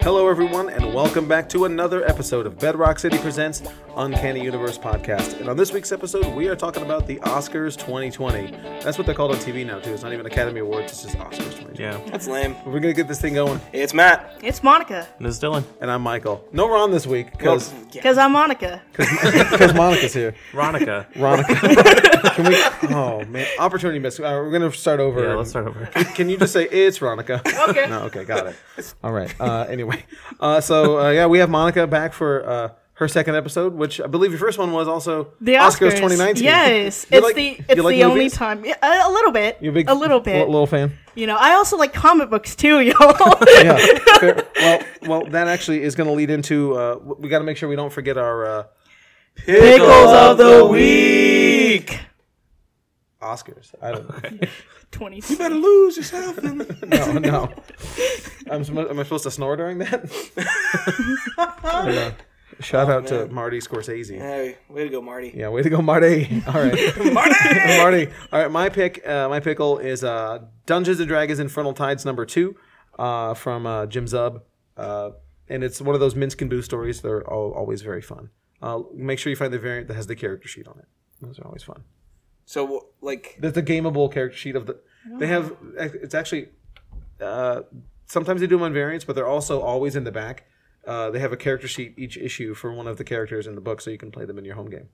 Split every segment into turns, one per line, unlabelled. Hello, everyone, and welcome back to another episode of Bedrock City Presents Uncanny Universe Podcast. And on this week's episode, we are talking about the Oscars 2020. That's what they're called on TV now, too. It's not even Academy Awards, it's just Oscars 2020.
Yeah,
That's lame.
We're going to get this thing going,
It's Matt.
It's Monica.
and it's Dylan.
and I'm Michael. No Ron this week,
Oh,
because
Because I'm Monica.
Monica's here.
Ronica.
Ronica. Can we? Oh, man. Opportunity miss. Uh, we're going to start over.
yeah, let's start over.
Can you just say it's Ronica?
Okay.
No, okay, got it. All right. Uh, anyway, uh, so uh, yeah, we have Monica back for uh, her second episode, which I believe your first one was also
The Oscars,
2019.
Yes,
You
it's
like-
the
you
it's
like
the only
movies?
time. Yeah, a, a little bit.
You big,
a little bit.
little, little fan.
You know, I also like comic books too, y'all.
Yeah. fair. Well, well, that actually is going to lead into. Uh, w- we got to make sure we don't forget our uh,
Pickles of the
week.
Oscars. I don't.
Twenty.
Better lose yourself. In the-
No, no. I'm, sm- am I supposed to snore during that? And, uh,
Oh,
Shout out to
man.
Marty Scorsese.
hey, way to go, Marty.
Yeah, way to go, Marty. All right.
Marty.
Marty. All right, my pick, uh, my pickle is uh, Dungeons and Dragons: Infernal Tides number two uh, from uh, Jim Zub, uh, and it's one of those Minsk and Boo stories. They're all, always very fun. Uh, make sure you find the variant that has the character sheet on it. Those are always fun.
So, like,
That's the gameable character sheet of the. They have. It's actually. Uh, sometimes they do them on variants, but they're also always in the back. Uh, they have a character sheet each issue for one of the characters in the book, so you can play them in your home game.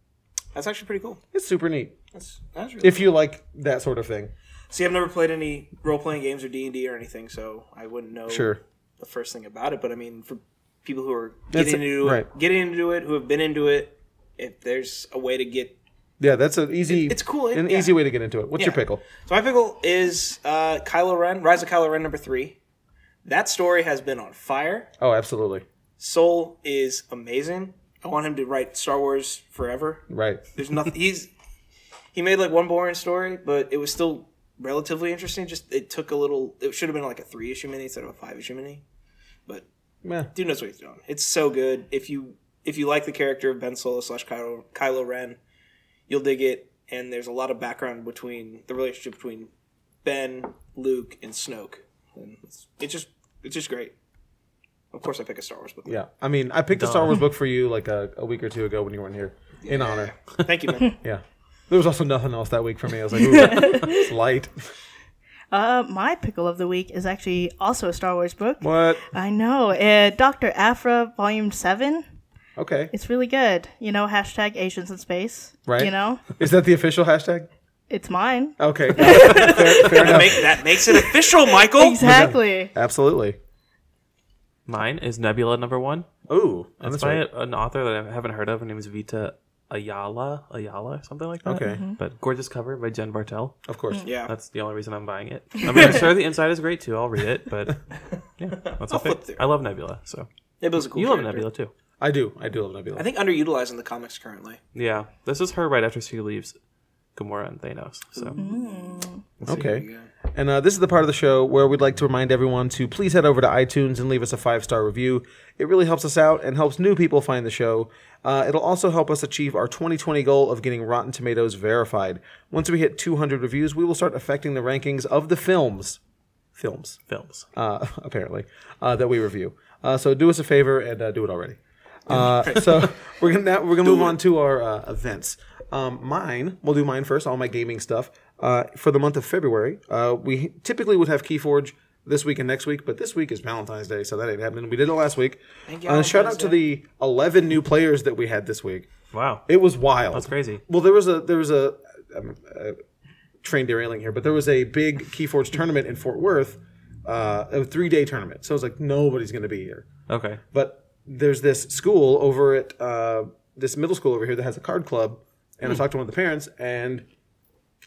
that's actually pretty cool.
It's super neat
That's, that's really
if you like that sort of thing.
See, I've never played any role playing games or D and D or anything, so I wouldn't know
Sure.
the first thing about it. But I mean, for people who are
That's
getting
it,
into
right.
it, getting into it, who have been into it, if there's a way to get
Yeah, that's an easy.
it's cool, it-
An
yeah.
easy way to get into it. What's your
Yeah.
pickle?
So my pickle is uh, Kylo Ren, Rise of Kylo Ren number three. That story has been on fire.
Oh, absolutely.
Soul is amazing. I want him to write Star Wars forever.
Right.
There's nothing. he's he made like one boring story, but it was still relatively interesting. Just it took a little. It should have been like a three issue mini instead of a five issue mini. But
Meh.
dude knows what he's doing. It's so good. If you if you like the character of Ben Solo slash Kylo, Kylo Ren, you'll dig it. And there's a lot of background between the relationship between Ben, Luke, and Snoke. And it's, it's just it's just great. Of course, I pick a Star Wars book.
Yeah. I mean, I picked a Star Wars book for you like a, a week or two ago when you weren't here. In honor.
Thank you, man.
Yeah. There was also nothing else that week for me. I was like, ooh, it's light.
Uh, my pickle of the week is actually also a Star Wars book.
What?
I know. Uh, Doctor Afra, Volume Seven.
Okay.
It's really good. You know, hashtag Asians in space.
Right. Oh,
You know,
Is that the official hashtag?
it's mine.
Okay. fair, fair enough.
Make, that makes it official, Michael.
Exactly.
Absolutely.
Mine is Nebula number one.
Ooh.
It's
Oh, That's
by
right.
an author that I haven't heard of. Her name is Vita Ayala, Ayala, or something like that.
Okay.
Mm-hmm.
But gorgeous cover by Jen Bartel.
Of course.
Yeah,
That's the only reason I'm buying it. I mean, I'm sure the inside is great too. I'll read it, but yeah, that's all.
flip through.
I love Nebula, so
Nebula's a cool.
you love
character.
Nebula too.
I do. I do love Nebula.
I think underutilized in the comics currently.
Yeah, this is her right after she leaves Gamora and Thanos. So
Okay. And uh, this is the part of the show where we'd like to remind everyone to please head over to iTunes and leave us a five star review. It really helps us out and helps new people find the show. Uh, it'll also help us achieve our 2020 goal of getting Rotten Tomatoes verified. Once we hit 200 reviews, we will start affecting the rankings of the films. Films,
films.
uh, apparently, uh, that we review. Uh, so do us a favor and uh, do it already. Uh, so we're gonna now, we're gonna move on to our uh, events. Um, mine, we'll do mine first. All my gaming stuff uh, for the month of February. Uh, we typically would have KeyForge this week and next week, but this week is Valentine's Day, so that ain't happening. We did it last week.
you,
Uh, shout out
Valentine's
to the eleven new players that we had this week.
Wow,
It was wild.
that's crazy.
Well, there was a there was a, um, a train derailing here, but there was a big KeyForge tournament in Fort Worth, uh, a three day tournament. So I was like, nobody's going to be here.
Okay,
But there's this school over at uh, this middle school over here that has a card club, and I talked to one of the parents, and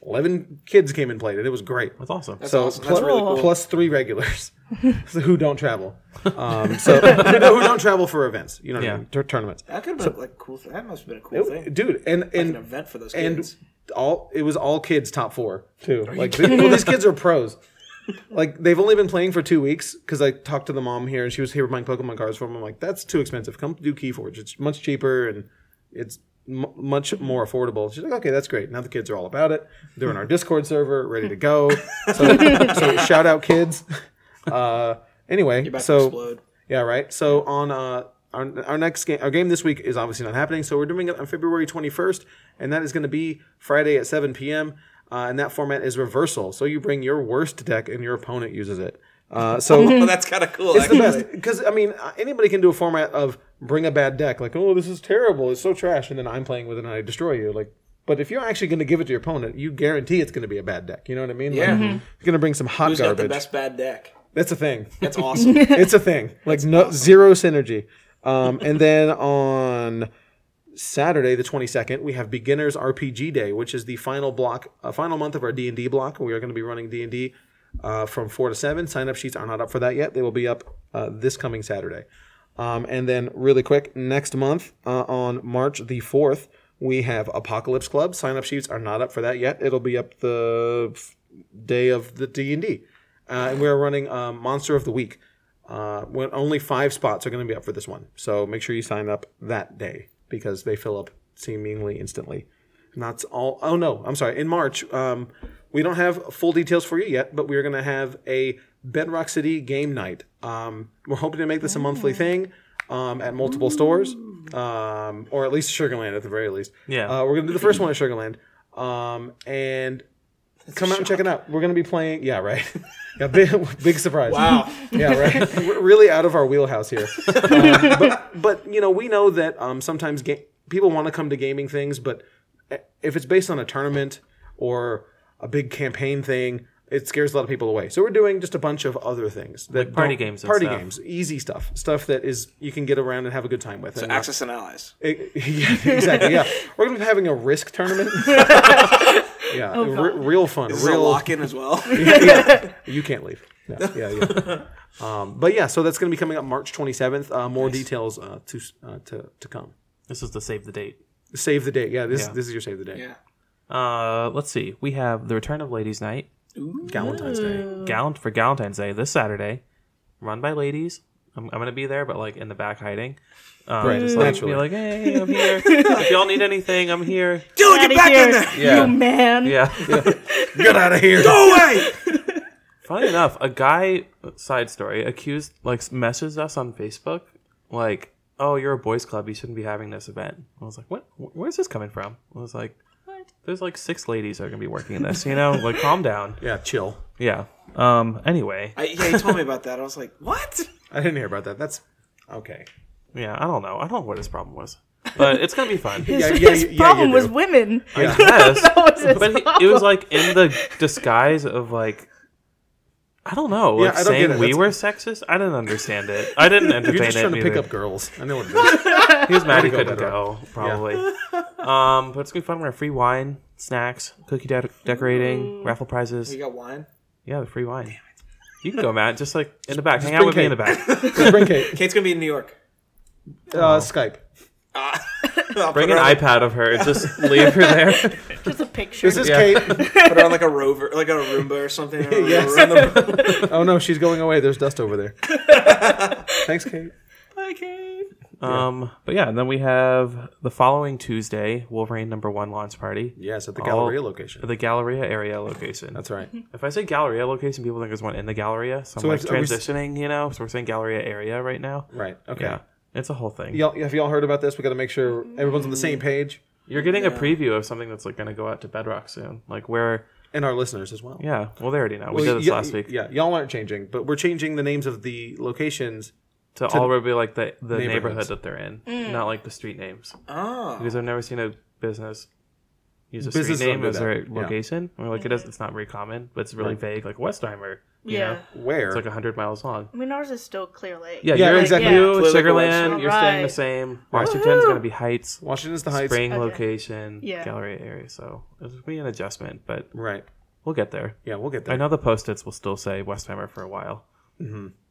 eleven kids came and played it. It was great.
that's awesome.
So
awesome.
plus-
That's really cool.
plus three regulars so who don't travel. Um, so who don't- who don't travel for events, you know, what I
Yeah.
mean, tur- tournaments.
That could have been like cool. Thing. That must have been a cool thing.
Dude, and and
an event for those
and
kids.
all it was all kids top four too. like th- well, these kids are pros. Like they've only been playing for two weeks because I talked to the mom here and she was here buying Pokemon cards for them. I'm like, that's too expensive. Come do Keyforge. It's much cheaper and it's m- much more affordable. She's like, okay, that's great. Now the kids are all about it. They're in our Discord server, ready to go. So, so shout out kids. Uh, anyway,
About to
so
explode.
Yeah, right. So on uh, our, our next game, our game this week is obviously not happening. So we're doing it on February 21st, and that is going to be Friday at 7 p.m. Uh, and that format is reversal. So you bring your worst deck, and your opponent uses it. Uh, so
Well, that's kind of cool.
it's the
actually.
best because I mean uh, anybody can do a format of bring a bad deck like oh this is terrible it's so trash and then I'm playing with it and I destroy you like but if you're actually going to give it to your opponent you guarantee it's going to be a bad deck you know what I mean
Yeah.
like, it's going to bring some hot
Who's got
garbage
the best bad deck?
that's a thing
That's awesome.
it's a thing like no zero synergy um, and then on Saturday the 22nd we have beginners RPG day which is the final block uh, final month of our D&D block we are going to be running D&D uh, from 4 to 7 sign up sheets are not up for that yet they will be up uh, this coming Saturday um, and then really quick next month uh, on March the 4th we have Apocalypse Club sign up sheets are not up for that yet it'll be up the f- day of the D&D uh, and we're running uh, Monster of the Week. Uh, when only five spots are going to be up for this one, so make sure you sign up that day because they fill up seemingly instantly. And that's all. Oh no, I'm sorry. In March, um, we don't have full details for you yet, but we're going to have a Bedrock City game night. Um, we're hoping to make this a monthly thing um, at multiple stores, um, or at least Sugarland at the very least.
Yeah.
uh, we're going to do the first one at Sugarland, um, and come out and check it out. We're going to be playing. Yeah, right. Yeah, big, big surprise.
Wow.
Yeah, right. We're really out of our wheelhouse here. Um, but, but you know, we know that um, sometimes ga- people want to come to gaming things, but eh, if it's based on a tournament or a big campaign thing, it scares a lot of people away. So we're doing just a bunch of other things, that
party
don't-
games and
party
stuff.
games, easy stuff, stuff that is you can get around and have a good time with. and not-
Access and allies.
it- yeah, exactly. Yeah, we're gonna be having a risk tournament. yeah, re- real fun.
Is it a
real
lock in as well?
yeah. You can't leave. No, yeah, yeah. Um, but yeah, so that's going to be coming up March 27th. Uh, more details uh, to uh, to to come.
This is the save the date.
Save the date. Yeah, this
Yeah.
this is your save the date.
yeah.
Uh, let's see. We have the return of Ladies' Night.
Valentine's Day.
Gallant for Galentine's Day this Saturday, run by ladies. I'm, I'm gonna be there, but like in the back hiding. Um,
Right,
just like,
naturally.
be like, hey, I'm here. if y'all need anything, I'm here.
Dude,
Outta
get back
here,
in there.
Yeah.
you man.
Yeah.
Get out of here.
Go away.
Funny enough, a guy side story accused like messaged us on Facebook like, "Oh, you're a boys club. You shouldn't be having this event." I was like, "What? Wh- Where's this coming from?" I was like, "There's like six ladies that are gonna be working in this. You know, like calm down."
Yeah, chill.
Yeah. Um. Anyway.
I, yeah, he told me about that. I was like, what?
I didn't hear about that. That's okay.
Yeah. I don't know. I don't know what his problem was, but it's gonna be fun.
Yeah,
His,
yeah,
his
yeah, you
problem
do.
was women.
Yeah.
Yes.
That was his
but
problem.
he, it was like in the disguise of like I don't know,
Yeah,
like
I don't
saying
get it.
we
That's-
were sexist. I didn't understand it. I didn't entertain
You're just
it.
trying to pick
either.
up girls. I know what it is.
He was mad he
go
couldn't
better.
go, probably. um, but it's gonna be fun. We're gonna have free wine, snacks, cookie de- decorating,
Mm.
raffle prizes.
You got wine?
Yeah, the free wine. You can go, Matt. Just like in the back, hang out
bring
with me in the
cake.
back.
Just bring Kate.
Kate's going to be in New York.
Oh.
Uh, Skype.
I'll
Bring an
put her on-
iPad of her and just leave her there.
just a picture.
This is
Yeah.
Kate.
Put her on like a rover, like a Roomba or something. Or a
Yes.
Roomba.
Oh no, she's going away. There's dust over there. Thanks, Kate.
okay.
Um, but yeah, and then we have the following Tuesday, Wolverine number one launch party.
Yes, at the
All-
Galleria location.
The Galleria area location.
That's right.
If I say Galleria location, people think there's one in the Galleria. So,
So
I'm like
it's- are we s-
transitioning, you know? So we're saying Galleria area right now.
Right. Okay.
Yeah. It's a whole thing.
Y'all, have y'all heard about this? We got to make sure everyone's on the
Mm.
same page
You're getting a preview of something that's like going to go out to Bedrock soon. Like where,
and our listeners as well.
yeah, well, they already know. We
Well,
did this
yeah,
last week.
Yeah, y'all aren't changing, but we're changing the names of the locations.
To, all be like the, the neighborhood
Neighborhoods.
that they're in,
Mm.
not like the street names.
Oh.
Because I've never seen a business use a
Business
street
don't
name
do
as
that.
their
Yeah.
location. Or like it does, it's not very common, but it's really
Right.
vague. Like Westheimer, you
Yeah.
know?
Where?
It's like 100 miles long.
I mean, ours is still Clear Lake.
Yeah,
Yeah,
you're
exactly.
You,
Clear Lake
Sugarland,
West.
you're staying the
Alright.
same. Washington's going to be Heights.
Washington's the Heights.
spring
Uh, Okay.
location,
Yeah.
gallery area. So it's gonna be an adjustment, but
Right.
we'll get there.
Yeah, we'll get
I
there.
know the post-its will still say Westheimer for a while,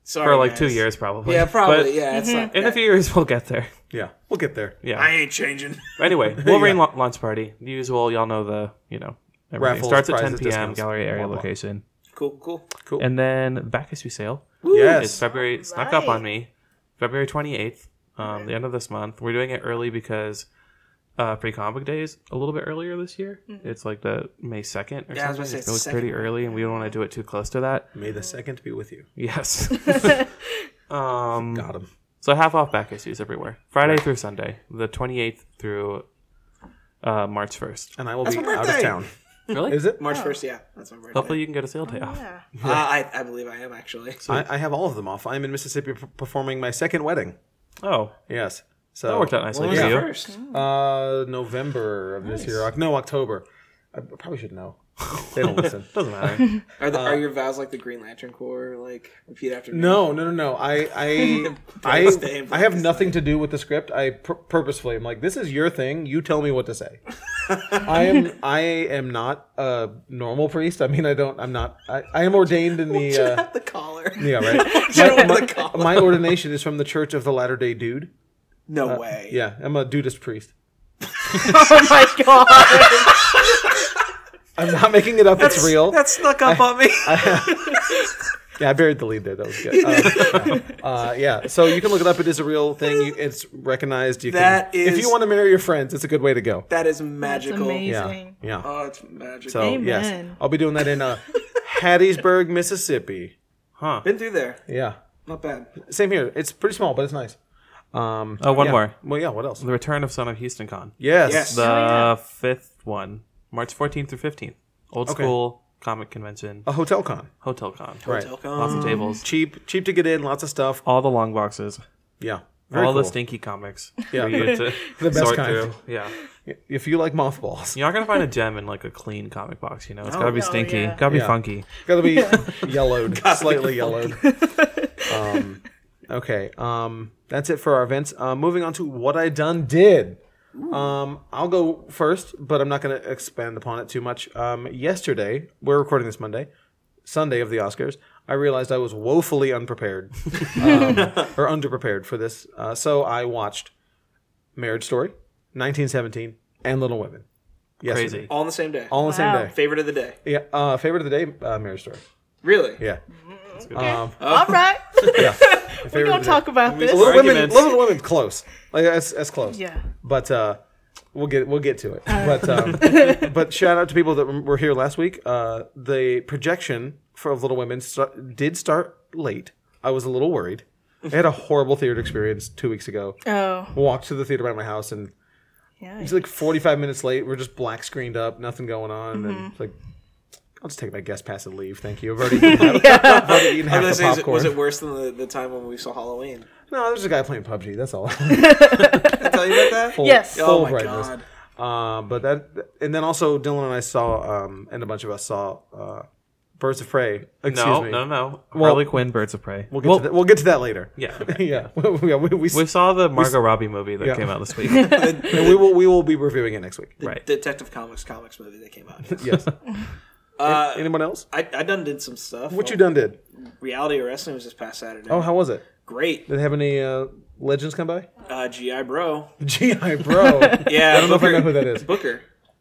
Sorry,
for like two
guys.
years probably.
Yeah, probably.
But
yeah, it's not.
In a
that-
few years, we'll get there.
Yeah, we'll get there.
Yeah.
I ain't changing.
anyway, Wolverine la- launch party, the usual. Y'all know the you know everything.
Raffles,
Starts at 10
prizes,
p.m.
discounts,
Gallery area
blah, blah.
location,
Cool, cool.
and then back issue sale. It's
Yes.
February snuck up
Alright.
on me. February 28th, um, the end of this month. We're doing it early because uh, Free Comic Book Day is a little bit earlier this year. It's like the May 2nd or
Yeah, I
something.
was gonna say
it's
it's
really
the
pretty
2nd.
early, and we don't want to do it too close to that.
May the second be with you.
Yes. Um,
Got him.
so half off back issues everywhere, Friday through Sunday, the 28th through uh, March 1st.
And I will
That's
be
my
out of
birthday.
town.
Really?
Is it?
March first, yeah, that's my birthday.
Hopefully you can get a sale day off.
Yeah.
Uh, I, I believe I am actually.
I, I have all of them off. I'm in Mississippi p- performing my second wedding.
Oh,
Yes. So
that worked out nicely
When was
for
the
you.
first?
Uh, November of this year. Oc- No, October. I probably should know. They don't listen.
Doesn't matter.
Are, the, are your vows like the Green Lantern Corps? Like repeat after me.
Uh, No, no, no, no. I, I,
Blackest day
I,
and
I have
blackest
nothing to do with the script. I pur- purposefully, am like, this is your thing. You tell me what to say. I am, I am not a normal priest. I mean, I don't. I'm not. I, I am ordained in the.
Should
Uh,
have the collar.
yeah, right.
Should
My,
have the
my,
collar.
my ordination is from the Church of the Latter Day Dude.
No way.
Uh, Yeah, I'm a dudist priest.
Oh my god.
I'm not making it up. it's real.
That snuck up on me.
Yeah, I buried the lead there. That was good. Uh, yeah. Uh, yeah, so you can look it up. It is a real thing. You, it's recognized. You
That
can, if
is-
you want to marry your friends, it's a good way to go.
that is
That's
magical.
Yeah,
amazing.
yeah.
Oh, it's magical.
so yes,
Amen.
I'll be doing that in uh, Hattiesburg, Mississippi.
Huh.
Been through there.
Yeah,
Not bad.
same here. It's pretty small, but it's nice. Um,
Oh, one
yeah.
more.
Well, yeah. What else?
The return of Son of Houston Con.
Yes.
Yes.
The
Oh, yeah.
fifth one, March 14th through 15th. Old school comic convention,
A hotel con.
hotel con.
Right. Mm.
Lots
Telcom.
of tables.
Cheap, cheap to get in. Lots of stuff.
All the long boxes.
Yeah. Very
all
cool.
the stinky comics.
Yeah.
For you to
The best
sort
kind.
through. Yeah.
If you like mothballs,
You're not gonna find a gem in like a clean comic box, you know. It's gotta be
No,
stinky.
yeah.
Gotta be
Oh, Yeah.
funky.
gotta be yellowed, slightly yellowed. um, okay, um, that's it for our events. Uh, moving on to what I done did. Um, I'll go first, but I'm not going to expand upon it too much. Um, yesterday, we're recording this Monday, Sunday of the Oscars. I realized I was woefully unprepared um, or underprepared for this, uh, so I watched Marriage Story, 1917, and Little Women. Yesterday.
Crazy.
All on the same day.
All in the
Wow.
same day.
Favorite of the day.
Yeah, uh, favorite of the day, uh, Marriage Story.
Really?
Yeah,
All right.
Uh, yeah.
We're going to talk about this.
Little women,
Arguments.
little women, close. Like that's that's close.
Yeah.
But uh, we'll get we'll get to it. But um, but shout out to people that were here last week. Uh, the projection for of Little Women st- did start late. I was a little worried. I had a horrible theater experience two weeks ago.
Oh,
Walked to the theater by my house and
yeah.
it's like 45 minutes late. We're just black screened up, nothing going on,
Mm-hmm.
and it's like. I'll just take my guest pass and leave. Thank you. I've already eaten half,
Uh,
I've already eaten
I
half
was gonna
the
say, is it,
popcorn.
was it worse than the, the time when we saw Halloween?
No, there's a guy playing PUBG. That's all.
Did I tell you about that?
Yes.
full
Oh my
brightness.
god.
Uh, but that, and then also Dylan and I saw, um, and a bunch of us saw uh, Birds of Prey. Excuse
No,
me.
no, no. Harley Quinn, Birds of Prey.
We'll get, to that, we'll get to that later.
yeah.
yeah. We, yeah, we, we,
We saw the Margot Robbie movie that
Yeah.
came out this week.
and we will we will be reviewing it next week.
The
Right.
Detective Comics comics movie that came out.
Yes.
Uh,
Anyone else?
I, I done did some stuff.
What you done did?
Reality Wrestling was this past Saturday.
Oh, how was it?
Great.
Did they have any uh, legends come by?
Uh, GI Bro.
GI Bro.
Yeah,
I don't know if I know who that is.
Booker.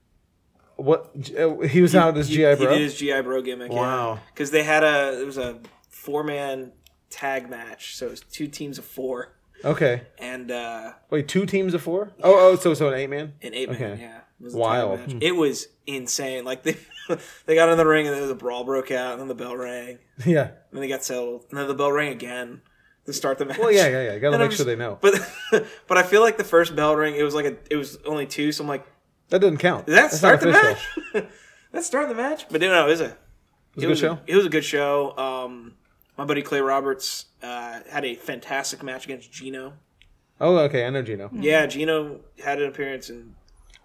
What? G- uh, He was out as
He-
GI
He
Bro.
did his GI Bro gimmick.
Wow.
Because they had a it was a four man tag match, so it was two teams of four
Okay.
and uh,
Wait, two teams of four? Oh, oh, so so an eight man.
an eight man.
Okay.
Yeah, it was a
Wild. Hmm.
tag match. It was insane. Like they they got in the ring and then the brawl broke out and then the bell rang and
Yeah.
then they got settled and then the bell rang again to start the match.
Well, yeah, yeah, yeah. Gotta
And I'm
make sure they
just-
know.
But but I feel like the first bell ring it was like a it was only two, so I'm like
That doesn't count.
Did that
That's not
start the
official.
match? that start the match? But no, no, it was a
It was a good show.
It was a good show. Um, my buddy Clay Roberts uh, had a fantastic match against Gino.
Oh, okay. I know Gino.
Yeah, Gino had an appearance, and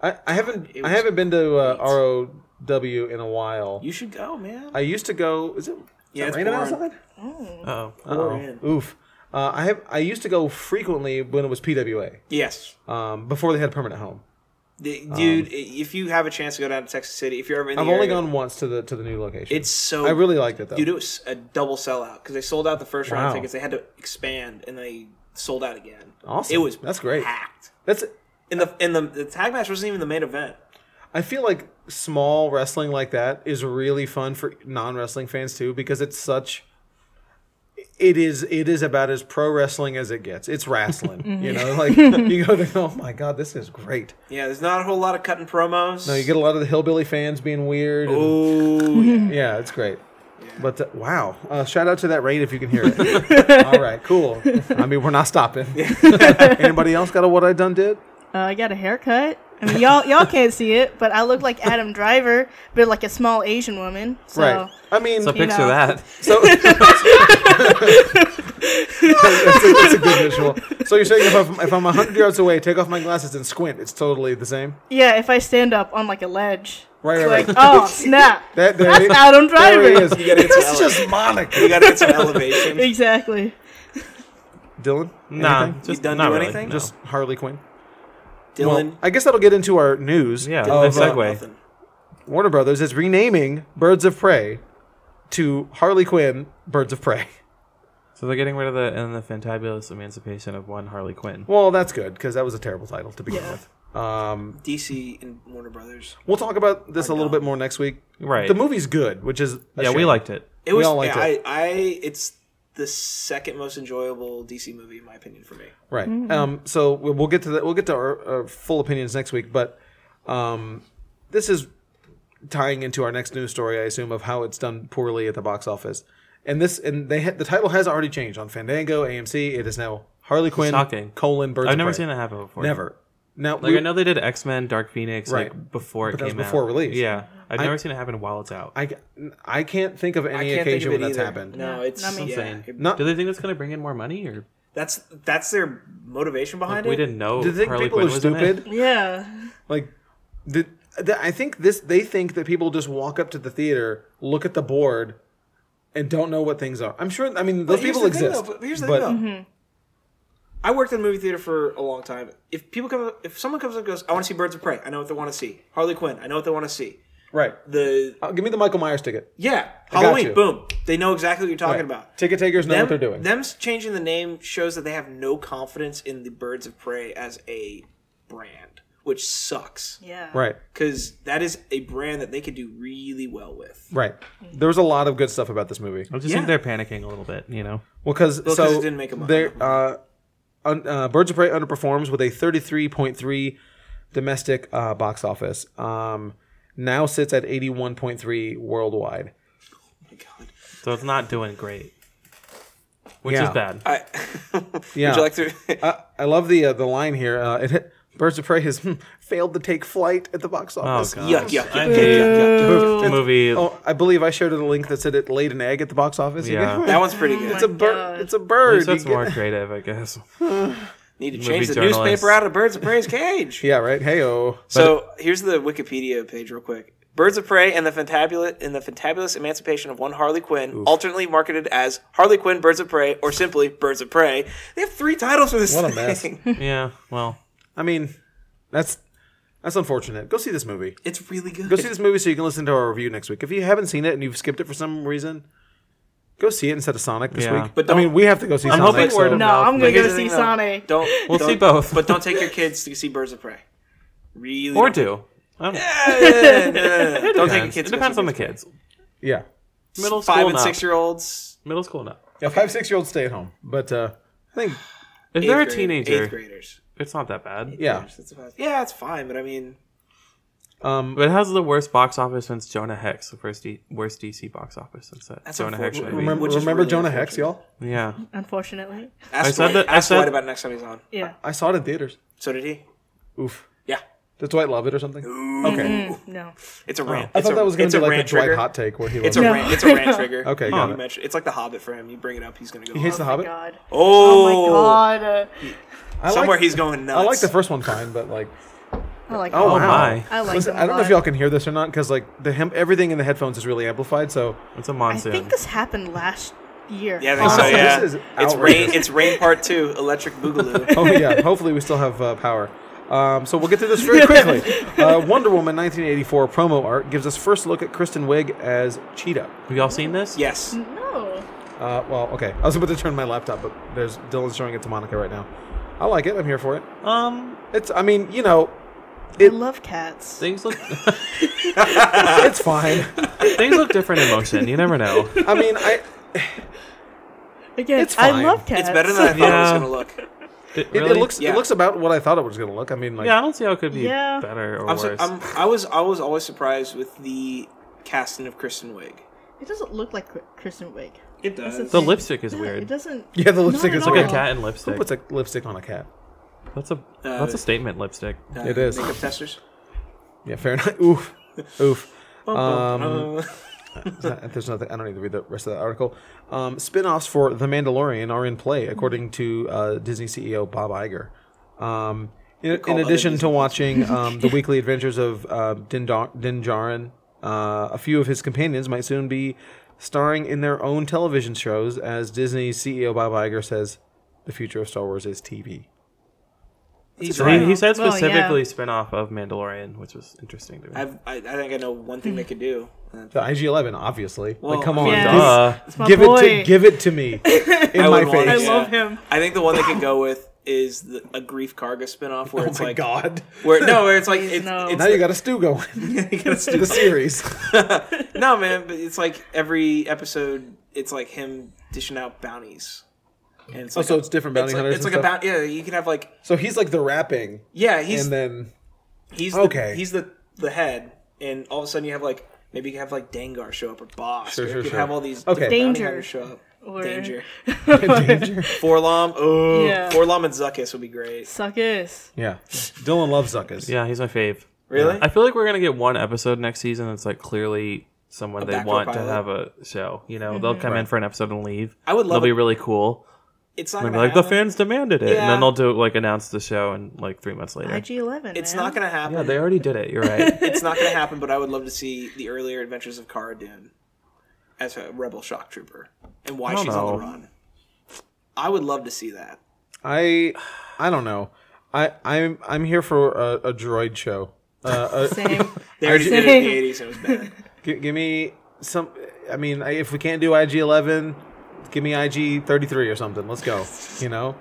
I, I haven't
It
I
was
haven't been to uh, ROW in a while.
you should go, man.
I used to go. Is it? is
Yeah,
it
it's
raining
pouring.
outside?
Oh,
Oh,
in.
oof. Uh, I have I used to go frequently when it was PWA
yes,
um, before they had permanent home.
The- dude. i- if you have a chance to go down to Texas City, if you're ever in the
Um, I've only
area,
gone once to the to the new location.
It's so
I really liked it though.
dude. It was a double sellout because they sold out the first round
Wow.
of tickets. They had to expand, and they sold out again.
Awesome.
It was
That's great.
Packed.
That's
And the and the, the tag match wasn't even the main event.
I feel like small wrestling like that is really fun for non wrestling fans too because it's such. It is it is about as pro wrestling as it gets. It's wrestling, you know. Like you go there, oh my god, this is great.
Yeah, there's not a whole lot of cutting promos.
No, you get a lot of the hillbilly fans being weird. and-
Ooh,
yeah, it's great. But uh, wow, uh, shout out to that rain if you can hear it. All right, cool. I mean, we're not stopping. Anybody else got a what I done did?
Uh, I got a haircut. I mean, y'all y'all can't see it, but I look like Adam Driver, but like a small Asian woman. So
right. I mean,
So
so,
picture
know.
that.
that's, a, that's a good visual. So you're saying if I'm if I'm hundred yards away, take off my glasses and squint, it's totally the same.
yeah, if I stand up on like a ledge,
Right,
it's
right,
like
right.
oh snap,
That, there it-
that's Adam
there
Driver.
it is.
You gotta get some
It's
ele-
just Monica.
you gotta get some elevation.
Exactly.
Dylan,
Nah,
anything?
just
done
not
do
really,
anything?
no.
just Harley Quinn.
Dylan,
Well, I guess that'll get into our news.
yeah,
of,
nice
uh,
segue.
nothing.
Warner Brothers is renaming Birds of Prey to Harley Quinn Birds of Prey.
So they're getting rid of the and the fantabulous emancipation of one Harley Quinn.
Well, that's good because that was a terrible title to begin with. Um,
DC and Warner Brothers.
we'll talk about this a little
dumb.
bit more next week.
Right.
The movie's good, which is a
yeah, we
shame.
liked it.
It was.
all liked
yeah,
it.
I, I. It's the second most enjoyable DC movie in my opinion for me.
right. Um, so we- we'll get to that. We'll get to our, our full opinions next week. But um, this is tying into our next news story, I assume, of how it's done poorly at the box office. And this and they ha- the title has already changed on Fandango, AMC. It is now Harley Quinn
Shocking.
colon Birds.
I've
of
never
Prey.
seen that happen before.
Never. Now
Like
we-
I know they did X Men, Dark Phoenix,
Right.
like before it
But that was
came
before
out.
release.
Yeah, I've never seen it happen while it's out.
I, ca- I can't think of any
can't think
occasion
of
where
it
that's
either.
happened.
No,
Yeah,
it's
not me.
yeah.
Insane.
Not-
Do they think that's going to bring in more money, or
That's that's their motivation behind it.
we didn't know
Do you think
Harley
people
Quinn
are
was in it?
stupid?
Yeah.
Like, the, the, I think this. They think that people just walk up to the theater, look at the board, and don't know what things are. I'm sure. I mean, those
But here's
people
the thing,
exist.
though, but here's the
but
thing, though.
Mm-hmm.
I worked in a movie theater for a long time. If people come, if someone comes up and goes, "I want to see Birds of Prey," I know what they want to see. Harley Quinn, I know what they want to see.
right.
The
Uh, give me the Michael Myers ticket.
yeah,
got
Halloween,
you.
boom, they know exactly what you're talking
Right.
about.
Ticket takers know what they're doing.
Them changing the name shows that they have no confidence in the Birds of Prey as a brand, which sucks.
Yeah.
right.
Because that is a brand that they could do really well with.
Right. There was a lot of good stuff about this movie.
I just
Yeah.
think they're panicking a little bit. You know,
Well, because so
'cause it didn't make a money.
There, uh, un, uh, Birds of Prey underperforms with a 33.3 domestic uh, box office. Um, now sits at 81.3 worldwide.
Oh my god.
so it's not doing great, which
Yeah.
is bad.
I,
Yeah.
Would you like to?
Uh, I love the uh, the line here. Uh, it hit, Birds of Prey has hmm, failed to take flight at the box
Oh
office.
god,
yuck, yuck, yuck,
I
yuck,
hate
yuck, yuck.
the movie.
Oh, I believe I showed it a link that said it laid an egg at the box office. You
Yeah.
get-
That one's pretty good.
it's a
Oh my
bird.
God.
It's a
At
bird.
least that's
You get-
more creative, I guess.
Need to
movie
change the
journalist.
newspaper out of Birds of Prey's cage.
yeah, right. Hey, oh.
So here's the Wikipedia page real quick. Birds of Prey and the Fantabulous and the Fantabulous Emancipation of One Harley Quinn, alternately marketed as Harley Quinn Birds of Prey or simply Birds of Prey. They have three titles for this
What a
thing.
Yeah, well,
I mean, that's that's unfortunate. Go see this movie.
It's really good.
Go see this movie so you can listen to our review next week. If you haven't seen it and you've skipped it for some reason, go see it instead of Sonic this
Yeah.
week.
But
I mean,
don't-
we have to go see
I'm
Sonic.
hoping
so-
word of
No,
mouth.
I'm
but-
gonna go
Here's the
see
thing, though.
Sonic.
Don't
We'll
don't-
see both.
but don't take your kids to see Birds of Prey. Really,
or
don't.
do. I don't,
don't take your
depends.
kids.
it
to go
depends
see
on the
Birds of
kids.
Yeah.
Prey.
Middle
five
school,
and
not.
six year olds.
Middle school, no.
Yeah, five, six year olds stay at home. But uh, I think,
If
Eighth
they're a
grade-
teenager,
eighth graders.
it's not that bad.
yeah.
That's about- yeah, it's fine, but I mean,
Um,
But it has the worst box office since Jonah Hex, the first D- worst DC box office since that.
That's
Jonah Hex
unfortunate.
movie.
remember
Which is
remember
really
Jonah Hex, y'all?
unfortunate.
Yeah.
Unfortunately.
ask
I said
Dwight-
that- I
ask
said-
Dwight about next time he's on.
Yeah.
I saw it in theaters.
So did he?
Oof.
Yeah.
Did Dwight love it or something? Okay.
No.
It's a rant.
I
It's
thought
a-
that was going
it's a
to be like a
rant
Dwight
trigger.
hot take where he
It's
was.
a
No.
rant. It's a rant trigger.
Okay,
You
got it.
mentioned- It's like the Hobbit for him. You bring it up, he's gonna go.
He hates the
Oh my
Hobbit.
god.
oh,
Oh my god. Uh,
I
Somewhere
like,
he's going nuts.
I like the first one fine, but like,
I like
oh,
that.
wow.
my.
I like
Listen,
them
I don't know if
live.
y'all can hear this or not because like the hem- everything in the headphones is really amplified. So
It's a
I
monsoon.
think this happened last year.
Yeah, I think so.
Honestly,
Yeah,
Oh, this is
it's rain.
outrageous.
It's rain part two. Electric Boogaloo.
oh yeah. Hopefully, we still have uh, power. Um, so we'll get to this very quickly. Uh, Wonder Woman 1984 promo art gives us first look at Kristen Wiig as Cheetah.
Have y'all seen this?
yes.
No.
Uh, well, okay. I was about to turn my laptop, but there's Dylan showing it to Monica right now. I like it. I'm here for it.
Um,
It's. I mean, you know,
I love cats.
things look
it's fine.
things look different in motion. You never know.
I mean, I.
Again,
It's
I
fine.
love cats.
It's better than I thought it was
Yeah.
gonna look.
It,
It,
really-
it looks.
Yeah.
It looks about what I thought it was going to look. I mean, like.
Yeah, I don't see how it could be
Yeah.
better or
I'm,
worse.
so, I'm I was I was always surprised with the casting of Kristen Wiig.
It doesn't look like Cr- Kristen Wiig.
It
That's
does.
The
thing.
lipstick is
Yeah,
weird.
It doesn't.
Yeah, the lipstick
not
is
at
weird.
Like
all.
a cat in
Who
lipstick.
puts a lipstick on a cat?
That's a that's a statement lipstick.
Uh,
It is.
Makeup testers.
Yeah, fair enough. Oof, oof.
Bum, bum, bum.
Is that- there's nothing. I don't need to read the rest of that article. Um, spin-offs for The Mandalorian are in play, according to uh, Disney CEO Bob Iger. Um, in, in
call other
addition to
Disney
watching um, the weekly adventures of uh, Din, Dar- Din Djarin, uh, a few of his companions might soon be starring in their own television shows, as Disney CEO Bob Iger says, "The future of Star Wars is TV."
He's
So
right.
he, he said
Well, yeah.
specifically spin off of Mandalorian, which was interesting to me.
I've, I, I think I know one thing they could do. And
The IG-11, obviously.
Well,
like, come
I
on,
mean,
give-
yeah.
Duh.
It's my
give,
boy.
it to give it to me in
I
my
would want
face.
it,
I love him.
I think the one they could go with is the, a grief Karga spinoff where
Oh
it's
my
like
god!
where no where it's like it's,
no.
Now
it's
you got a stew going. the series.
no man but it's like every episode it's like him dishing out bounties and it's
Oh,
like
so
a-
it's different bounty
it's
hunters
like, it's
and
like
stuff?
a bounty yeah you can have like
So he's like the rapping,
yeah he's
and then
he's
Okay.
the, he's the the head, and all of a sudden you have like maybe you can have like Dangar show up or Boss.
Sure,
or
sure,
you can
sure.
have all these
Okay.
different bounty
Danger.
hunters show up.
Or-
Danger.
danger.
Forlom. Oh,
Yeah.
Forlom and Zuckus would be great.
Suckers.
Yeah, Dylan loves Zuckus.
yeah, he's my fave.
Really?
I feel like we're gonna get one episode next season that's like clearly someone they
backdoor
want to
pilot.
have a show. You know,
Mm-hmm.
they'll come in for an episode and leave.
I would love
They'll be
it.
really cool.
It's not
They'll
gonna
be like, the
happen.
fans demanded it, and
Yeah.
then they'll do like announce the show and like three months later.
IG Eleven.
It's
man.
not gonna happen.
Yeah, they already did it. You're right.
It's not gonna happen. But I would love to see the earlier adventures of Cara Dune as a rebel shock trooper and why
don't
she's on
know.
the run. I would love to see that.
I, I don't know. I, I'm, I'm here for a, a droid show. Uh, uh,
Same.
They already did it in the eighties and it was bad.
g- give me some. I mean, I, if we can't do IG eleven, give me IG thirty three or something. Let's go. You know,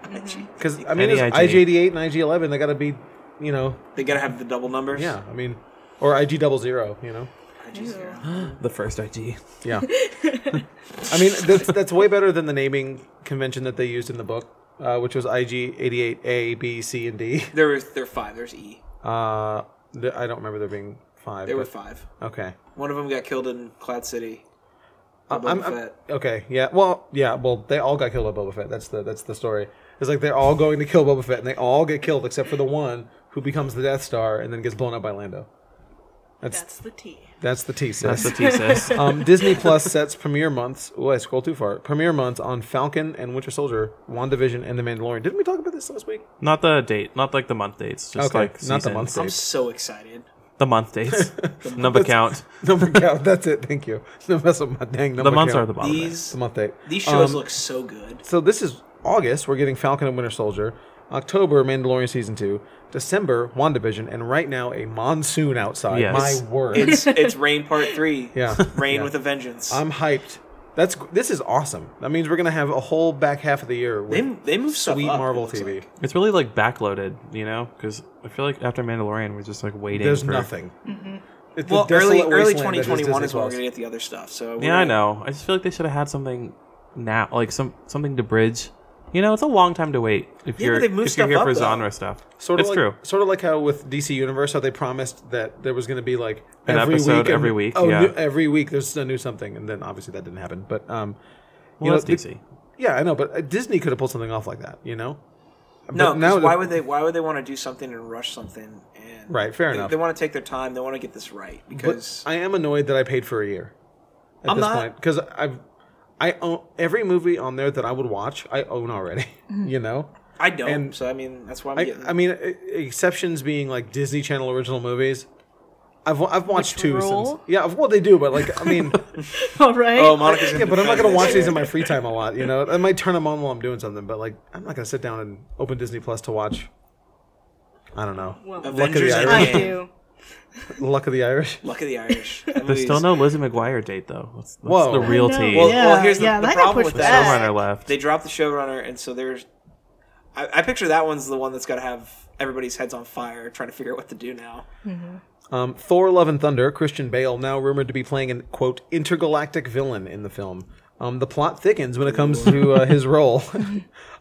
because I mean,
Any
it's
IG.
IG eighty eight and IG eleven. They got to be, you know,
They gotta have the double numbers.
yeah. I mean, or IG double zero. You know.
Jeez, yeah.
the first IG.
Yeah. I mean, that's, that's way better than the naming convention that they used in the book, uh, which was IG 88A, B, C, and D.
There was there were five. There's E.
Uh, th- I don't remember there being five.
There were
But,
five.
okay.
One of them got killed in Cloud City.
Uh,
Boba
I'm, I'm,
Fett.
okay. Yeah. Well. Yeah. Well, they all got killed by Boba Fett. That's the that's the story. It's like they're all going to kill Boba Fett, and they all get killed except for the one who becomes the Death Star and then gets blown up by Lando.
That's the T.
That's the T.
That's the thesis.
um, Disney Plus sets premiere months. Oh, I scrolled too far. Premiere months on Falcon and Winter Soldier, WandaVision, and The Mandalorian. Didn't we talk about this last week?
not the date. Not like the month dates. Just
Okay,
like
not the
season-
month
I'm
dates.
so excited.
The month dates. number count.
Number count. That's it. Thank you. No mess with my dang number
The months
count.
are the bottom.
These
the month date.
these shows
Um,
look so good.
So this is August. We're getting Falcon and Winter Soldier. October, Mandalorian season two. December, WandaVision, and right now a monsoon outside.
Yes.
My word.
It's it's Rain Part Three.
Yeah.
Rain
Yeah.
with a Vengeance.
I'm hyped. That's this is awesome. That means we're gonna have a whole back half of the year
they
with
they move stuff
sweet
up, it
Marvel
looks
TV.
like.
It's really like backloaded, you know, because I feel like after Mandalorian, we're just like waiting.
There's
for-
nothing. It's a
Well, early
desolate
early
wasteland that
2021 is,
Disney
when we're
Plus.
gonna get the other stuff. So
Yeah, I know. I just feel like they should have had something now, like some something to bridge. You know, it's a long time to wait if
Yeah,
you're
but they've moved
if you're
stuff
here for
up, though.
genre stuff.
Sort of
it's
like,
true.
Sort of like how with DC Universe, how they promised that there was going to be like
An episode
and-
every week,
Oh,
yeah.
new- every week there's a new something, and then obviously that didn't happen. But um,
Well, that's
know, the-
DC.
yeah, I know, but uh, Disney could have pulled something off like that, you know?
No,
But now
'cause why
that-
would they? Why would they want to do something and rush something? And
Right, fair
they,
enough.
They want to take their time. They want to get this right
But
because
I am annoyed that I paid for a year at
I'm
this
not-
point because I've I own every movie on there that I would watch. I own already,
Mm-hmm.
you know.
I, don't.
and-
so I mean, that's why I'm
I,
getting.
I mean, e- exceptions being like Disney Channel original movies. I've wa- I've watched
Which
two since.
rule?
Yeah, well they do, but like I mean.
All right.
oh, Monica's
yeah,
gonna
but I'm not gonna
defend this.
watch these in my free time a lot. You know, I might turn them on while I'm doing something, but like, I'm not gonna sit down and open Disney Plus to watch. I don't know.
Well,
Luck of the
Avengers
Irish.
I
Endgame.
do.
Luck of the Irish.
Luck of the Irish. That
There's
movie's-
still no Lizzie McGuire date though. That's, that's
Whoa.
the
I
real
know.
tea.
Well,
Yeah,
well, here's the,
yeah,
the
that got
problem
pushed
with
the
that.
back.
showrunner left.
They dropped the showrunner, and so there's. I, I picture that one's the one that's got to have everybody's heads on fire, trying to figure out what to do now.
Um, Thor: Love and Thunder. Christian Bale now rumored to be playing an quote intergalactic villain in the film. Um, the plot thickens when it comes to uh, his role,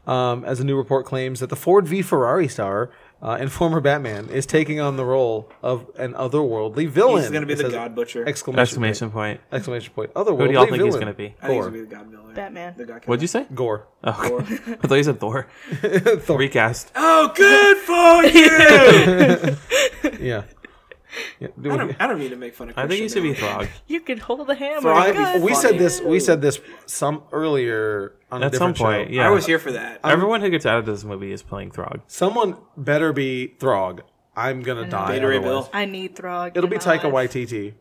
um, as a new report claims that the Ford v Ferrari star uh, and former Batman, is taking on the role of an otherworldly villain.
He's gonna be
It
the
says-
God Butcher.
Exclamation,
Exclamation point.
point! Exclamation point! Otherworldly
Who do y'all think
villain.
he's gonna be?
I think he's
Gore.
gonna be the God Miller.
Batman.
The God
What'd you say?
Gore.
Oh,
Killer. Gore.
I thought you said Thor.
Thor.
Recast.
Oh, good for you!
Yeah. yeah. Do
I
we-
don't, I don't mean to make fun of.
I think he should
Christian
be
now.
Throg.
You could hold the hammer.
Frog-
Good.
we
funny.
said this. We said this some earlier on a
At some
different
point,
show.
yeah.
I was here for that.
Everyone who gets out of this movie is playing Throg.
Someone better be Throg. I'm gonna die.
Gatorade
otherwise.
Bill.
I need Throg.
It'll
in
be
my
Taika
life.
Waititi.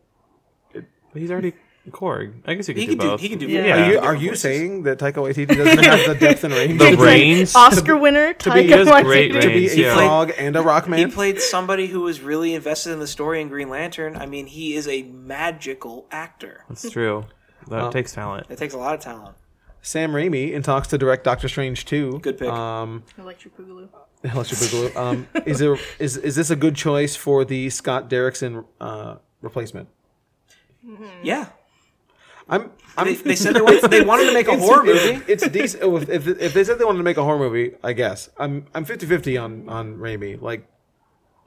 But he's already Korg. I guess you could
He
do
can do.
both.
He can do.
Yeah.
Yeah.
Are you,
different
are you
voices.
saying that Taika Waititi doesn't have the depth and range?
The
to be-
range.
Oscar winner
be-
Taika
he has
great
to be
Waititi.
range.
a
Yeah.
frog and a rock
He
man.
played somebody who was really invested in the story in Green Lantern. I mean, he is a magical actor.
That's true. That takes talent.
It takes a lot of talent.
Sam Raimi in talks to direct Doctor Strange two.
Good pick.
Um,
Electric Boogaloo.
Electric Boogaloo. Um, is there is is this a good choice for the Scott Derrickson uh, replacement?
Yeah,
I'm. I'm
they, they said they wanted, they wanted to make a horror movie.
It's, it's decent. If, if, if they said they wanted to make a horror movie, I guess I'm I'm 50-50 on on Raimi. Like,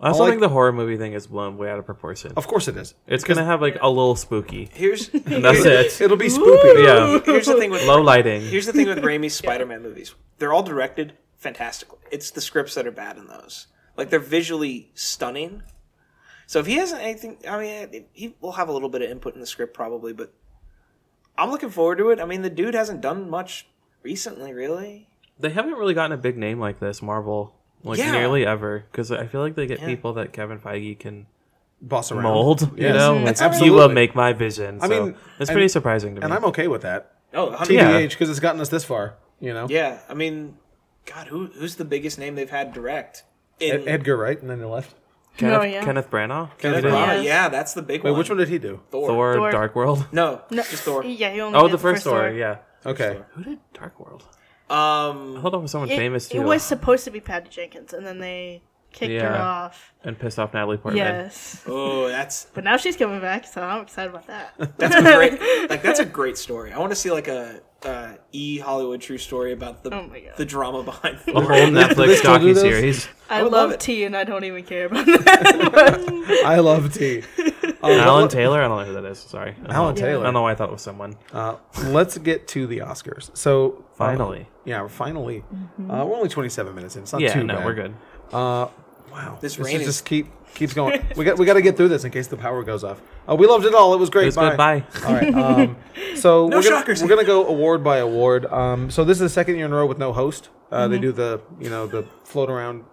I also
like-
think the horror movie thing is blown way out of proportion.
of course it is.
It's gonna have like a little spooky.
Here's
And that's it.
It'll be spoopy.
Yeah.
here's the thing with
Low lighting.
here's the thing with Raimi's Spider-Man movies. They're all directed fantastically. It's the scripts that are bad in those. Like they're visually stunning. So if he hasn't anything, I mean, he will have a little bit of input in the script probably, but I'm looking forward to it. I mean, the dude hasn't done much recently, really.
They haven't really gotten a big name like this, Marvel, like
Yeah.
nearly ever. Because I feel like they get people that Kevin Feige can
Boss around.
mold. You
Yes.
know, like, you
Absolutely.
will make my vision. So I
mean,
mean, it's
and-
pretty surprising to me.
And I'm okay with that.
Oh, 100
Yeah.
TBH, because it's gotten us this far. You know.
yeah. I mean, God, who who's the biggest name they've had direct? In,
Ed- Edgar, right, and then they left.
Kenneth,
Oh, yeah.
Kenneth Branagh,
Kenneth
He did
yeah.
Yes.
that's the big
Wait,
one.
which one did he do?
Thor.
Thor,
Thor.
Dark World.
No, just Thor.
Yeah, he only
Oh,
did
the first
one.
Thor. Yeah.
Okay.
Who did Dark World? I
Um,
thought that was someone
It,
famous too.
it was supposed to be Patty Jenkins, and then they kicked her
Yeah.
off.
and pissed off Natalie Portman.
Yes,
oh, that's
but now she's coming back, so I'm excited about that.
That's a great. Like that's a great story. I want to see like a uh, e Hollywood true story about the
Oh my God.
the drama behind.
A whole
they
Netflix
still do
docu
those?
series.
I,
would love
love
it.
tea, and I don't even care about that.
I love tea.
Alan Taylor. I don't know who that is. Sorry. I don't
Alan
know.
Taylor.
I don't know why I thought it was someone.
Uh, let's get to the Oscars. So uh,
Finally.
yeah, finally,
Mm-hmm.
uh, we're only 27 minutes in. It's not
yeah.
too
No,
bad. Uh,
we're good.
Wow,
This
should
rain is-
just keep keeps going. we got we got to get through this in case the power goes off. Uh, we loved it all. It was great.
It was good. Bye.
All right. Um, so
No
we're, gonna,
shockers.
we're gonna go award by award. Um, so this is the second year in a row with no host. Uh,
Mm-hmm.
They do the you know the float around.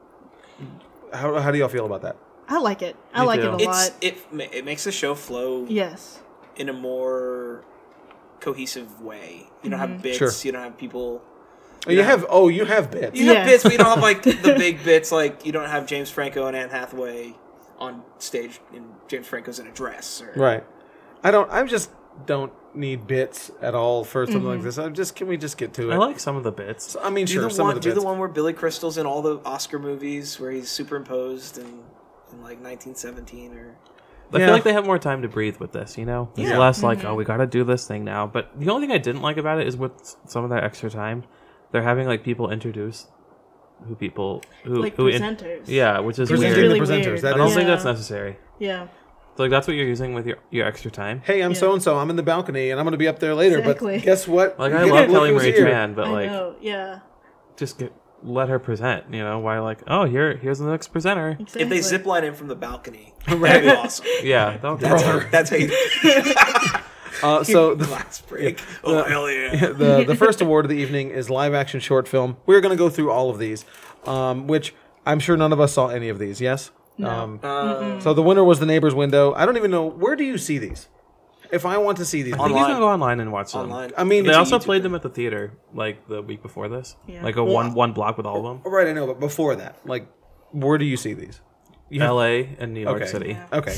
How, how do y'all feel about that?
I like it. I
Me
like
too.
it a
It's
lot.
it ma- it makes the show flow
Yes,
in a more cohesive way. You don't
Mm-hmm.
have bits.
Sure.
You don't have people.
Oh, You have oh you have bits.
You
Yeah.
have bits, but you don't have like the big bits. Like you don't have James Franco and Anne Hathaway on stage, and James Franco's in a dress. Or,
Right. I don't. I just don't need bits at all for something
Mm-hmm.
like this. I'm just. Can we just get to it?
I like some of the bits.
I mean,
Do
sure.
the
some
one
of the
do
bits.
the one where Billy Crystal's in all the Oscar movies where he's superimposed and in like 1917 or.
I
Yeah.
feel like they have more time to breathe with this. You know, it's
Yeah.
less
Mm-hmm.
like oh we got to do this thing now. But the only thing I didn't like about it is with s- some of that extra time, they're having like people introduce who people who
Like
who in-
presenters.
yeah, which is
Presenting
weird.
It's really
the presenters.
weird.
That
I don't
is.
think
Yeah.
that's necessary.
yeah.
So, like that's what you're using with your, your extra time.
Hey, I'm
Yeah.
so and so. I'm in the balcony, and I'm going to be up there later.
Exactly.
But guess what?
Like I
Look
love Kelly
who's
Marie
here.
Tran, but like
I know. Yeah.
just get, let her present. You know why? Like oh here here's the next presenter.
Exactly.
If they zip line in from the balcony, that'd be awesome.
Yeah, that'll
That's how, that's how you
Uh, so the,
glass break. Oh hell yeah!
the the first award of the evening is live action short film. We're going to go through all of these, um, which I'm sure none of us saw any of these. Yes. No. Um,
Uh,
Uh,
so the winner was The Neighbor's Window. I don't even know where do you see these. If I want to see these,
I think you
Online.
can go online and watch them.
Mm-hmm.
Online.
I mean,
They
it's a
also
YouTube
played them at the theater like the week before this,
Yeah.
like a one one block with all of them,
Right, I know, but before that, like, where do you see these?
L.A. and New York
Okay.
City.
Okay,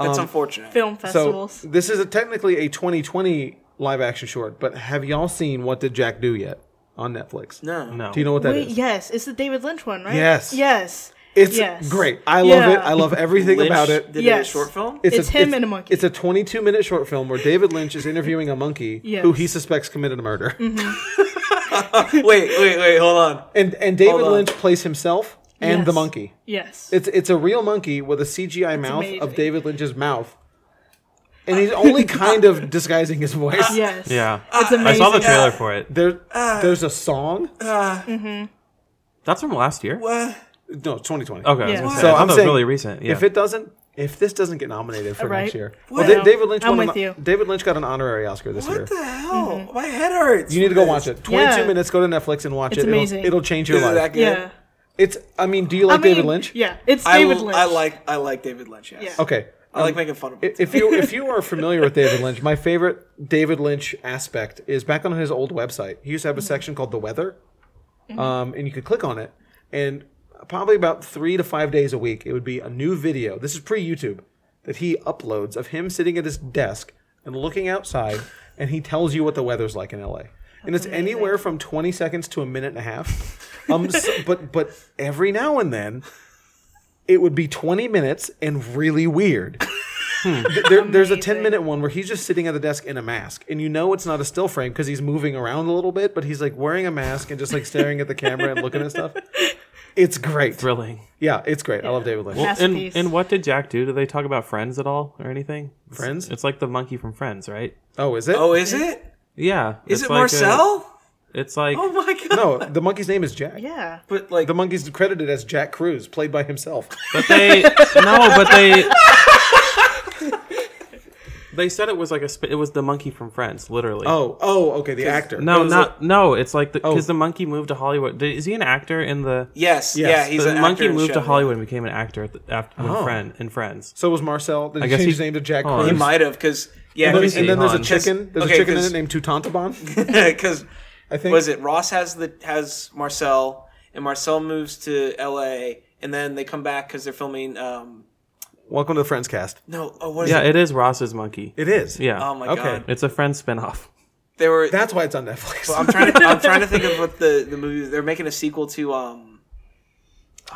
Um,
That's unfortunate.
film
so
festivals.
this is a, technically a 2020 live action short, but have y'all seen What Did Jack Do yet on Netflix?
no,
No,
Do you know what that is?
Wait, yes, it's the David Lynch one, right?
Yes.
Yes.
It's
yes.
great. I love it.
Yeah.
I love everything
Lynch
about it.
Did
Yes.
a short film.
It's him and a monkey.
It's a 22 minute short film where David Lynch is interviewing a monkey
Yes. Mm-hmm.
who he suspects committed a murder,
wait, wait, wait. Hold on.
and and David
Hold on.
Lynch plays himself. and
Yes.
the monkey.
Yes.
It's it's a real monkey with a CGI mouth of
amazing.
David Lynch's mouth, and he's only kind of disguising his voice.
yes.
Yeah.
It's amazing.
I saw the trailer for it.
There,
Uh.
there's a song.
That's from last year.
What?
No, 2020.
Oh,
Okay, I was
Yeah.
gonna say,
So
I thought
I'm
that was
saying,
really recent. Yeah.
If it doesn't, if this doesn't get nominated for
Right.
next year,
Wow.
well, Da- David Lynch.
I'm
won
with
an,
you.
David Lynch got an honorary Oscar this year.
What the hell?
Mm-hmm.
My head hurts.
You need to go watch it. 22
Yeah.
minutes. Go to Netflix and watch
It's
it. It'll-
amazing.
It'll, change your
Is it
life.
that good?
Yeah.
It's. I mean, do you
I
like David
mean,
Lynch?
Yeah. It's
I,
David
will-
Lynch.
I like I like David Lynch. Yes.
Yeah.
Okay. Um,
I like making fun of him.
If you if you are familiar with David Lynch, my favorite David Lynch aspect is back on his old website. He used to have
Mm-hmm.
a section called the weather, um, and you could click on it, and probably about three to five days a week, it would be a new video. This is pre YouTube that he uploads of him sitting at his desk and looking outside, and he tells you what the weather's like in LA. And it's anywhere from twenty seconds to a minute and a half, um, so- but but every now and then, it would be twenty minutes and really weird. Th- there, there's a 10 minute one where he's just sitting at the desk in a mask and you know it's not a still frame because he's moving around a little bit but he's like wearing a mask and just like staring at the camera and looking at stuff it's great
Thrilling.
yeah it's great i love david lynch
Well-
And
Masterpiece.
and what did Jack do? Do they talk about Friends at all or anything? It's-
Friends?
It's like the monkey from Friends, right?
oh is it
oh, is it?
Yeah.
Is
it's
it
like a-
Marcel?
it's like
oh my god.
no the monkey's name is jack
yeah.
But like
the monkey's credited as jack cruz played by himself
But they no, but they they said it was like a sp- it was the monkey from Friends, literally.
oh oh okay the actor It
no,
was
not no. It's like the
Oh.
because the monkey moved to Hollywood. Did, is he an actor in the?
yes, yeah, he's
the
an
monkey
actor in the
moved to
show.
Hollywood and became an actor at the, after
Oh.
in friend in Friends.
so was marcel then he
guess
changed
he-
his name to jack
Hold on.
cruz
He might have because yeah.
and then,
Let me see,
and then there's a
hold on.
chicken there's
Okay,
a chicken in
'cause-
it named tutantabon
because
i think
was it Ross has the has Marcel and Marcel moves to L.A. and then they come back because they're filming. um
welcome to the friends cast
No, oh, what is
Yeah,
it?
it is Ross's monkey.
it is
yeah,
Oh my
Okay.
god,
it's a Friends spinoff.
they were.
that's why it's on netflix
I'm trying to I'm trying to think of what the the movie they're making a sequel to. um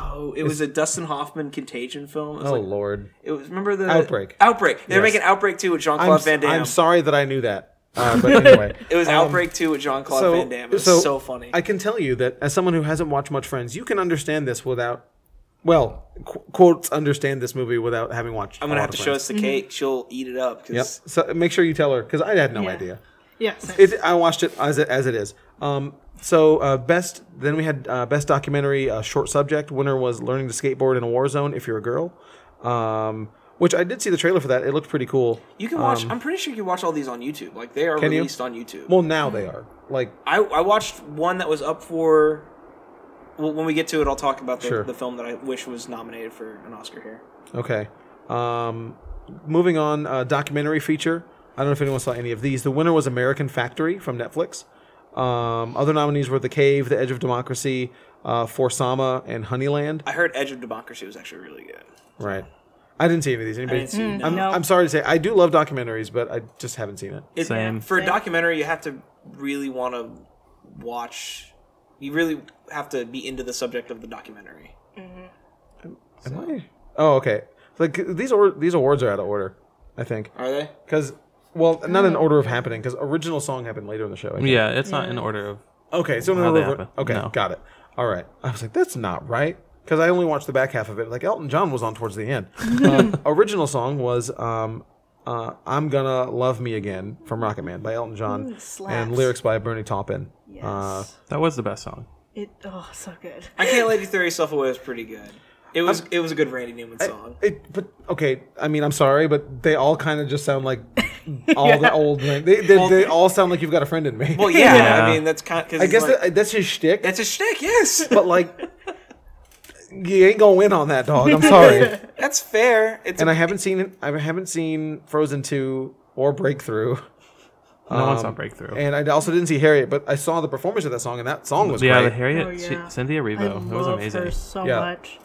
Oh, it was a Dustin Hoffman Contagion film. It was
oh
like
lord
It was remember the
Outbreak.
Outbreak. They're
Yes.
making Outbreak two with Jean
I'm,
Claude Van Damme.
I'm sorry that I knew that. Uh, but anyway,
It was Outbreak two with Jean Claude Van Damme. It was so, funny.
I can tell you that as someone who hasn't watched much Friends, you can understand this without, well, qu- quotes understand this movie without having watched.
I'm gonna have to show us the cake. She'll eat it up.
Yep.
because
So make sure you tell her because I had no
Yeah.
idea.
Yes. Yeah,
It, I watched it as it, as it is. Um, so uh, best then we had uh, best documentary uh, short subject winner was learning to skateboard in a war zone if you're a girl, um, which I did see the trailer for that. It looked pretty cool.
You can watch. I'm pretty sure you can watch all these on YouTube. Like they are
Um, you?
released on YouTube.
Well, now they are like
I I watched one that was up for. Well, when we get to it, I'll talk about the,
Sure.
the film that I wish was nominated for an Oscar here.
Okay. Um, moving on, uh, documentary feature. I don't know if anyone saw any of these. The winner was American Factory from Netflix. Um, other nominees were The Cave, The Edge of Democracy, uh, For Sama, and Honeyland.
I heard Edge of Democracy was actually really good.
Right. I didn't see any of these. Anybody?
didn't see Mm,
I'm,
no.
I'm sorry to say, I do love documentaries, but I just haven't seen it.
It,
Same.
For a documentary, you have to really want to watch. You really have to be into the subject of the documentary.
Am I? Oh, okay. Like these or, these awards are out of order, I think,
Are they?
because well, not in order of happening, because original song happened later in the show. I think.
Yeah, it's not in order of.
Okay, so no,
How
no,
they
no,
happen.
okay,
No.
got it. All right, I was like, that's not right because I only watched the back half of it. Like Elton John was on towards the end. Uh, original song was um, uh, "I'm Gonna Love Me Again" from Rocket Man by Elton John,
slaps.
and lyrics by Bernie Taupin.
yes.
Uh,
That was the best song.
it. Oh, so good.
I can't let you throw yourself away was pretty good. It was it was a good Randy Newman song.
it, but okay, I mean, I'm sorry, but they all kind of just sound like all the old. men. They they, they all sound like you've got a friend in me.
well, yeah,
Yeah.
I mean that's kind. Cause
I guess
like,
that, that's his shtick.
that's a shtick. Yes,
but like, you ain't gonna win on that, dog. I'm sorry.
that's fair. It's
and
a-
I haven't seen I haven't seen Frozen two or Breakthrough,
Oh. No one's on Breakthrough.
Um, and I also didn't see Harriet, but I saw the performance of that song, and that song was
yeah, the
great.
Harriet,
Oh, yeah.
C- Cynthia Erivo.
I
That
love
was amazing.
her so
Yeah.
much.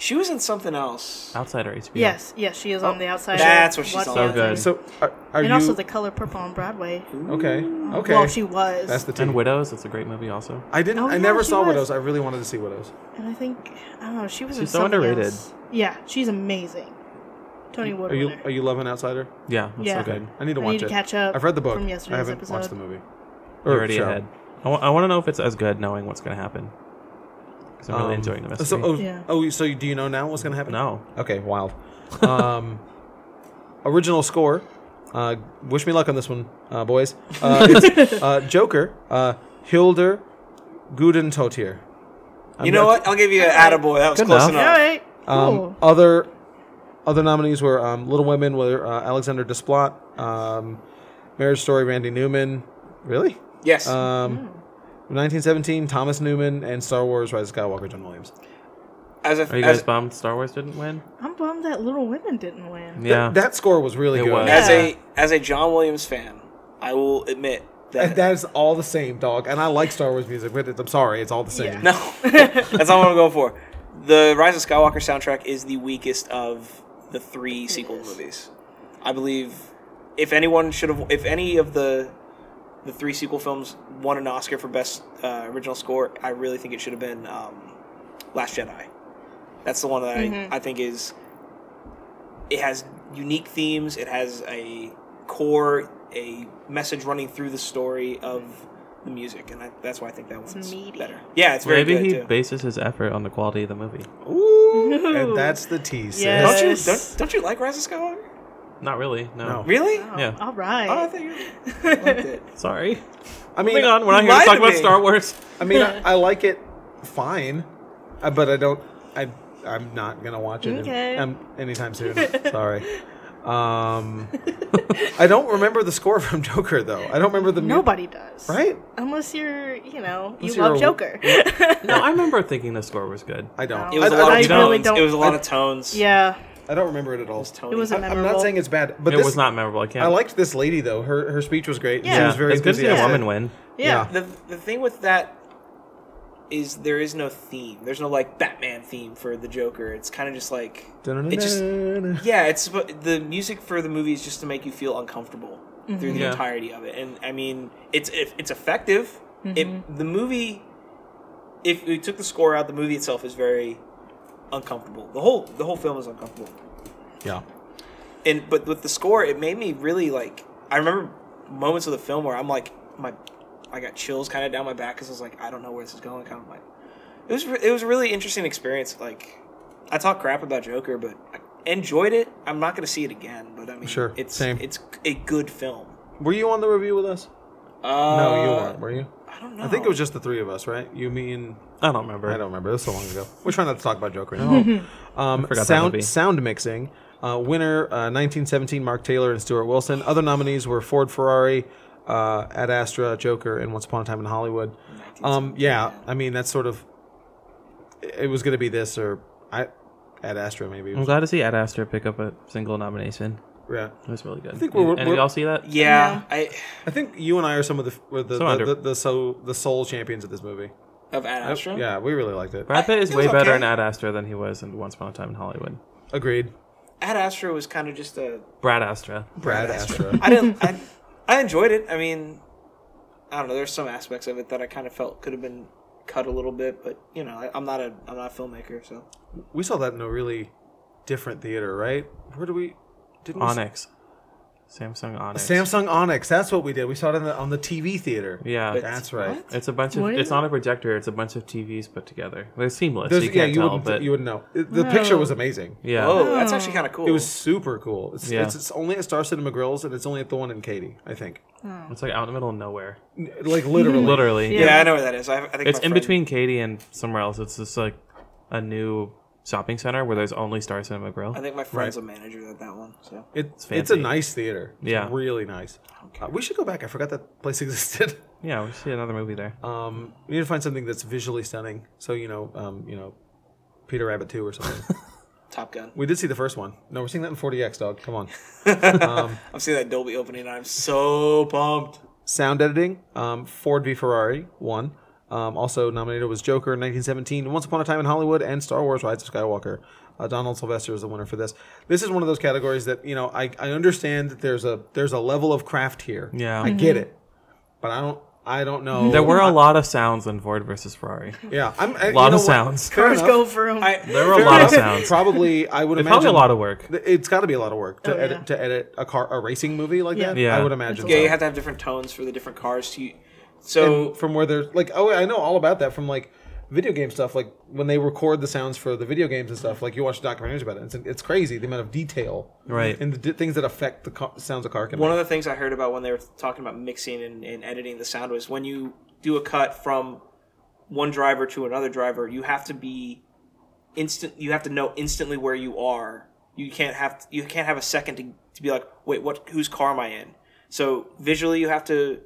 she was in something else.
Outsider HBO.
Yes. Yes, she is
Oh,
on the outside.
that's what she's on.
So good.
so are, are
And
you
also the color purple on Broadway.
okay? Okay,
Well, she was.
that's the team.
And Widows. It's a great movie. Also,
I didn't.
Oh,
I
yeah,
never
she
saw
was.
Widows. I really wanted to see Widows.
and I think I don't know. She was. in
She's so
something
underrated.
else. Yeah, she's amazing. Tony Wood.
Are you
winner.
Are you loving Outsider?
yeah, that's
Yeah.
so good.
I need to
I
watch
need to
it.
catch up
I've read the book.
from
I
yesterday's
haven't watched
episode.
the movie. Or
You're already
show.
ahead. I want to know if it's as good knowing what's going to happen. 'Cause I'm really enjoying the mystery.
So, oh,
Yeah.
oh, so do you know now what's going to happen?
no,
Okay, wild. Um, original score. Uh, wish me luck on this one, uh, boys. Uh, it's, uh, Joker, uh, Hildur Gudentotir.
You know what? I'll give you an attaboy. That was
Good
close
enough.
enough.
All right.
Um,
Cool.
Other other nominees were um, Little Women, were uh, Alexander Desplat, um, Marriage Story, Randy Newman. Really?
Yes.
Uh,
Um, 1917, Thomas Newman, and Star Wars: Rise of Skywalker, John Williams.
as a,
are you
as,
guys bummed Star Wars didn't win?
I'm bummed that Little Women didn't win.
Yeah,
That score was really
It
good.
was.
as
Yeah.
a as a John Williams fan, I will admit
That-
that.
that is all the same, dog. And I like Star Wars music, but it- I'm sorry, it's all the same.
Yeah.
no, that's not what I'm going for. The Rise of Skywalker soundtrack is the weakest of the three sequel
is.
movies. I believe if anyone should have, if any of the the three sequel films won an Oscar for best uh, original score, I really think it should have been um, Last Jedi. That's the one that
Mm-hmm.
I, I think is. It has unique themes. It has a core, a message running through the story of the music, and I, that's why I think that one's
meaty.
better. Yeah, it's very
maybe
good
he
too.
bases his effort on the quality of the movie.
Ooh, and that's the tease.
Yes.
Don't you don't, don't you like Rise of Skywalker?
Not really. No.
No.
Really?
Oh,
Yeah.
All right.
Oh, I thought you liked it.
Sorry.
I mean,
Hang on. We're not here
lie
to talk
to
about
me.
Star Wars.
I mean, I, I like it fine, uh, but I don't. I I'm not gonna watch it in-
Okay.
um, anytime soon. Sorry. Um, I don't remember the score from Joker though. I don't remember the mu-
Nobody does.
Right?
Unless you're, you know,
Unless
you
you're
love
a-
Joker.
No, I remember thinking the score was good.
I don't.
It was
I,
a
I
lot
don't,
of
I really
tones.
don't-
It was a lot of tones.
yeah.
I don't remember it at all.
Tony.
It was
I,
a
I'm
memorable.
not saying it's bad, but
it
this,
was not memorable. I can't.
I liked this lady though. Her her speech was great. and She
Yeah.
was very
it's good to see a
enthusiastic.
woman win.
Yeah.
Yeah.
the the thing with that is there is no theme. There's no like Batman theme for the Joker. It's kind of just like it just
Dun-dun-dun.
yeah. It's sp- the music for the movie is just to make you feel uncomfortable through the
Yeah.
entirety of it. And I mean, it's if it's effective. It, the movie, if we took the score out, the movie itself is very uncomfortable. The whole the whole film is uncomfortable.
yeah.
and but with the score it made me really like i remember moments of the film where i'm like my i got chills kind of down my back because i was like i don't know where this is going kind of like it was re- it was a really interesting experience like i talk crap about joker but i enjoyed it i'm not gonna see it again but i mean
Sure,
it's
same.
it's a good film
Were you on the review with us?
uh,
no, you weren't. Were you?
i don't know
I think it was just the three of us, right? You, me, and
I don't remember.
I don't remember. It was so long ago. We're trying not to talk about Joker anymore. um,
forgot that movie.
sound sound mixing. Uh, winner uh, 1917 Mark Taylor and Stuart Wilson. Other nominees were Ford Ferrari, uh, Ad Astra, Joker, and Once Upon a Time in Hollywood. Um, yeah, I mean that's sort of. It was going to be this or I, Ad Astra maybe.
I'm glad to see Ad Astra pick up a single nomination.
Yeah,
It was really good. I
think we're-
and
we're-
y'all see that?
yeah i
I think you and I are some of the were the
So
the,
under-
the, the so the sole champions of this movie.
of Ad Astra.
Yeah, we really liked it.
Brad Pitt is
It
way
was
better
okay.
in Ad Astra than he was in Once Upon a Time in Hollywood.
Agreed.
Ad Astra was kind of just a
Brad Astra.
Brad Astra.
I didn't. I, I enjoyed it. I mean, I don't know. There's some aspects of it that I kind of felt could have been cut a little bit, but you know, I, I'm not a I'm not a filmmaker, so
We saw that in a really different theater, right? Where do we? Didn't we
Onyx. Samsung Onyx.
Samsung Onyx. That's what we did. We saw it on the, on the TV theater.
Yeah.
But-
That's right.
What?
It's a bunch of.
What is
It's
it?
not a projector. It's a bunch of TVs put together. They're seamless.
There's-
you
yeah,
can't
you
tell,
wouldn't,
but
you wouldn't know. It- the picture was amazing.
yeah,
oh, that's actually kind of cool.
It was super cool. It's,
Yeah.
it's, it's only at Star Cinema Grills, and it's only at the one in Katy, I think.
it's like out in the middle of nowhere.
N- Like literally,
Literally,
yeah, I know where that is. I, I think
It's
my
in
friend-
between Katy and somewhere else. It's just like a new shopping center where there's only Star Cinema Grill.
I think my friend's
Right.
a manager at that one. So
It- it's, a
fancy.
nice theater. It's
Yeah.
really nice.
Okay.
Uh, we should go back. I forgot that place existed.
Yeah, we see another movie there.
Um, we need to find something that's visually stunning. So you know, um, you know, Peter Rabbit Two or something.
Top Gun.
we did see the first one. No, we're seeing that in 40x, dog. Come on.
I'm seeing that Dolby opening, and I'm so pumped.
sound editing um, ford v ferrari won um, also nominated was joker 1917 once upon a time in hollywood and star wars rise of skywalker uh, donald sylvester is the winner for this this is one of those categories that you know i, I understand that there's a there's a level of craft here
Yeah.
i get it but i don't i don't know
There were a lot of sounds in Ford versus Ferrari.
yeah I'm, I,
A lot
you know
of
what?
sounds.
Fair
Cars
enough.
go vroom.
I
There were a lot of sounds.
probably i would imagine
Probably a lot of work.
th- it's got to be a lot of work to
Oh, yeah.
edit to edit a car a racing movie like
Yeah.
that
Yeah.
i would imagine
yeah,
so.
you have to have different tones for the different cars. To, so
from where they're like oh i know all about that from like video game stuff, like when they record the sounds for the video games and stuff, like you watch documentaries about it. It's, it's crazy the amount of detail,
Right.
and the d- things that affect the co- sounds a car can.
One
make.
of the things I heard about when they were talking about mixing and, and editing the sound was when you do a cut from one driver to another driver, you have to be instant. You have to know instantly where you are. You can't have you can't have a second to, to be like, wait, what? Whose car am I in? So visually, you have to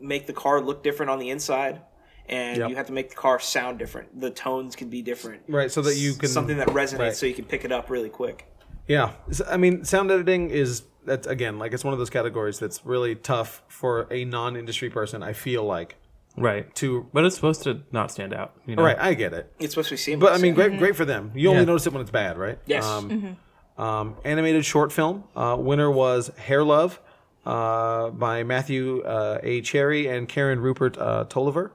make the car look different on the inside, and
Yep.
you have to make the car sound different. The tones can be different,
right, so that you can
something that resonates,
right.
so you can pick it up really quick.
Yeah, S- I mean, sound editing is that's again like it's one of those categories that's really tough for a non-industry person. I feel like
Right.
to
But it's supposed to not stand out. You know?
right, I get it,
It's supposed to be seamless.
but I mean, great, great for them. You only
Yeah.
notice it when it's bad, right?
Yes.
Um, um, animated short film uh, winner was Hair Love uh, by Matthew uh, A. Cherry and Karen Rupert uh, Tolliver.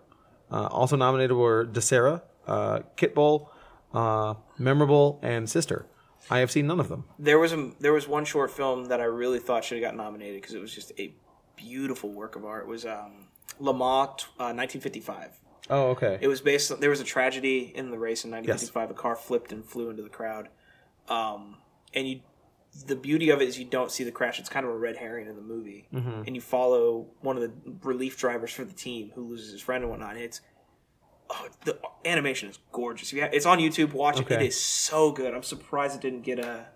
Uh, also nominated were DeSera, uh, Kitbull, uh, Memorable, and Sister. I have seen none of them.
there was a there was one short film that I really thought should have got nominated because it was just a beautiful work of art. It was um, Lamar, t- uh, 1955.
Oh, okay.
It was based. on There was a tragedy in the race in 1955. A car flipped and flew into the crowd. Um, and you, the beauty of it is you don't see the crash. It's kind of a red herring in the movie,
Mm-hmm.
and you follow one of the relief drivers for the team who loses his friend and whatnot. And it's oh, the animation is gorgeous. If you ha it's on YouTube. Watch it.
Okay.
It is so good. I'm surprised it didn't get a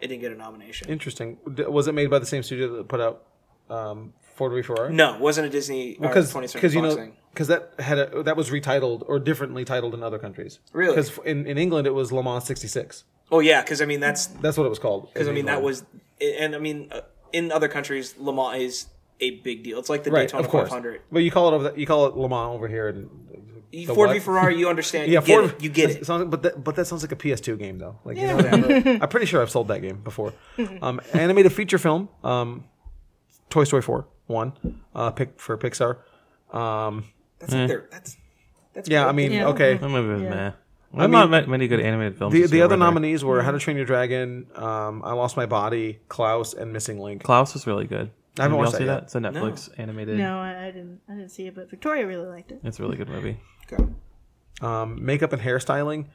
it didn't get a nomination.
Interesting. D- Was it made by the same studio that put out um, Ford v Ferrari?
No, it wasn't a Disney or
because
20th Century
you
Fox
know
thing.
because that had a, that was retitled or differently titled in other countries.
Really?
Because in, in England it was Le Mans '66.
Oh yeah, because I mean that's
That's what it was called.
because I mean that was and I mean uh, in other countries Le Mans is a big deal. It's like the
right,
Daytona
of course.
500.
But you call it over the, you call it Le Mans over here and
You-
the
Ford v
what?
Ferrari, you understand?
yeah,
you get
Ford.
it. You get it.
sounds- but that, but that sounds like a PS2 game though. Like you
Yeah,
know,
whatever.
I'm pretty sure I've sold that game before. Um, animated feature film, um, Toy Story 4, one, uh, pick for Pixar. Um,
That's like their, that's that's
yeah,
cool.
I mean,
Yeah.
okay.
That movie was meh. Well,
mean,
not ma- many good animated films.
The,
this
the
year,
other
were there?
nominees were How to Train Your Dragon, um, I Lost My Body, Klaus, and Missing Link.
Klaus was really good.
I haven't
Did y'all
watched that
see
yet.
It's a Netflix animated.
No, I, I didn't. I didn't see it, but Victoria really liked it.
It's a really good movie.
Okay.
Um, makeup and hairstyling,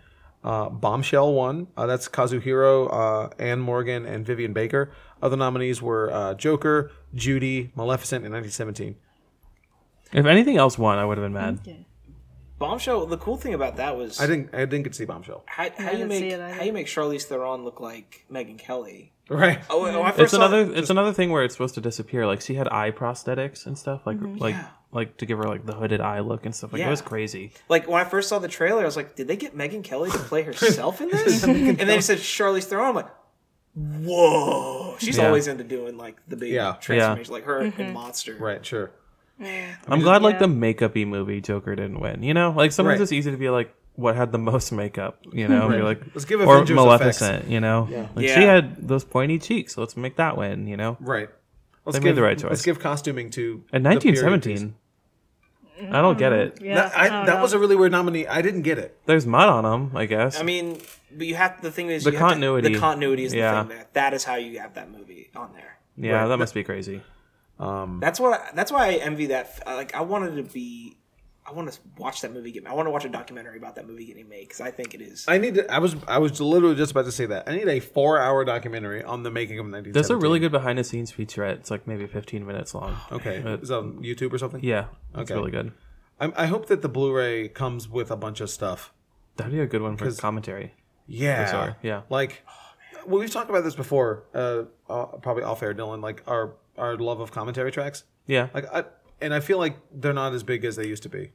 uh, Bombshell won. Uh, that's Kazuhiro, uh, Anne Morgan, and Vivian Baker. Other nominees were uh, Joker, Judy, Maleficent, and 1917.
If anything else won, I would have been mad.
Okay.
Bombshell. The cool thing about that was
I didn't, I didn't get to see Bombshell.
how, how you
didn't see
make
it either.
how you make Charlize Theron look like Megan Kelly.
Right.
Oh, when I first
It's
saw
another. it's another thing where it's supposed to disappear. Like she had eye prosthetics and stuff. Like
Mm-hmm.
like like to give her like the hooded eye look and stuff. Like
Yeah.
it was crazy.
Like when I first saw the trailer, I was like, "Did they get Megan Kelly to play herself in this?" and then it said Charlize Theron. I'm like, "Whoa!" She's
Yeah.
always into doing like the big
Yeah.
transformation, like her
Mm-hmm.
and Monster.
Right, sure.
I'm glad like
yeah.
the makeup-y movie Joker didn't win. You know, like sometimes
Right.
it's easy to be like what had the most makeup. You know, and be like
Let's give
or
Avengers
Maleficent. You know, like she
Yeah.
had those pointy cheeks. So let's make that win. You know,
Right. Let's
They made the right
Let's
choice.
give costuming to
in
the period
1917. I don't get it.
piece.
Yeah,
That, I,
don't
that
know.
was a really weird nominee. I didn't get it.
There's mud on them, I guess.
I mean, but you have the thing is
The
you have to-
continuity.
the continuity is
Yeah.
the thing that that is how you have that movie on there.
yeah,
right.
that must be crazy.
That's what. I, that's why I envy that. I, Like I wanted to be. I want to watch that movie get. I want to watch a documentary about that movie getting made because I think it is.
I need. To, I was. I was literally just about to say that. I need a four-hour documentary on the making of 1917.
There's a really good behind the scenes featurette. It's like maybe 15 minutes long.
Okay,
But-
is that on YouTube or something?
Yeah, it's
Okay.
really good.
I, I hope that the Blu-ray comes with a bunch of stuff.
That'd be a good one for commentary.
Yeah,
sorry, yeah.
Like, well, we've talked about this before. Uh, uh probably off air, Dylan. Like our our love of commentary tracks.
Yeah,
Like, I, and I feel like they're not as big as they used to be.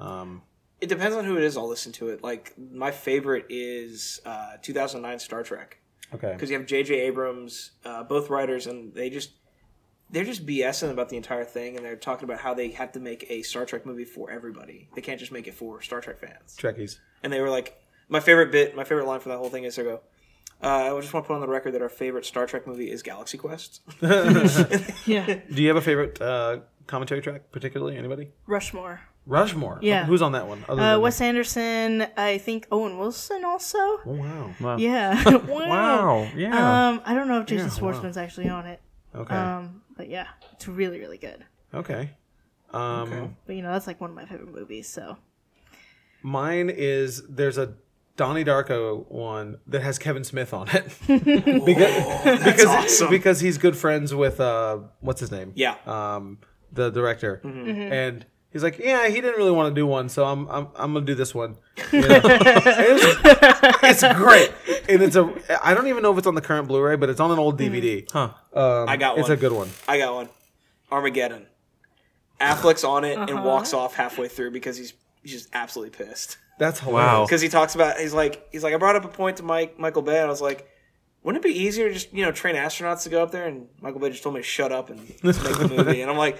Um,
It depends on who it is. I'll listen to it. Like my favorite is uh, 2009 Star Trek.
okay.
because you have J.J. Abrams, uh, both writers, and they just they're just BSing about the entire thing, and they're talking about how they have to make a Star Trek movie for everybody. They can't just make it for Star Trek fans.
Trekkies.
And they were like, my favorite bit, my favorite line from that whole thing is they go. Uh, I just want to put on the record that our favorite Star Trek movie is Galaxy Quest.
Oh, Yeah,
Do you have a favorite uh, commentary track, particularly anybody?
Rushmore.
Rushmore.
Yeah.
Who's on that one? Other
Uh,
than-
Wes Anderson. I think Owen Wilson also.
Oh, wow.
Yeah.
Wow. Yeah.
Um, I don't know if Jason Schwartzman's actually on it.
Okay.
Um, but yeah, it's really really good.
okay. Um,
But you know, that's like one of my favorite movies. So
Mine is there's a Donnie Darko one that has Kevin Smith on it because because,
awesome.
because he's good friends with uh what's his name
Yeah.
um the director and he's like yeah he didn't really want to do one so I'm I'm, I'm gonna do this one you know? it's, it's great and it's a I don't even know if it's on the current Blu-ray but it's on an old DVD
Huh.
um,
I got
it's a
one.
good one
I got one. Armageddon. Affleck's on it and walks off halfway through because he's he's just absolutely pissed.
that's hilarious
Because he talks about he's like he's like I brought up a point to Mike Michael Bay and I was like, wouldn't it be easier to just you know train astronauts to go up there? And Michael Bay just told me to shut up and make the movie. And I'm like,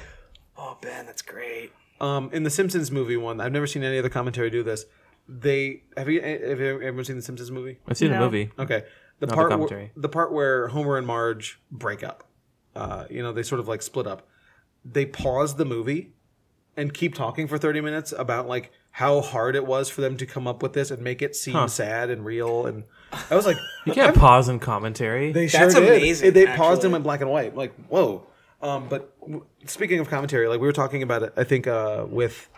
oh Ben, that's great.
Um, in the Simpsons movie one, I've never seen any other commentary do this. They have you eh, have you ever seen the Simpsons movie?
I've seen a
No.
movie.
Okay, the
the
part where,
commentary.
the part where Homer and Marge break up. Uh, you know, they sort of like split up. They pause the movie and keep talking for thirty minutes about like how hard it was for them to come up with this and make it seem sad and real. And I was like,
You can't pause in commentary.
They
That's
sure did.
amazing,
They, they paused
actually.
him in black and white. Like, whoa. Um, but w- speaking of commentary, like we were talking about it, I think uh, with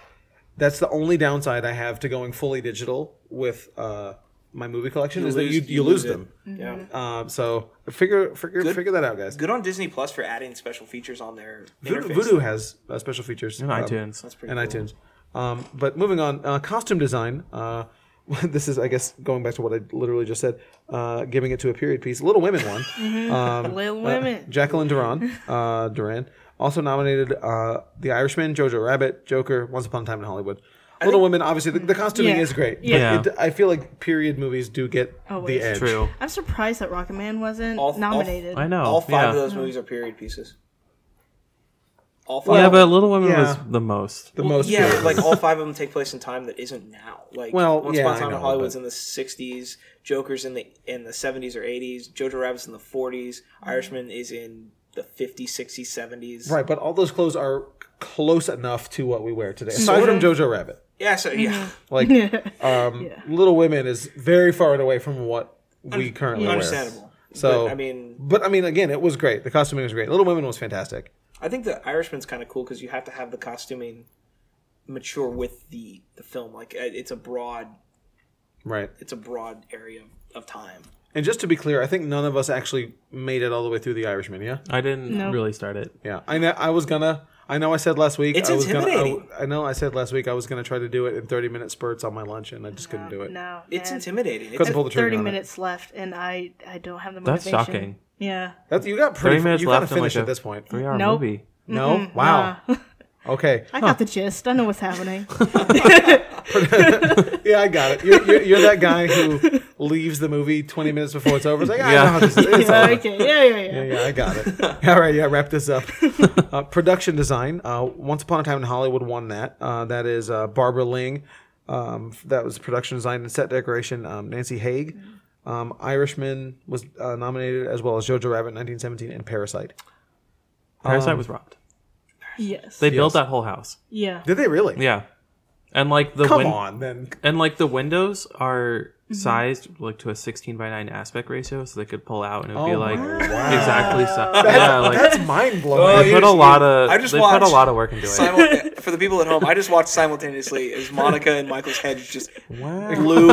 that's the only downside I have to going fully digital with uh, my movie collection is
lose-
that you, you,
you
lose,
lose it.
them.
Yeah.
Um, so figure figure figure that out, guys.
Good on Disney Plus for adding special features on their
Voodoo,
interface.
Voodoo has uh, special features
in
um,
iTunes.
That's pretty
and
cool.
iTunes. Um, but moving on, uh, costume design. Uh, this is, I guess, going back to what I literally just said, uh, giving it to a period piece, Little Women one. Um, uh,
Little Women.
Jacqueline Duran, uh, Duran, also nominated uh, The Irishman, Jojo Rabbit, Joker, Once Upon a Time in Hollywood. Little Women, obviously, the, the costuming
Yeah.
is great.
Yeah.
But it, I feel like period movies do get the
Oh,
Always.
edge.
True.
I'm surprised that Rocket Man wasn't
All- all-
nominated.
I know.
All five
yeah.
of those movies are period pieces. All five.
Yeah, but Little Women
Yeah.
was the most.
The most.
yeah,
period.
like all five of them take place in time that isn't now. Like
Well,
Once
yeah,
Upon
I
a Time
know,
in Hollywood's
but-
in the '60s, Joker's in the in the '70s or '80s, Jojo Rabbit's in the '40s,
Mm-hmm.
Irishman is in the '50s, '60s, '70s.
right, but all those clothes are close enough to what we wear today. Aside from Jojo Rabbit,
Yeah. So
Mm-hmm.
yeah,
like um, Little Women is very far and away from what we currently wear.
understandable.
So
But, I mean,
but I mean, again, it was great. The costuming was great. Little Women was fantastic.
I think the Irishman's kind of cool because you have to have the costuming mature with the the film. Like uh, it's a broad
Right.
it's a broad area of time.
And just to be clear, I think none of us actually made it all the way through The Irishman. Yeah,
I didn't
No.
really start it.
yeah. I know. I was gonna. I know. I said last week.
It's
I was gonna, I,
intimidating.
I know. I said last week I was gonna try to do it in thirty minute spurts on my lunch, and I just couldn't do it.
No.
It's
man.
intimidating. It's,
Couldn't pull the trigger.
Thirty
on it.
minutes left, and I I don't have the
That's
motivation.
shocking.
Yeah.
That's, you got pretty.
Thirty minutes
you gotta
left and,
finish
like,
at
a-
this point.
Three hour
Nope.
movie.
No. Wow.
Nah.
Okay.
I got the gist. I know what's happening.
Yeah, I got it. You're, you're, you're that guy who leaves the movie twenty minutes before it's over. It's like yeah. I
Yeah.
know how this is. It's
yeah,
over.
okay. Yeah, yeah, yeah.
Yeah, yeah, I got it. All right, yeah, wrap this up. Uh, production design. Uh, Once Upon a Time in Hollywood won that. Uh, that is uh, Barbara Ling. Um, that was production design and set decoration. Um, Nancy Haig. Um, Irishman was uh, nominated as well as Jojo Rabbit 1917 and Parasite.
Parasite was robbed.
Yes.
They built that whole house.
yeah.
Did they really?
Yeah. And like the
Come
win-
on, then.
and like the windows are sized like to a 16 by 9 aspect ratio so they could pull out and it would be
Oh
like
my
exactly so yeah like Oh,
That's mind blowing.
they
you
put a
just-
lot of
I just
they put a
watched
lot of work into it
Simul- for the people at home, I just watched simultaneously as Monica and Michael's head just
wow
blew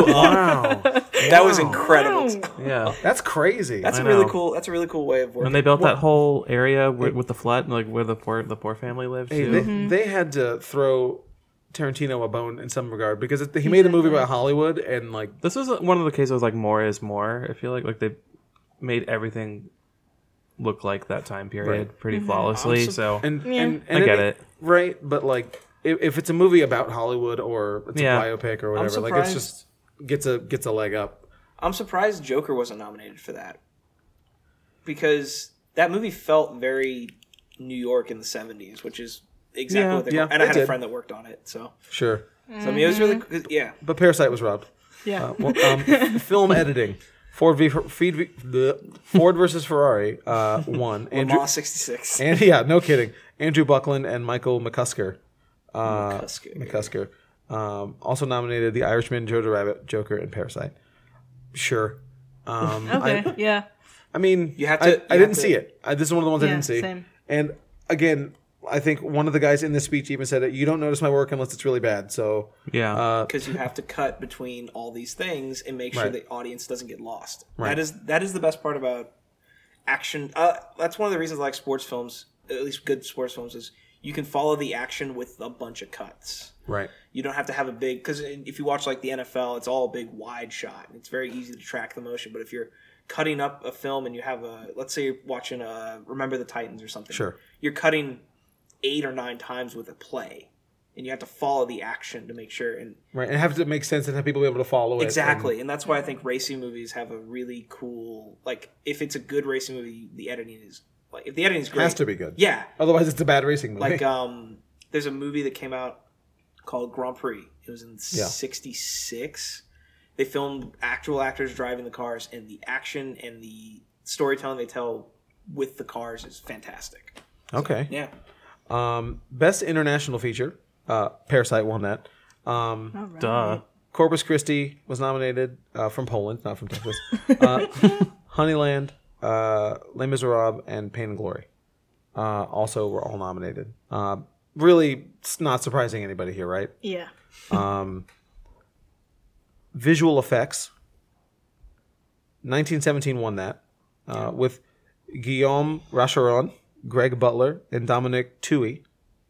up.
Wow,
That was incredible.
Wow.
yeah
that's crazy.
That's
I
a really
know.
cool. That's a really cool way of working.
and they built that whole area where, with the flood like where the poor the poor family lived
Hey,
too.
they, they had to throw Tarantino a bone in some regard because it, he made a movie about Hollywood and like
this was one of the cases like more is more i feel like like they made everything look like that time period pretty flawlessly so
and,
Yeah.
and,
I
and
get it.
right? But like, if, if it's a movie about Hollywood or it's
Yeah.
a biopic or whatever, like it's
surprised.
just gets a gets a leg up.
I'm surprised Joker wasn't nominated for that because that movie felt very New York in the '70s, which is exactly
Yeah,
what they.
yeah,
were. and I
it
had
did.
a friend that worked on it, so
Sure,
so I mean, it was really cool. yeah.
but Parasite was robbed.
Yeah.
Uh, well, um, film editing. Ford v Ford, v, the Ford versus Ferrari uh, won. Andrew,
Law '66.
and yeah, no kidding. Andrew Buckland and Michael McCusker. Uh,
McCusker.
McCusker. Um, also nominated The Irishman, Jojo Rabbit, Joker, and Parasite. Sure. Um,
okay.
I,
yeah.
I mean,
You have to-
I, I
you
didn't
have to-
see it. I, this is one of the ones I
Yeah,
didn't see.
same.
And again, I think one of the guys in this speech even said it. You don't notice my work unless it's really bad. So
Yeah.
uh,
because you have to cut between all these things and make sure
Right.
the audience doesn't get lost.
Right.
That is that is the best part about action. Uh, that's one of the reasons I like sports films, at least good sports films, is you can follow the action with a bunch of cuts.
right,
You don't have to have a big because if you watch like the NFL, it's all a big wide shot. and It's very easy to track the motion, but if you're cutting up a film and you have a let's say you're watching uh Remember the Titans or something,
Sure.
you're cutting eight or nine times with a play, and you have to follow the action to make sure and
right, and have to make sense and have people be able to follow it.
Exactly, and, that's why I think racing movies have a really cool like. If it's a good racing movie, the editing is like if the editing is
and
great,
has to be good.
Yeah,
Otherwise, it's a bad racing movie.
like um, there's a movie that came out called Grand Prix. It was in '66. They filmed actual actors driving the cars, and the action and the storytelling they tell with the cars is fantastic.
okay.
Yeah,
Um, best international feature. Uh, Parasite won that. Um,
All right.
Duh.
Corpus Christi was nominated uh, from Poland, not from Texas. Uh, Honeyland, uh, Les Miserables, and Pain and Glory uh, also were all nominated. Uh, really, it's not surprising anybody here, right?
Yeah.
Visual effects. 1917 won that uh, with Guillaume Racheron, Greg Butler, and Dominic Tui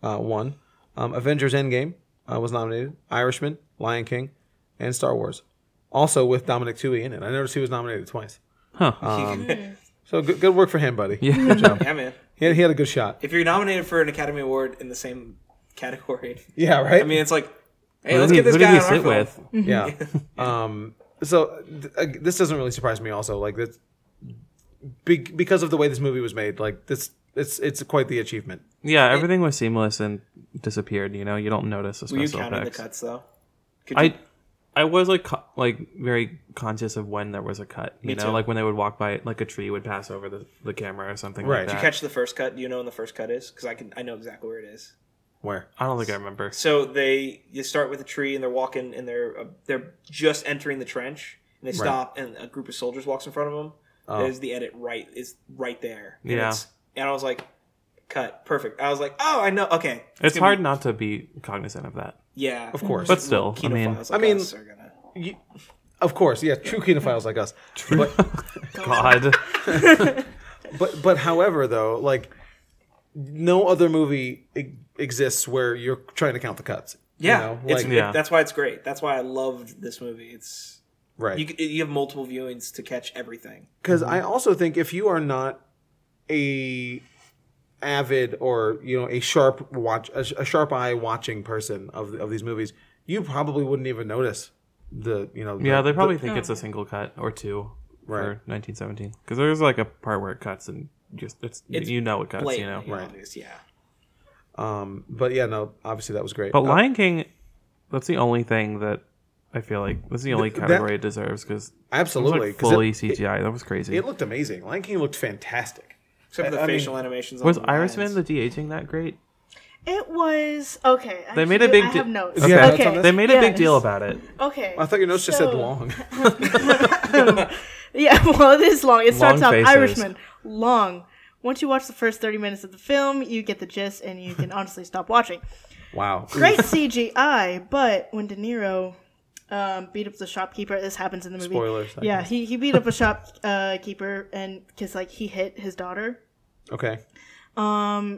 uh, won. Um, Avengers Endgame uh, was nominated. Irishman, Lion King, and Star Wars. Also with Dominic Tui in it. I noticed he was nominated twice.
Huh.
So good, good work for him, buddy.
yeah. Good job.
yeah, man.
He, had, he had a good shot.
If you're nominated for an Academy Award in the same category,
Yeah, right?
I mean, it's like, hey,
Who
let's
did he-
get this
who did
guy
he
on our
sit
film.
with?
yeah. Um, so th- uh, this doesn't really surprise me. Also, like this, be- because of the way this movie was made, like this, it's it's quite the achievement.
Yeah, everything was seamless and disappeared. You know, you don't notice the
Were you
special
counting the
effects.
cuts though? Could you,
I, I was like, co- like very conscious of when there was a cut. You
Me
know,
too.
like when they would walk by, like a tree would pass over the, the camera or something
Right.
like
Did you
that.
catch the first cut? Do you know when the first cut is? Because I can, I know exactly where it is.
Where?
I don't think I remember.
So they, you start with a tree and they're walking and they're uh, they're just entering the trench and they stop and a group of soldiers walks in front of them. There's the edit right is right there. And
Oh. Yeah.
it's- and I was like, cut, perfect. I was like, oh, I know. Okay,
It's
gonna
hard
be-
not to be cognizant of that.
yeah, of
course.
But still, I mean,
I
mean-
mean, are gonna.
You, of course, yeah. True kinophiles like us. True. But,
God.
but but however, though, like no other movie e- exists where you're trying to count the cuts. you
Yeah,
know?
it's,
Like,
Yeah.
that's why it's great. That's why I loved this movie. It's
right.
you, c- you have multiple viewings to catch everything.
because
Mm-hmm.
I also think if you are not a avid or you know a sharp watch a, sh- a sharp eye watching person of of these movies, you probably wouldn't even notice the you know the-
Yeah, they probably
the-
think it's a single cut or two
Right.
for 1917 because there's like a part where it cuts and just it's,
It's
you know it cuts, you know.
Blatantly
Right.
obvious, yeah.
um but yeah no obviously that was great
Oh.
But
Uh,
Lion King, that's the only thing that I feel like that's the only category it deserves because
absolutely
like
'cause
fully
it,
CGI. that was crazy.
it looked amazing Lion King looked fantastic
Except for the
I mean,
facial animations. on
was
the
Irishman the
lions.
de aging that great?
It was okay.
They made a big.
I
de-
have notes.
you have notes
okay.
on this?
They made a big
Yes.
deal about it.
Okay.
I thought your notes just said
So-
long
Yeah, well, it is long. It starts
Long
out
faces.
Irishman. Long. Once you watch the first 30 minutes of the film, you get the gist and you can honestly stop watching.
wow
Great CGI, but when De Niro um, beat up the shopkeeper, this happens in the movie.
Spoilers, thank
Yeah, he, he beat up a shopkeeper and because like he hit his daughter.
okay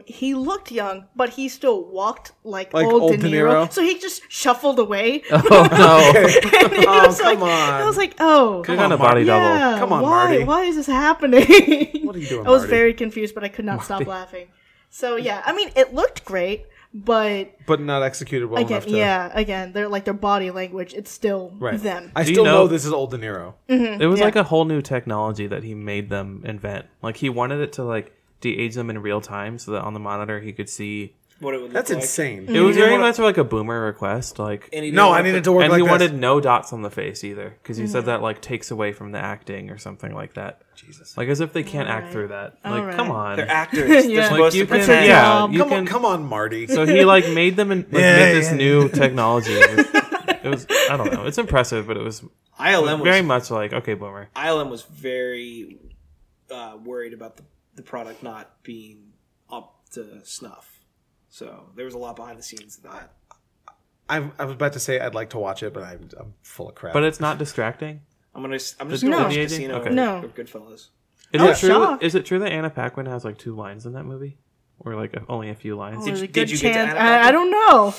He looked young, but he still walked like,
Like
old,
old
De
De
Niro.
Niro?
So he just shuffled away.
Oh no!
And it
Oh,
was like-
come on.
I was like, oh,
Could have done a
on, Mark.
body double.
yeah,
Come on,
why,
Marty.
Why is this happening?
What are you doing,
I was
Marty?
very confused, but I could not stop laughing. So yeah, I mean, it looked great, but
but not executed well
again,
enough to
yeah, again, they're like their body language. It's still
right
them. Mm.
I
you
still know,
know-
this is old De Niro
It was like a whole new technology that he made them invent. Like he wanted it to like de-age them in real time so that on the monitor he could see.
what it would look
that's
like.
insane
It was
didn't
very
wanna-
much like a boomer request. Like
And he
no
didn't
I
want
needed
the-
to work
and
like
he
this.
wanted no dots on the face either because he said that like takes away from the acting or something like that
Jesus
like as if they can't act through that like
Alright.
come on
They're actors. They're
Yeah. Like,
supposed
you
to
can-
pretend.
yeah.
you
come on
can-
come on Marty
so he like made them and like,
Yeah,
made this
yeah.
new technology it was, it was i don't know it's impressive but it was
ILM was
very much like okay boomer
ILM was very uh, worried about the, the product not being up to snuff. So there was a lot behind the scenes of that.
I, I was about to say I'd like to watch it, but I'm, I'm full of crap.
But it's not distracting.
I'm gonna. I'm just gonna
No.
watch
the
agent?
Casino.
Okay.
or-
No.
or Goodfellas.
Is
Oh,
I
it
was
true?
shocked.
Is it true that Anna Paquin has like two lines in that movie, or like only a few lines?
Oh,
Did
there's
you-
a
did
good
you get to
chance.
Anna
I, I
Paquin?
don't know.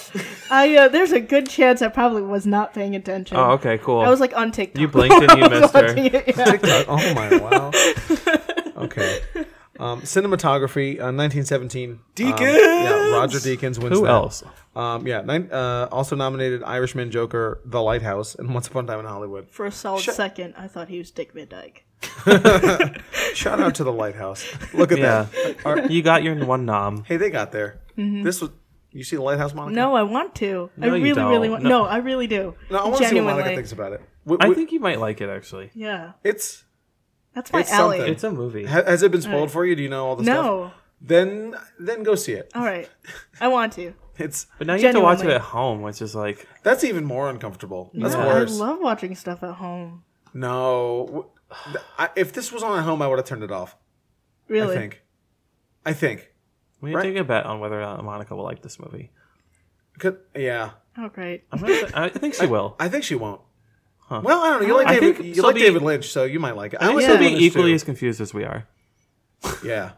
I uh, there's a good chance I probably was not paying attention.
Oh, okay, cool.
I was like on TikTok.
You blinked and you
I was
missed her.
watching it, yeah.
TikTok. Oh my wow. Okay. Um, cinematography, uh, 1917. Deacon. yeah, Roger Deakins wins.
Who
that.
else?
Um, yeah. Nine, uh, also nominated Irishman, Joker, The Lighthouse, and Once Upon a Time in Hollywood.
For a solid second, I thought he was Dick Van Dyke.
Shout out to The Lighthouse. Look at
Yeah,
that.
you got your one nom.
Hey, they got there. This was. You see The Lighthouse, Monica?
Mm-hmm. No, I want to. I
No, you
really, really
don't.
want.
No.
No. I really do.
No, I want to see what Monica thinks about it. We-
I
we-
think you might like it actually.
Yeah,
it's.
that's my
It's
alley.
something.
It's a movie.
ha- Has it been spoiled for you? Do you know all the stuff?
No,
Then, then go see it.
all right, I want to.
It's
But now you have to watch
Genuinely.
it at home, which is like
that's even more uncomfortable. That's
Yeah,
worse.
I love watching stuff at home.
No. W- th- I, if this was on at home, I would have turned it off.
Really,
I think. I think.
we need
Right.
to take a bet on whether or not Monica will like this movie.
Could, yeah.
Oh, great.
I'm not, I think she will.
I think she won't. Well, I don't know. You like
I
David,
think
you
she'll
like
be-
David Lynch, so you might like it. I, like
She'll
Yeah.
David
be
Lynch,
equally
too.
as confused as we are.
Yeah.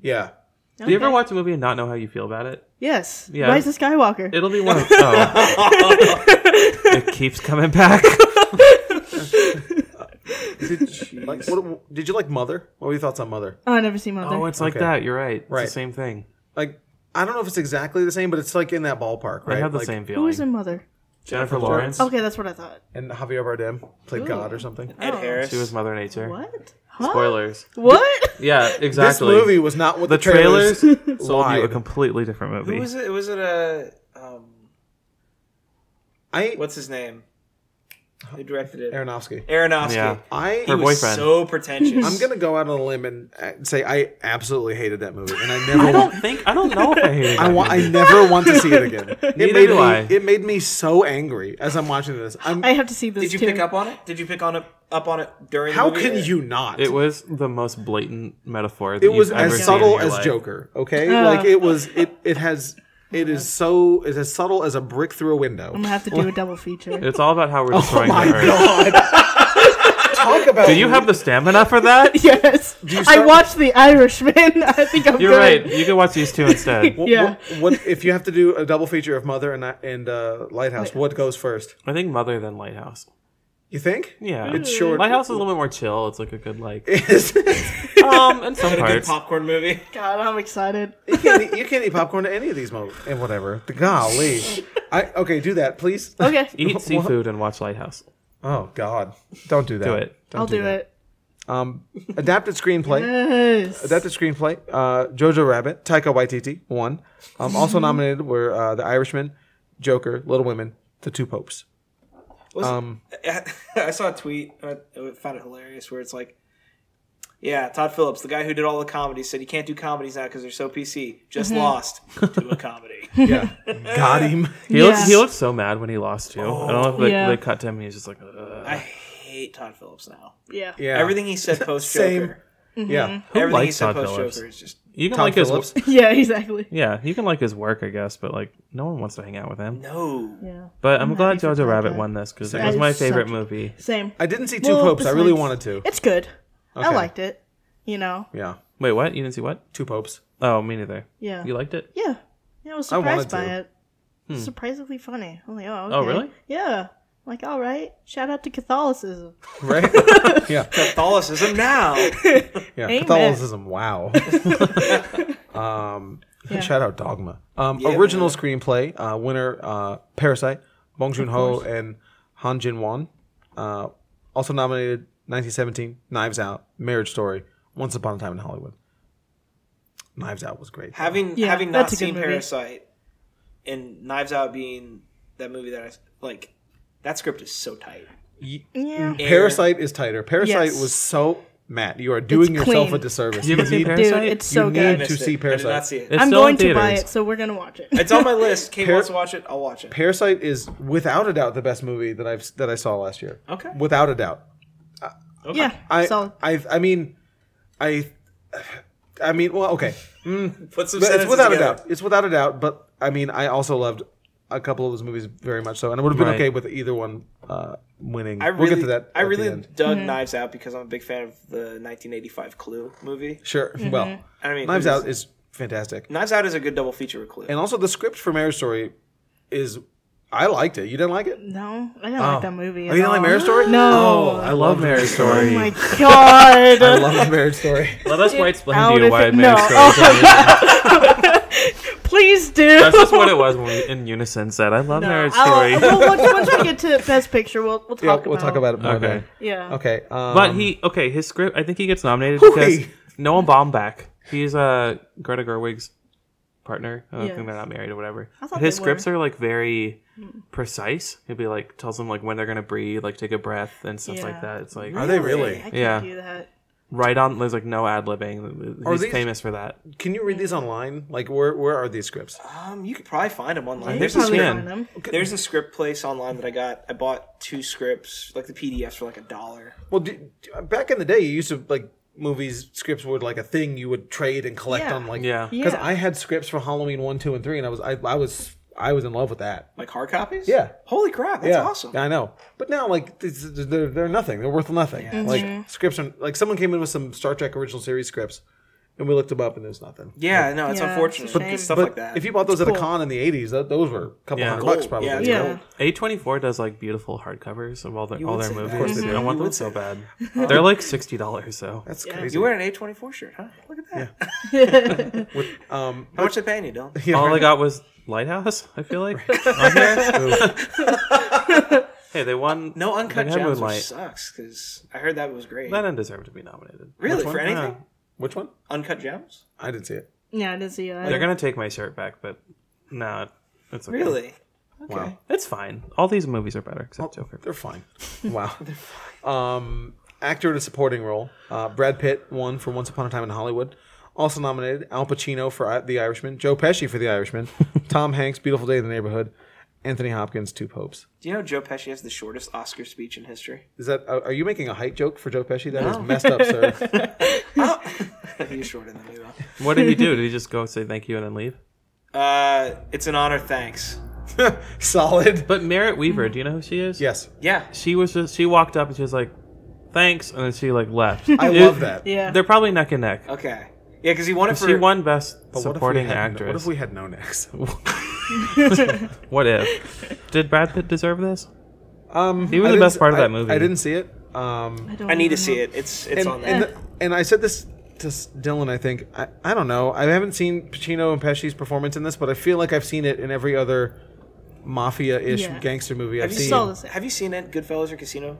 Yeah.
Do you ever
Okay.
watch a movie and not know how you feel about it?
Yes,
Yeah.
Rise of Skywalker.
It'll be one of oh. it keeps coming back.
Did, like, what, did you like Mother? What were your thoughts on Mother?
oh, I never seen Mother.
Oh, it's like
Okay.
that. You're right. It's
Right.
the same thing.
Like, I don't know if it's exactly the same, but it's like in that ballpark,
I
right?
have the
Like,
same feeling.
Who is in Mother?
Jennifer
Jennifer
Lawrence.
Okay, that's what I thought.
And Javier Bardem played God or something.
Ed
Oh.
Harris.
She was Mother Nature.
What? Huh?
Spoilers.
What?
Yeah, exactly.
This movie was not what the,
the trailers sold you a
lied.
completely different movie.
Who was it? Was it a? Um,
I
what's his name? Who directed it?
Aronofsky.
Aronofsky.
Yeah.
I
Her
was
boyfriend.
So pretentious.
I'm gonna go out on a limb and uh, say I absolutely hated that movie, and I never.
I don't think I don't know if I hated it.
I want. I never want to see it again. It
Neither
made
do
me.
I.
It made me so angry as I'm watching this. I'm,
I have to see this.
Did you
too.
pick up on it? Did you pick on it up on it during?
how
the movie?
can you not?
It was the most blatant metaphor. That
It was
you've ever
as
seen
subtle
in your
as
life.
Joker. Okay, like it was. It it has. It is so. It's as subtle as a brick through a window.
I'm gonna have to do a double feature.
It's all about how we're
Oh
destroying
my
the earth.
god! Talk about.
Do you have the stamina for that?
yes, I
start-
watched The Irishman. I think I'm
You're
good.
right. You can watch these two instead.
What,
yeah.
What, what if you have to do a double feature of Mother and and uh, Lighthouse? What goes first?
I think Mother than Lighthouse.
You think?
Yeah,
It's short.
Lighthouse is a little bit more chill. It's like a good like
Is-
um in some
A good
parts.
popcorn movie.
God, I'm excited.
you can't eat, you can't eat popcorn to any of these movies and whatever. The golly, I okay. Do that, please.
Okay,
Eat seafood and watch Lighthouse.
Oh God, don't do that.
Do it.
Don't
I'll do
that.
it.
Um, adapted screenplay.
Yes.
Adapted screenplay. Uh, Jojo Rabbit, Taika Waititi, one. Um, also nominated were uh, The Irishman, Joker, Little Women, The Two Popes.
Was-
Um,
I saw a tweet. uh, I found it hilarious where it's like, yeah, Todd Phillips, the guy who did all the comedies, said he can't do comedies now because they're so PC.
Mm-hmm.
Just lost to a comedy.
yeah, got him.
He
Yeah.
looked he looked so mad when he lost too. I don't know if they,
Yeah.
they cut to him. and He's just like, Ugh.
I hate Todd Phillips now.
yeah.
Yeah,
Everything Mm-hmm. he said post Joker.
Yeah,
Everything he
likes
said
Todd
post
Phillips?
Joker is just.
you can
Tom
like
Phillips.
his
Yeah. Exactly.
yeah, you can like his work, I guess, but like no one wants to hang out with him.
No.
Yeah.
But I'm, glad
happy for
Jojo Rabbit
Taika.
won this because it
That
was
is
my
such-
favorite movie.
Same.
I didn't see Two
Well,
Popes. I really
besides-
wanted to.
It's good. I
Okay.
liked it. You know.
Yeah,
Wait, what? You didn't see what?
Two Popes.
Oh, me neither.
Yeah.
You liked it?
yeah. Yeah. I was
I wanted
surprised by
to. Hmm.
it. Surprisingly funny. I'm like, oh.
Oh,
okay.
really?
Yeah. Like, all right. Shout out to Catholicism.
Right? yeah.
Catholicism now.
Yeah,
Amen.
Catholicism. Wow. um,
Yeah.
Shout out Dogma. Um,
Yeah,
original screenplay uh, winner uh, Parasite, Bong Joon Ho and Han Jin Won. Uh, also nominated 1917, Knives Out, Marriage Story, Once Upon a Time in Hollywood. Knives Out was great.
having
Yeah,
having not
that's a good
seen
movie.
Parasite and Knives Out being that movie that I like that script is so tight.
Ye-
Yeah.
Parasite is tighter. Parasite
Yes.
was so Matt. You are doing
It's
yourself a
clean.
disservice.
You haven't seen
need-
Parasite?
Dude,
Parasite?
it's
You
so
need
good.
to
Missed
see
it. I did not
Parasite.
see it.
It's
I'm
still
going
in
to buy
theaters.
it, so we're gonna watch it.
It's on my list. Kate
Par-
wants to watch it. I'll watch it.
Parasite is without a doubt the best movie that I've that I saw last year.
Okay.
Without a doubt.
yeah.
I,
solid.
I, I mean, I, I mean, well, okay,
Put some
but it's
sentences
without a
together.
doubt. It's without a doubt. But I mean, I also loved a couple of those movies very much so, and I would have been
Right.
okay with either one uh, winning.
I really,
we'll get to that.
I
at the
really
end.
dug Knives Out because I'm a big fan of the 1985 Clue movie.
sure.
Mm-hmm.
Well,
I mean,
Knives
it
Out is fantastic,
Knives Out is a good double feature with Clue.
and also the script for Marriage Story is. I liked it. You didn't like it?
No, I didn't like that movie.
Oh, you didn't like Marriage Story?
No.
Oh,
I love Marriage
Oh
Story.
my god.
I love Marriage Story.
Let us white
out
explain to you
if
why
it-
Marriage
no.
Story is so amazing.
Please do.
That's just what it was when we in unison said, I love Marriage Story.
I'll- well, once, once we get to best picture, we'll we'll talk
Yeah,
about.
we'll talk about it more.
Okay.
Okay.
Yeah.
Okay. Um,
But he okay, his script. I think he gets nominated
Hooey.
because Noah Baumbach. He's uh, Greta Gerwig's partner. I don't
Yes.
think they're not married or whatever.
I thought
But his
they were. Hmm.
scripts are like very precise. He'll be like tells them like when they're gonna breathe, like take a breath and stuff
Yeah.
like that. It's like
Are they really?
I can't
Yeah.
do that.
right on. There's like no ad libbing.
Are
He's
these-
famous for that.
can you read these online? Like, where where are these scripts?
um, you could probably find them online.
You
There's a
probably
script.
scan.
find them.
There's a script place online that I got. I bought two scripts, like the PDFs for like a dollar.
Well, do, do- back in the day, you used to like movies scripts were like a thing you would trade and collect
Yeah.
on like
Yeah.
because
Yeah.
I had scripts for Halloween one, two, and three, and I was I, I was I was in love with that.
Like hard copies?
Yeah.
Holy crap, that's
yeah,
awesome.
I know. But now, like, this- they're they're nothing. They're worth nothing.
Mm-hmm.
Like scripts are like someone came in with some Star Trek original series scripts, and we looked them up, and there's nothing.
Yeah, no, it's
Yeah, it's a
unfortunate.
shame.
But stuff
but
like that.
if you bought those at a
cool.
con in the '80s, th- those were a couple
Yeah.
hundred
Gold,
bucks probably.
yeah.
Yeah.
Cool.
A24 does like beautiful hardcovers of all their all
would
their
say that.
movies.
Of course they do.
I want
You
them
would
so
say
bad. They're like sixty dollars. So
That's
Yeah.
crazy.
you wear an A24 shirt, huh? Look at that.
um,
How much they paying you, Dylan?
yeah,
all I
right.
got was Lighthouse. I feel like on here. hey, they won.
No uncut
they had
gems, which
Moonlight.
sucks because I heard that was great.
That didn't deserve to be nominated.
really,
Which one?
for anything?
Yeah.
Which one?
Uncut gems?
I didn't see it.
Yeah, I didn't see that.
They're gonna take my shirt back, but no, it's okay.
Really?
Wow.
It's fine. All these movies are better except Joker.
They're fine. Wow. um, actor in a supporting role. Uh, Brad Pitt won for Once Upon a Time in Hollywood. Also nominated Al Pacino for I- The Irishman, Joe Pesci for The Irishman, Tom Hanks, Beautiful Day in the Neighborhood, Anthony Hopkins, Two Popes.
Do you know Joe Pesci has the shortest Oscar speech in history?
Is that are are you making a height joke for Joe Pesci? That is messed up, sir.
Oh! He's shorter than me, though.
What did he do? Did he just go say thank you and then leave?
Uh, it's an honor, thanks.
Solid.
But Merritt Weaver, do you know who she is?
Yes,
Yeah.
She was just she walked up and she was like, "Thanks," and then she like left.
I
It-
love that.
Yeah.
They're probably neck and neck.
Okay. Yeah, because he won it for.
She won best
But what if we
supporting
had no-
actress.
what if we had no next?
What if? Did Brad Pitt deserve this?
Um,
He was
I
the
didn't
best
s-
part of
I-
that movie.
I didn't see it. Um,
don't
I need to
even
see
know.
it. It's it's on
and,
there.
and, and I said this to S- Dylan, I think. I, I don't know. I haven't seen Pacino and Pesci's performance in this, but I feel like I've seen it in every other mafia ish
Yeah.
gangster movie I've
you
seen.
saw this-
Have you seen it, Goodfellas or Casino?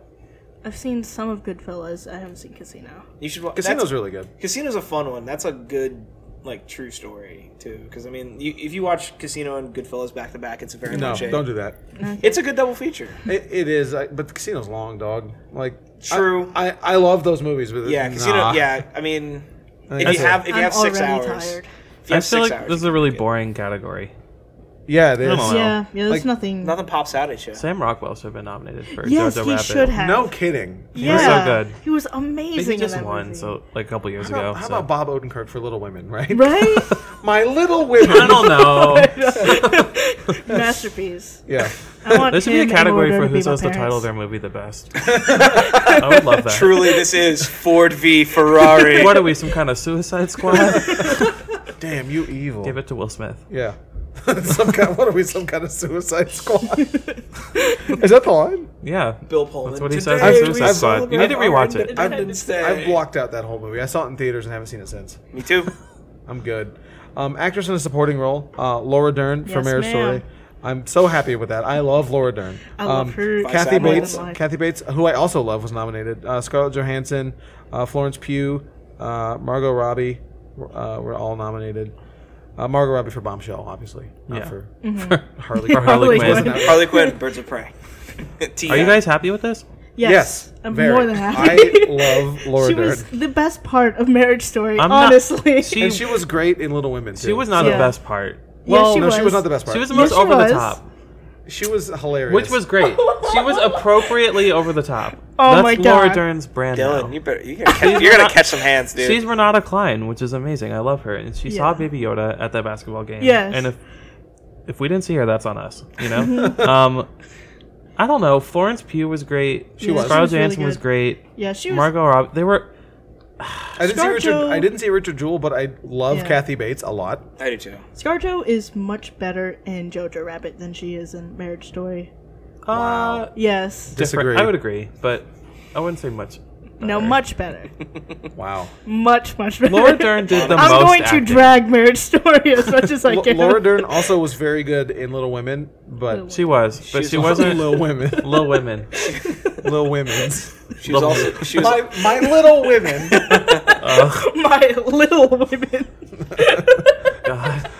I've seen some of Goodfellas. I haven't seen Casino.
You should watch.
Casino's really good.
Casino's a fun one. That's a good like true story too. Because I mean, you, if you watch Casino and Goodfellas back to back, it's a very
No,
much a,
don't do that.
It's a good double feature.
It, it is, I, but the Casino's long, dog. Like I-
True.
I, I, love those movies, but
Yeah, Casino.
nah.
Yeah, I mean, if
that's
you have if you
I'm
have six
already
hours,
tired.
if you
I
have
feel
six
like
hours,
this is a really boring category.
yeah, it is.
Come on. Oh, Wow.
Yeah, yeah. There's
Like,
nothing.
nothing pops out at you.
Sam Rockwell should have been nominated for
yes,
Jojo
he
Rabbit.
should have.
No kidding.
Yeah.
was so good.
He was
But
amazing.
He
in
just
that
won,
movie.
so like a couple years
How,
ago.
how
so.
about Bob Odenkirk for Little Women? Right,
Right?
my Little Women.
I don't know.
Masterpiece.
yeah,
I want
There should be a
him and
category
Murder
for
to be
who
my
says the title of
parents.
their movie the best. I would love that.
Truly, this is Ford v Ferrari.
What are we, some kind of Suicide Squad?
damn you, evil.
Give it to Will Smith.
Yeah. some kind, what are we, some kind of suicide squad? Is that the line?
Yeah,
Bill Pullman.
that's what he
Today
says. in
we
Suicide Squad.
celebrate
You need to rewatch it.
I've,
Independence Day.
I've blocked out that whole movie. I saw it in theaters and haven't seen it since.
Me too.
I'm good. Um, actress in a supporting role, uh, Laura Dern for
Yes,
Marriage
ma'am.
Story. I'm so happy with that. I love Laura Dern.
I love
Um,
her.
Kathy
More than
Bates,
life.
Kathy Bates, who I also love, was nominated. Uh, Scarlett Johansson, uh, Florence Pugh, uh, Margot Robbie uh, were all nominated. Uh, Margot Robbie for Bombshell, obviously, not
Yeah.
for
Mm-hmm.
Harley.
For Harley
Harley
Quinn.
Quinn.
Harley Quinn, Birds of Prey.
Are you guys happy with this?
Yes.
Yes,
I'm
very.
more than happy.
I love Laura
she
Dern.
was the best part of Marriage Story,
I'm not-
honestly.
she-
and she was great in Little Women. Too.
She was not
Yeah.
the best part.
Yes,
Well,
Oh, No, she was not the best part.
She was the
Yes,
most
she
over
was.
the top.
She was hilarious.
which was great. she was appropriately over the top.
Oh
That's
my
Laura
God.
Dern's brand.
Dylan,
now.
you better. You're gonna catch, you're gonna catch some hands, dude.
She's Renata Klein, which is amazing. I love her, and she saw
Yeah.
Baby Yoda at that basketball game.
Yes.
and if if we didn't see her, that's on us. You know, um, I don't know. Florence Pugh was great.
She was.
Scarlett
She was really
Johansson was
good.
great.
Yeah, she was.
Margot Robbie. They were.
I didn't see
Scarjo-
Richard. I didn't see Richard Jewell, but I love
Yeah.
Kathy Bates a lot.
I do too.
ScarJo is much better in Jojo Rabbit than she is in Marriage Story.
Uh,
Yes.
different.
Disagree.
I would agree, but I wouldn't say much.
No, much better.
Wow.
Much, much better.
Laura Dern did the
I'm
most.
going
acting.
to drag Marriage Story as much as I
L-
can.
Laura Dern also was very good in Little Women, but
She was, but she wasn't.
Little
Little,
Women.
Women.
Little Women's.
She was also. She was.
My my Little Women.
Uh,
My Little Women.
God.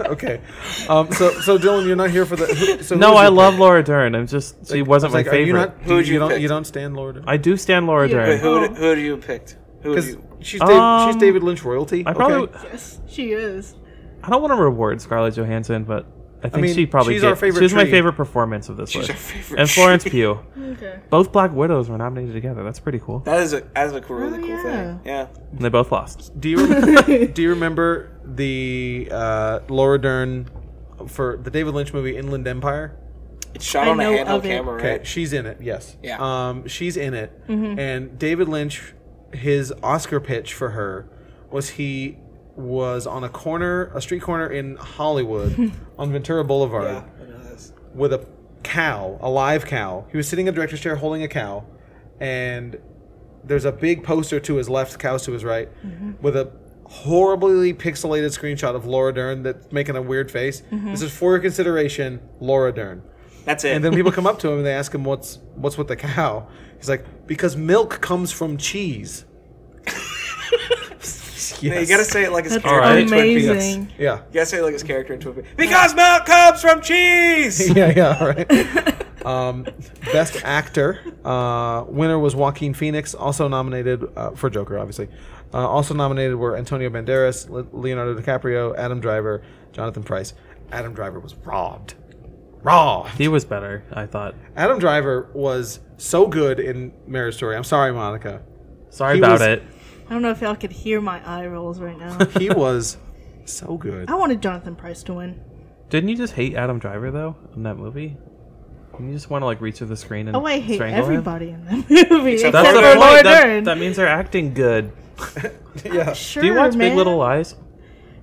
Okay. Um. So so Dylan, you're not here for the. Who, so who
No,
would
I
you
love
pick?
Laura Dern. I'm just she wasn't
It's like,
my
are you
favorite.
not-
Who would you
don't
pick?
you don't stand Laura Dern
I do stand Laura
Yeah.
Dern.
Wait, who would, who would you have picked? Who would
because
you?
she's David, she's
Um,
David Lynch royalty.
I probably
okay.
Yes, she is.
I don't want to reward Scarlett Johansson, but I think
mean,
she probably
she's
did.
our favorite
She's my
tree.
favorite performance of this
She's
list.
our favorite
and
tree.
Florence Pugh.
Okay.
Both Black Widows were nominated together. That's pretty cool.
That is a that is a cool, really
Oh,
cool
yeah.
thing. Yeah.
And they both lost.
Do you rem- do you remember the uh, Laura Dern for the David Lynch movie Inland Empire?
It's shot
I
on a
know
handheld
of it.
camera,
Okay,
right?
she's in it. Yes.
Yeah. Mm-hmm.
Um, she's in it, and David Lynch, his Oscar pitch for her was he was on a corner, a street corner in Hollywood, on Ventura Boulevard,
Yeah. I know this.
with a cow, a live cow. He was sitting in a director's chair holding a cow, and there's a big poster to his left, cows to his right,
Mm-hmm.
with a horribly pixelated screenshot of Laura Dern that's making a weird face.
Mm-hmm.
This is for your consideration, Laura Dern.
That's it.
And then people come up to him and they ask him what's what's with the cow. He's like, because milk comes from cheese. yes.
Yeah, you gotta say it like his
That's
character.
right.
in Twin Peaks.
amazing.
Yeah.
You gotta say it like his character in Twin Peaks. Because milk comes from cheese.
Yeah, yeah, all right. um, best actor. Uh, winner was Joaquin Phoenix, also nominated uh, for Joker, obviously. Uh, also nominated were Antonio Banderas, Le- Leonardo DiCaprio, Adam Driver, Jonathan Price. Adam Driver was robbed. Robbed.
He was better, I thought.
Adam Driver was so good in Marriage Story. I'm sorry, Monica.
Sorry
He
about
was-
it.
I don't know if y'all could hear my eye rolls right now.
He was so good.
I wanted Jonathan Price to win.
Didn't you just hate Adam Driver though in that movie? Didn't you just want to like reach through the screen and
Oh, I hate
strangle him?
everybody in that movie except,
That's
for
the
Laura
point. That,
Dern.
that means they're acting good.
Yeah.
sure,
Do you watch
man.
Big Little Lies?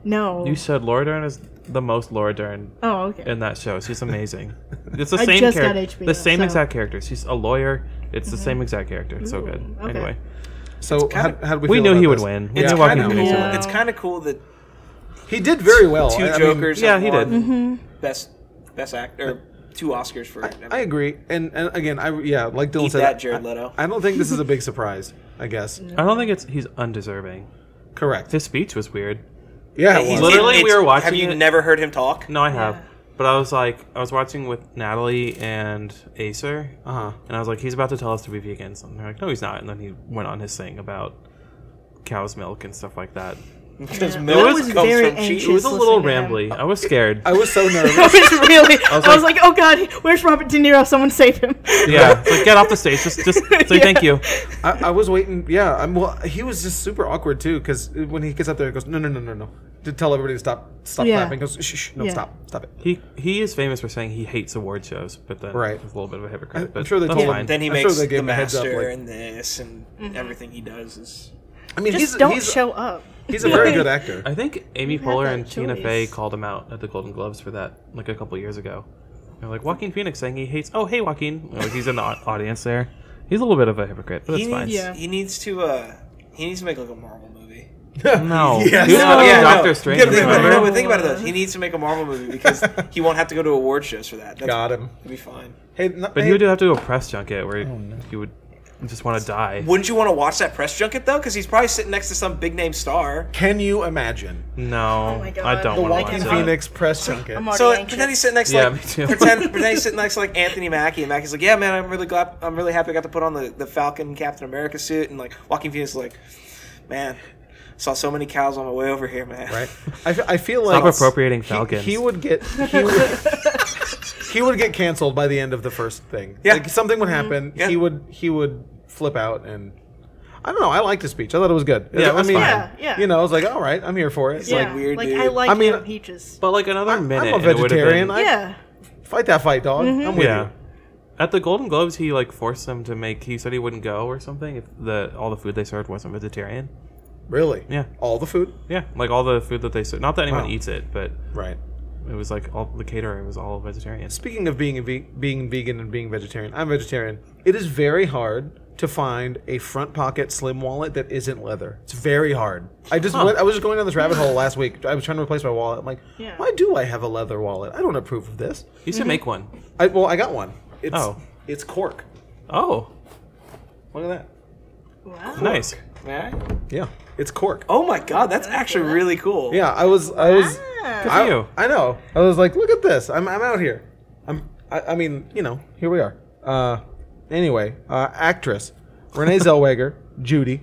No.
You said Laura Dern is the most Laura Dern
oh, okay.
in that show. She's amazing. It's the
I
same
just got
character.
HBO,
the same
so- Mm-hmm.
exact character. She's a lawyer. It's the same exact character. It's so good.
okay.
Anyway,
So how, how did we?
we
feel
knew
about
he would
this?
win. We
Yeah,
knew Joaquin
kinda
Phoenix would
Yeah.
win.
It's kind of cool that
He did very well.
two
I- I mean,
Jokers.
yeah,
have
he did.
won
Mm-hmm.
Best best actor. Two Oscars for.
I agree, and and again, I yeah, like Dylan
Eat
said,
that,
I-
Jared Leto.
I, don't think this is a big surprise. I guess
I don't think it's he's undeserving.
correct.
His speech was weird.
Yeah, it
He's-
was.
Literally, we
it's-
were watching
Have you
it.
never heard him talk?
No, I have.
Yeah.
But I was like, I was watching with Natalie and Acer,
Uh huh.
and I was like, he's about to tell us to be vegans, and they're like, no, he's not. And then he went on his thing about cow's milk and stuff like that.
Because
Yeah.
milk
I was
comes
very
from
It
cheese.
was
anxious. Just
a little
listening
rambly.
to
I was scared.
I was so
I
nervous.
was really. I was,
like-
like, oh god, where's Robert De Niro? Someone save him.
yeah, it's like get off the stage. Just, just say
Yeah.
thank you.
I, I was waiting. Yeah, I'm. Well, he was just super awkward too, because when he gets up there, he goes, no, no, no, no, no, to tell everybody to stop, stop
Yeah.
clapping. Goes, shh, shh, no,
Yeah.
stop, stop it.
He he is famous for saying he hates award shows, but then
Right.
he's a little bit of a hypocrite. But
I'm sure they
that's
told him
fine.
Then he
I'm
makes
sure they gave him
the
a heads up,
master
like-
and this and
Mm-hmm.
everything he does is.
I mean,
Just
he's
don't
he's,
show up.
he's a very good actor.
I think Amy
You had
Poehler
that
and Tina
choice.
Fey called him out at the Golden Gloves for that, like a couple years ago. They're like Joaquin Phoenix saying he hates. Oh, hey Joaquin, like he's in the au- audience there. He's a little bit of a hypocrite, but
He
it's fine.
needs,
Yeah.
he needs to. uh He needs to make like a Marvel movie.
No,
Yes.
he was
No,
fucking
Oh, yeah, no.
Doctor Strange.
Yeah, but think about, it,
remember?
no, but think about it though. He needs to make a Marvel movie because he won't have to go to award shows for that. That's,
Got him.
It'd be fine.
Hey, no,
But
hey,
he would have to do a press junket where
Oh,
you would just want to die.
Wouldn't you want to watch that press junket though? Because he's probably sitting next to some big name star.
Can you imagine
No,
Oh my
I
God.
the
don't
Walking
Wanna
want
watch
to
that.
Phoenix press junket?
I'm already
So like,
anxious.
pretend he's sitting next to
Yeah,
like
me too.
pretend pretend he's sitting next to like Anthony Mackie and Mackie's like, yeah man, I'm really glad I'm really happy I got to put on the, the Falcon Captain America suit and like Joaquin Phoenix is like, man, saw so many cows on my way over here, man.
Right. I, fe- I feel like
Stop appropriating
he-
Falcons.
He, would get. He would, he would get canceled by the end of the first thing.
Yeah.
like something would
Mm-hmm.
happen.
Yeah.
He would he would flip out and. I don't know. I liked his speech. I thought it was good.
Yeah, it was
I mean,
fine.
Yeah, yeah.
you know, I was like, all right, I'm here for it.
He's like weird,
Like
dude.
I like
I mean-
him. He just
But like another
I'm- I'm a
minute,
vegetarian,
It
I-
would have
yeah.
Like, fight that fight, dog.
Mm-hmm.
I'm
been,
with
yeah.
you.
At the Golden Globes, he like forced them to make. He said he wouldn't go or something if the all the food they served wasn't vegetarian.
Really?
Yeah.
All the food.
Yeah, like all the food that they served. Not that anyone
Wow.
eats it, but
Right.
it was like all the catering was all vegetarian.
Speaking of being a ve- being vegan and being vegetarian, I'm vegetarian. It is very hard to find a front pocket slim wallet that isn't leather. It's very hard. I just went, I was just going down this rabbit hole last week. I was trying to replace my wallet. I'm like,
Yeah.
why do I have a leather wallet? I don't approve of this.
You
Mm-hmm.
should make one.
I, well, I got one. It's,
Oh.
it's cork.
Oh,
Look at that.
Wow.
nice.
Yeah.
Yeah, it's cork.
Oh my god, that's actually really cool.
Yeah, I was I was.
Ah.
for
I,
you.
I know. I was like, look at this. I'm, I'm out here. I'm. I, I mean, you know, here we are. Uh, anyway, uh, actress Renee Zellweger, Judy,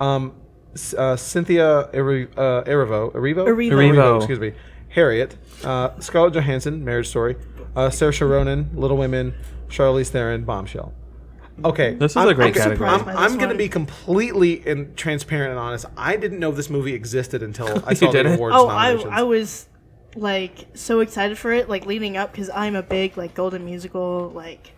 um, S- uh, Cynthia Erivo, uh, Erivo, Erivo,
Erivo.
Erivo.
excuse me, Harriet, uh, Scarlett Johansson, Marriage Story, uh, Saoirse Ronan, Little Women, Charlize Theron, Bombshell. Okay,
This is
I'm-
a great
I'm
category.
I'm,
Surprised by this
I'm going to
one.
be completely in, transparent and honest. I didn't know this movie existed until I
You
saw the
didn't?
awards
Oh, I,
nominations.
I was like so excited for it, like leading up because I'm a big like Golden Musical like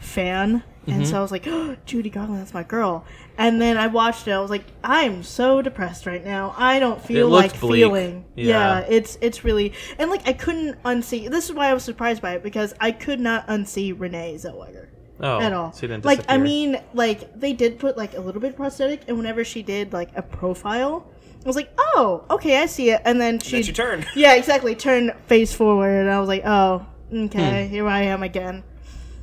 fan, and so I was like, oh, Judy Garland, that's my girl. And then I watched it. I was like, I'm so depressed right now. I don't feel
looked
like
bleak.
feeling.
Yeah.
Yeah. it's it's really and like I couldn't unsee. This is why I was surprised by it because I could not unsee Renee Zellweger
Oh,
at all.
so you didn't
like I
disappear.
mean, like they did put like a little bit of prosthetic, and whenever she did like a profile, I was like, oh, okay, I see it. And then she,
That's your turn.
yeah, exactly, turned face forward, and I was like, oh, okay, here I am again.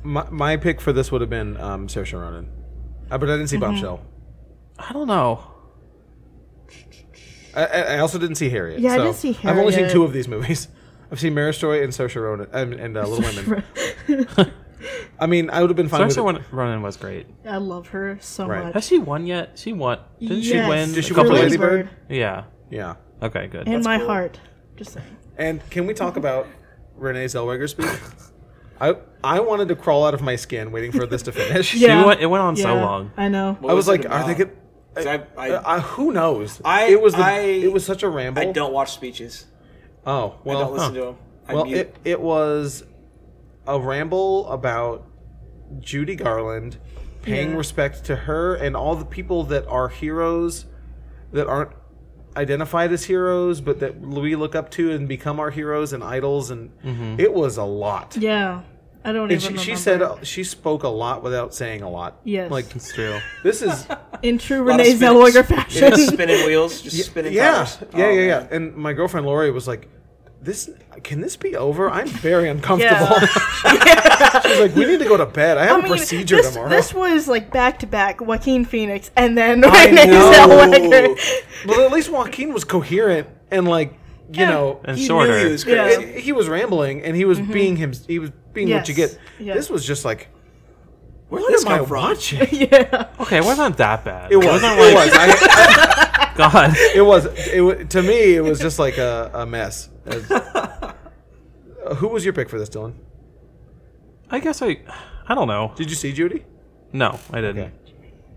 My, my pick for this would have been um, Saoirse Ronan, uh, but I didn't see
Mm-hmm.
Bombshell.
I don't know.
I, I I also didn't see Harriet.
Yeah, I
so
didn't see
I've only seen
Harriet.
two of these movies. I've seen Marriage Story and Saoirse Ronan and, and uh, Little Women. I mean, I would have been fine with
Saoirse
it.
Ron- Ronan was great.
I love her so
Right.
much.
Has she won yet? She won. Didn't she
Yes.
win?
Did
a
she win
couple
for
of-
Lady Bird?
Yeah.
Yeah.
Okay. Good.
in my
cool.
heart. Just saying.
And can we talk about Renee Zellweger's speech? I I wanted to crawl out of my skin waiting for this to finish.
She went- it went on so
Yeah,
long.
I know.
I was
What
like,
it
are they Uh,
about?
get? I,
'Cause I, I,
I- who knows?
I-
it was the,
I-
it was such a ramble.
I don't watch speeches.
Oh well,
I don't listen
huh.
to them. I
well,
mute.
it, it was a ramble about Judy Garland paying
Yeah.
respect to her and all the people that are heroes that aren't identified as heroes, but that we look up to and become our heroes and idols. And it was a lot.
Mm-hmm. Yeah, I don't
And
even.
she, she
remember.
said uh, she spoke a lot without saying a lot.
Yes.
Like
It's true.
this is
in true
lot of
Renee
spinach.
Zellweger
just
fashion.
spinning wheels, just spinning
yeah,
tires.
yeah,
Oh,
yeah, yeah.
man.
And my girlfriend Lori was like, "This can this be over? I'm very uncomfortable." She's like, "We need to go to bed. I have
I
a
mean,
procedure
this,
tomorrow."
this was like back to back Joaquin Phoenix and then
I
Renee
know.
Zellweger.
But at least Joaquin was coherent and like you
Yeah.
know
And
He knew
shorter.
he was
Yeah.
crazy.
it- he was rambling and he was being him. He was being what you
Yes.
get.
Yeah.
This was just like,
Where
what
this
am I
come from?
watching?
yeah.
Okay, it wasn't that bad.
It was.
not
It was. I,
God.
it was. It wa- to me, it was just like a, a mess. As- Uh, who was your pick for this, Dylan?
I guess I. I don't know.
Did you see Judy?
No, I didn't.
Okay.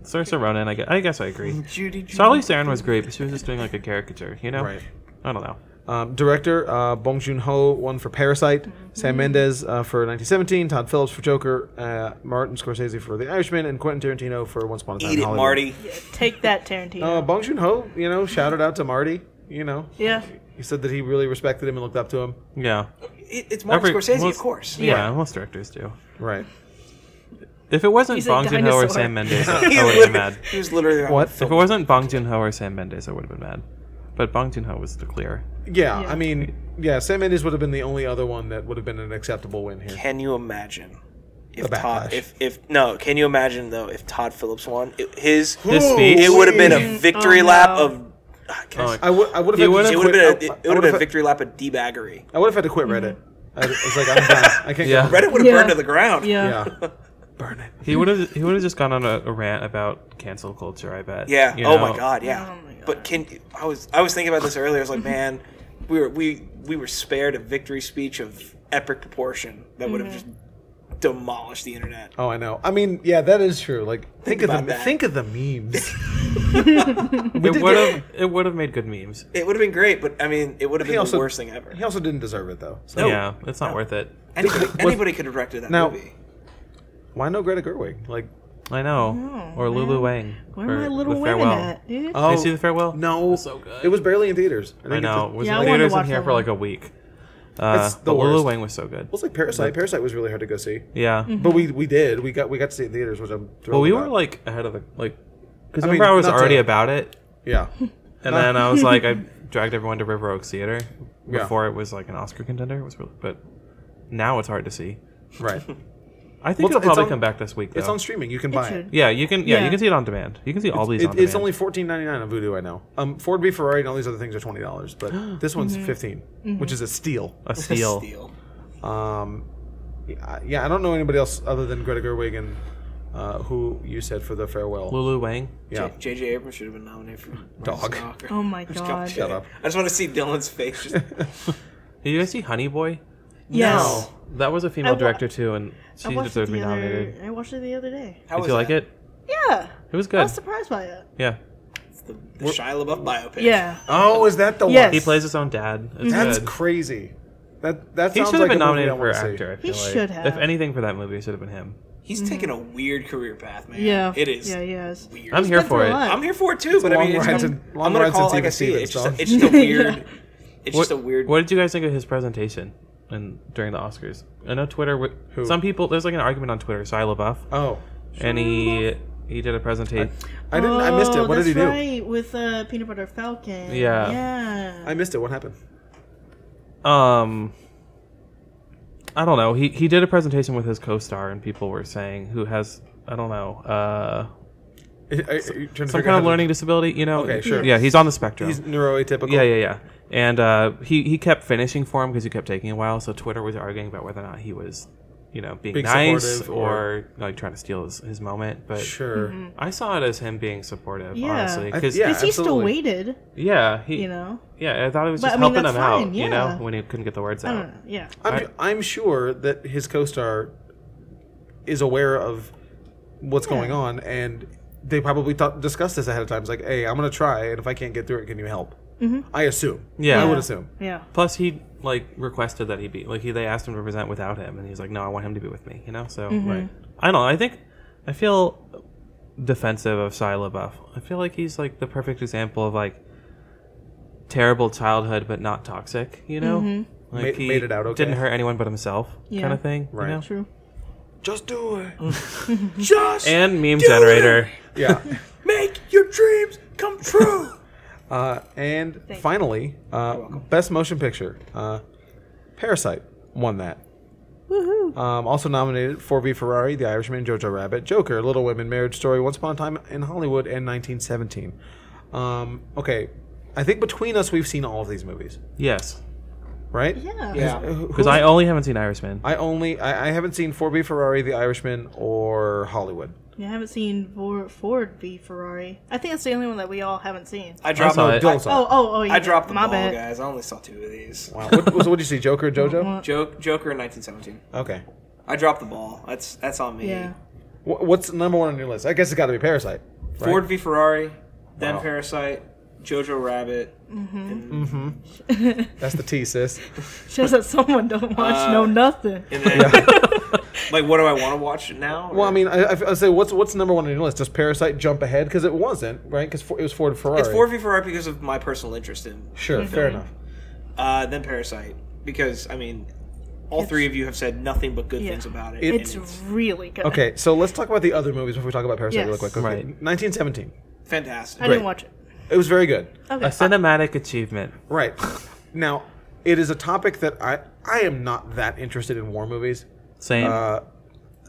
Saoirse Ronan. I guess, I guess I agree.
Judy, Judy.
Charlize Theron was great, but she was just doing like a caricature. You know.
Right.
I don't know.
Um, director uh, Bong Joon Ho won for Parasite, Sam Mendes uh, for 1917, Todd Phillips for Joker, uh, Martin Scorsese for The Irishman, and Quentin Tarantino for Once Upon a Time
Eat
in
it,
Hollywood.
Marty.
Take that, Tarantino.
Uh, Bong Joon Ho, you know, shouted out to Marty. You know,
yeah.
he said that he really respected him and looked up to him.
Yeah.
It, it's Martin
Every-
Scorsese,
most-
of course.
Yeah.
Yeah.
Most directors do.
Right.
If it wasn't
He's a
Bong Joon Ho or
dinosaur.
Sam Mendes, I
He
would
was,
have been
literally,
mad.
he was literally like,
What?
If it wasn't Bong Joon Ho or Sam Mendes, I would have been mad. But Bong Joon Ho was the clear.
Yeah,
Yeah.
I mean, yeah, Sam Mendes would have been the only other one that would have been an acceptable win here.
Can you imagine if
The
Todd?
backlash.
If if no, can you imagine though if Todd Phillips won It- his?
His speech.
It would have been a
Mm,
victory
oh,
lap
no.
of. ah, can I
Oh,
say-
I would. I would
He
have.
would've-
It would have been a, it would have been a victory lap of debaggery.
I would have had to quit
Mm-hmm.
Reddit. I was like, I'm done. I can't.
Yeah.
Go.
Reddit would have
Yeah.
burned to the ground.
Yeah.
Yeah. Burn it.
He would have. He would have just gone on a, a rant about cancel culture. I bet.
Yeah.
You
oh
know?
my god. Yeah.
Oh my God.
But can I was I was thinking about this earlier. I was like, man, we were we we were spared a victory speech of epic proportion that would have
Mm-hmm.
just demolished the internet.
Oh, I know. I mean, yeah, that is true. Like, think, of
about
the
that.
think of the memes.
It would have it would have made good memes.
It would have been great, but I mean, it would have
He
been
also-
the worst thing ever.
he also didn't deserve it though.
Oh.
So
Yeah, it's not worth it.
Anybody, anybody could have directed that
Now-
movie.
why no Greta Gerwig? Like,
I know.
Oh,
or Lulu Wang.
Where
for
are my little
The
women
Farewell.
at, dude?
Oh.
Did you see the farewell?
no,
so good.
It was barely in theaters. think
I
it's
know. It
just-
was
Yeah, I
in
wanted to
theaters in
watch
here
that
for like
one.
a week. Uh,
It's the
but Lulu
worst.
Wang was so good.
It was like Parasite. Parasite was really hard to go see,
Yeah.
Mm-hmm.
but we we did. We got we got to see it in theaters, which I'm thrilled.
Well, we
about.
were like ahead of the like because
I mean,
remember I was
not to-
already about it,
yeah,
and
Not-
then I was like I dragged everyone to River Oaks Theater
Yeah.
before it was like an Oscar contender. It was really, but now it's hard to see.
right.
I think
Well,
it'll
it's
probably
on-
come back this week. Though.
It's on streaming. You can buy it.
should.
yeah, you can. Yeah,
Yeah.
you can see it on demand. You can see all these.
It-
on
it's
demand.
only fourteen ninety nine on Vudu. I know. Um, Ford v Ferrari and all these other things are twenty dollars, but this one's
Mm-hmm.
15 which is a steal.
a steal.
Steal.
Um, yeah, yeah, I don't know anybody else other than Greta Gerwig and uh, who you said for the farewell.
Lulu Wang.
yeah,
J- J.J. Abrams should have been nominated for
Dog.
Martin Snocker.
Oh my
I'm just
God.
Shut up.
I just want to see Dylan's face. Just,
Did you guys see Honey Boy?
Yes.
No.
That was a female
wa-
director too, and she
I watched it
deserved to be
the
nominated.
other. I watched it the other day.
how
Did
was
you like
that?
it?
Yeah,
It was
I
good.
was surprised by it.
Yeah.
The, the Shia LaBeouf biopic.
Yeah,
Oh, is that the
Yes.
one?
He plays his own dad. It's
That's
good.
crazy. That that
He
sounds
should have
like
been
a movie I
nominated for
wanna see.
actor. I
He
feel like.
should have.
If anything for that movie, it should have been him.
He's taking a weird career path, man.
Mm-hmm. yeah,
It is
Yeah, yeah. it's-
weird.
I'm here
been through
for
a
it.
lot.
I'm here for it too, but I
long
mean, it's,
ride
I'm,
to- long
I'm gonna
ride to
call it like
Steven
I see it.
Stevens,
It's just,
dog.
it's just a weird. It's
What,
just a weird.
what did you guys think of his presentation in, during the Oscars? I know Twitter. w-
Who?
Some people. There's like an argument on Twitter. Shia LaBeouf,
Oh,
and he he did a presentation.
I didn't. I missed it.
Oh,
What did he
that's
do?
Right, with uh, Peanut Butter Falcon.
Yeah.
yeah.
I missed it. What happened?
Um, I don't know. He he did a presentation with his co-star, and people were saying who has I don't know. Uh, some kind of learning disability. You know?
Okay, sure.
Yeah, he's on the spectrum.
He's neuroatypical.
Yeah, yeah, yeah. And uh, he he kept finishing for him because he kept taking a while. So Twitter was arguing about whether or not he was, you know, being,
Being
nice
supportive
or, like trying to steal his, his moment. But
Sure.
I saw it as him being supportive,
Yeah.
honestly.
I-
'Cause-
yeah.
yeah,
Because he still
absolutely.
waited,
he,
you know.
yeah, I thought it was
But,
just
I mean,
helping
that's
him
fine,
out,
yeah.
you know, when he couldn't get the words
I
out.
don't know. Yeah.
I'm, I'm sure that his co-star is aware of what's going on, and they probably thought, discussed this ahead of time. It's like, hey, I'm gonna try, and if I can't get through it, can you help? I assume.
Yeah.
I would assume.
Yeah.
Plus, he like requested that he be like he they asked him to present without him, and he's like, no, I want him to be with me, you know. So
Mm-hmm.
right. I don't know. I think I feel defensive of Shia LaBeouf. I feel like he's like the perfect example of like terrible childhood, but not toxic. You know, like
Made-
he
made it out okay.
Didn't hurt anyone but himself,
Mm-hmm. Yeah.
kind of thing. you
Right.
know?
True.
Just do it. Just
And meme generator.
yeah.
Make your dreams come true.
Uh, and finally, uh, best motion picture. Uh, Parasite won that.
Woohoo.
Um, also nominated for V Ferrari, The Irishman, Jojo Rabbit, Joker, Little Women, Marriage Story, Once Upon a Time in Hollywood, and 1917. Um, okay, I think between us we've seen all of these movies,
Yes,
right? uh,
Yeah.
yeah.
because I only haven't seen Irishman.
I only I, I haven't seen 4B Ferrari, The Irishman, or Hollywood.
Yeah, I haven't seen Vor- Ford v Ferrari. I think that's the only one that we all haven't seen.
I dropped.
saw
the-
it.
Dylan
I,
saw
Oh, oh, oh! Yeah.
I dropped the
My
ball,
bad.
guys. I only saw two of these.
Wow. What, what, what did you see? Joker, Jojo?
What?
Joke, Joker in 1917.
Okay.
I dropped the ball. That's that's on me.
Yeah.
Wh- What's number one on your list? I guess it's got to be Parasite. right?
Ford v Ferrari, then
Wow. Mm.
Parasite, Jojo Rabbit,
Mm-hmm.
and,
That's the T, sis.
Just that someone
Uh,
don't watch no nothing.
and then like what do I want to watch now?
Well, I
Or-
mean, I, I, I say, what's what's number one on your list? Does Parasite jump ahead? Because it wasn't, right? Because it was Ford Ferrari.
it's Ford Mm-hmm. v Ferrari because of my personal interest in.
Sure, fair enough.
Uh, then Parasite because I mean, all three of you have said nothing but good
Yeah.
things about it.
It's
and it's
really good.
Okay, so let's talk about the other movies before we talk about Parasite
Yes.
real quick. Okay.
Right.
1917.
I
fantastic.
great.
didn't watch it.
It was very good.
A cinematic achievement.
Right. Now, it is a topic that I I am not that interested in war movies.
Same.
Uh,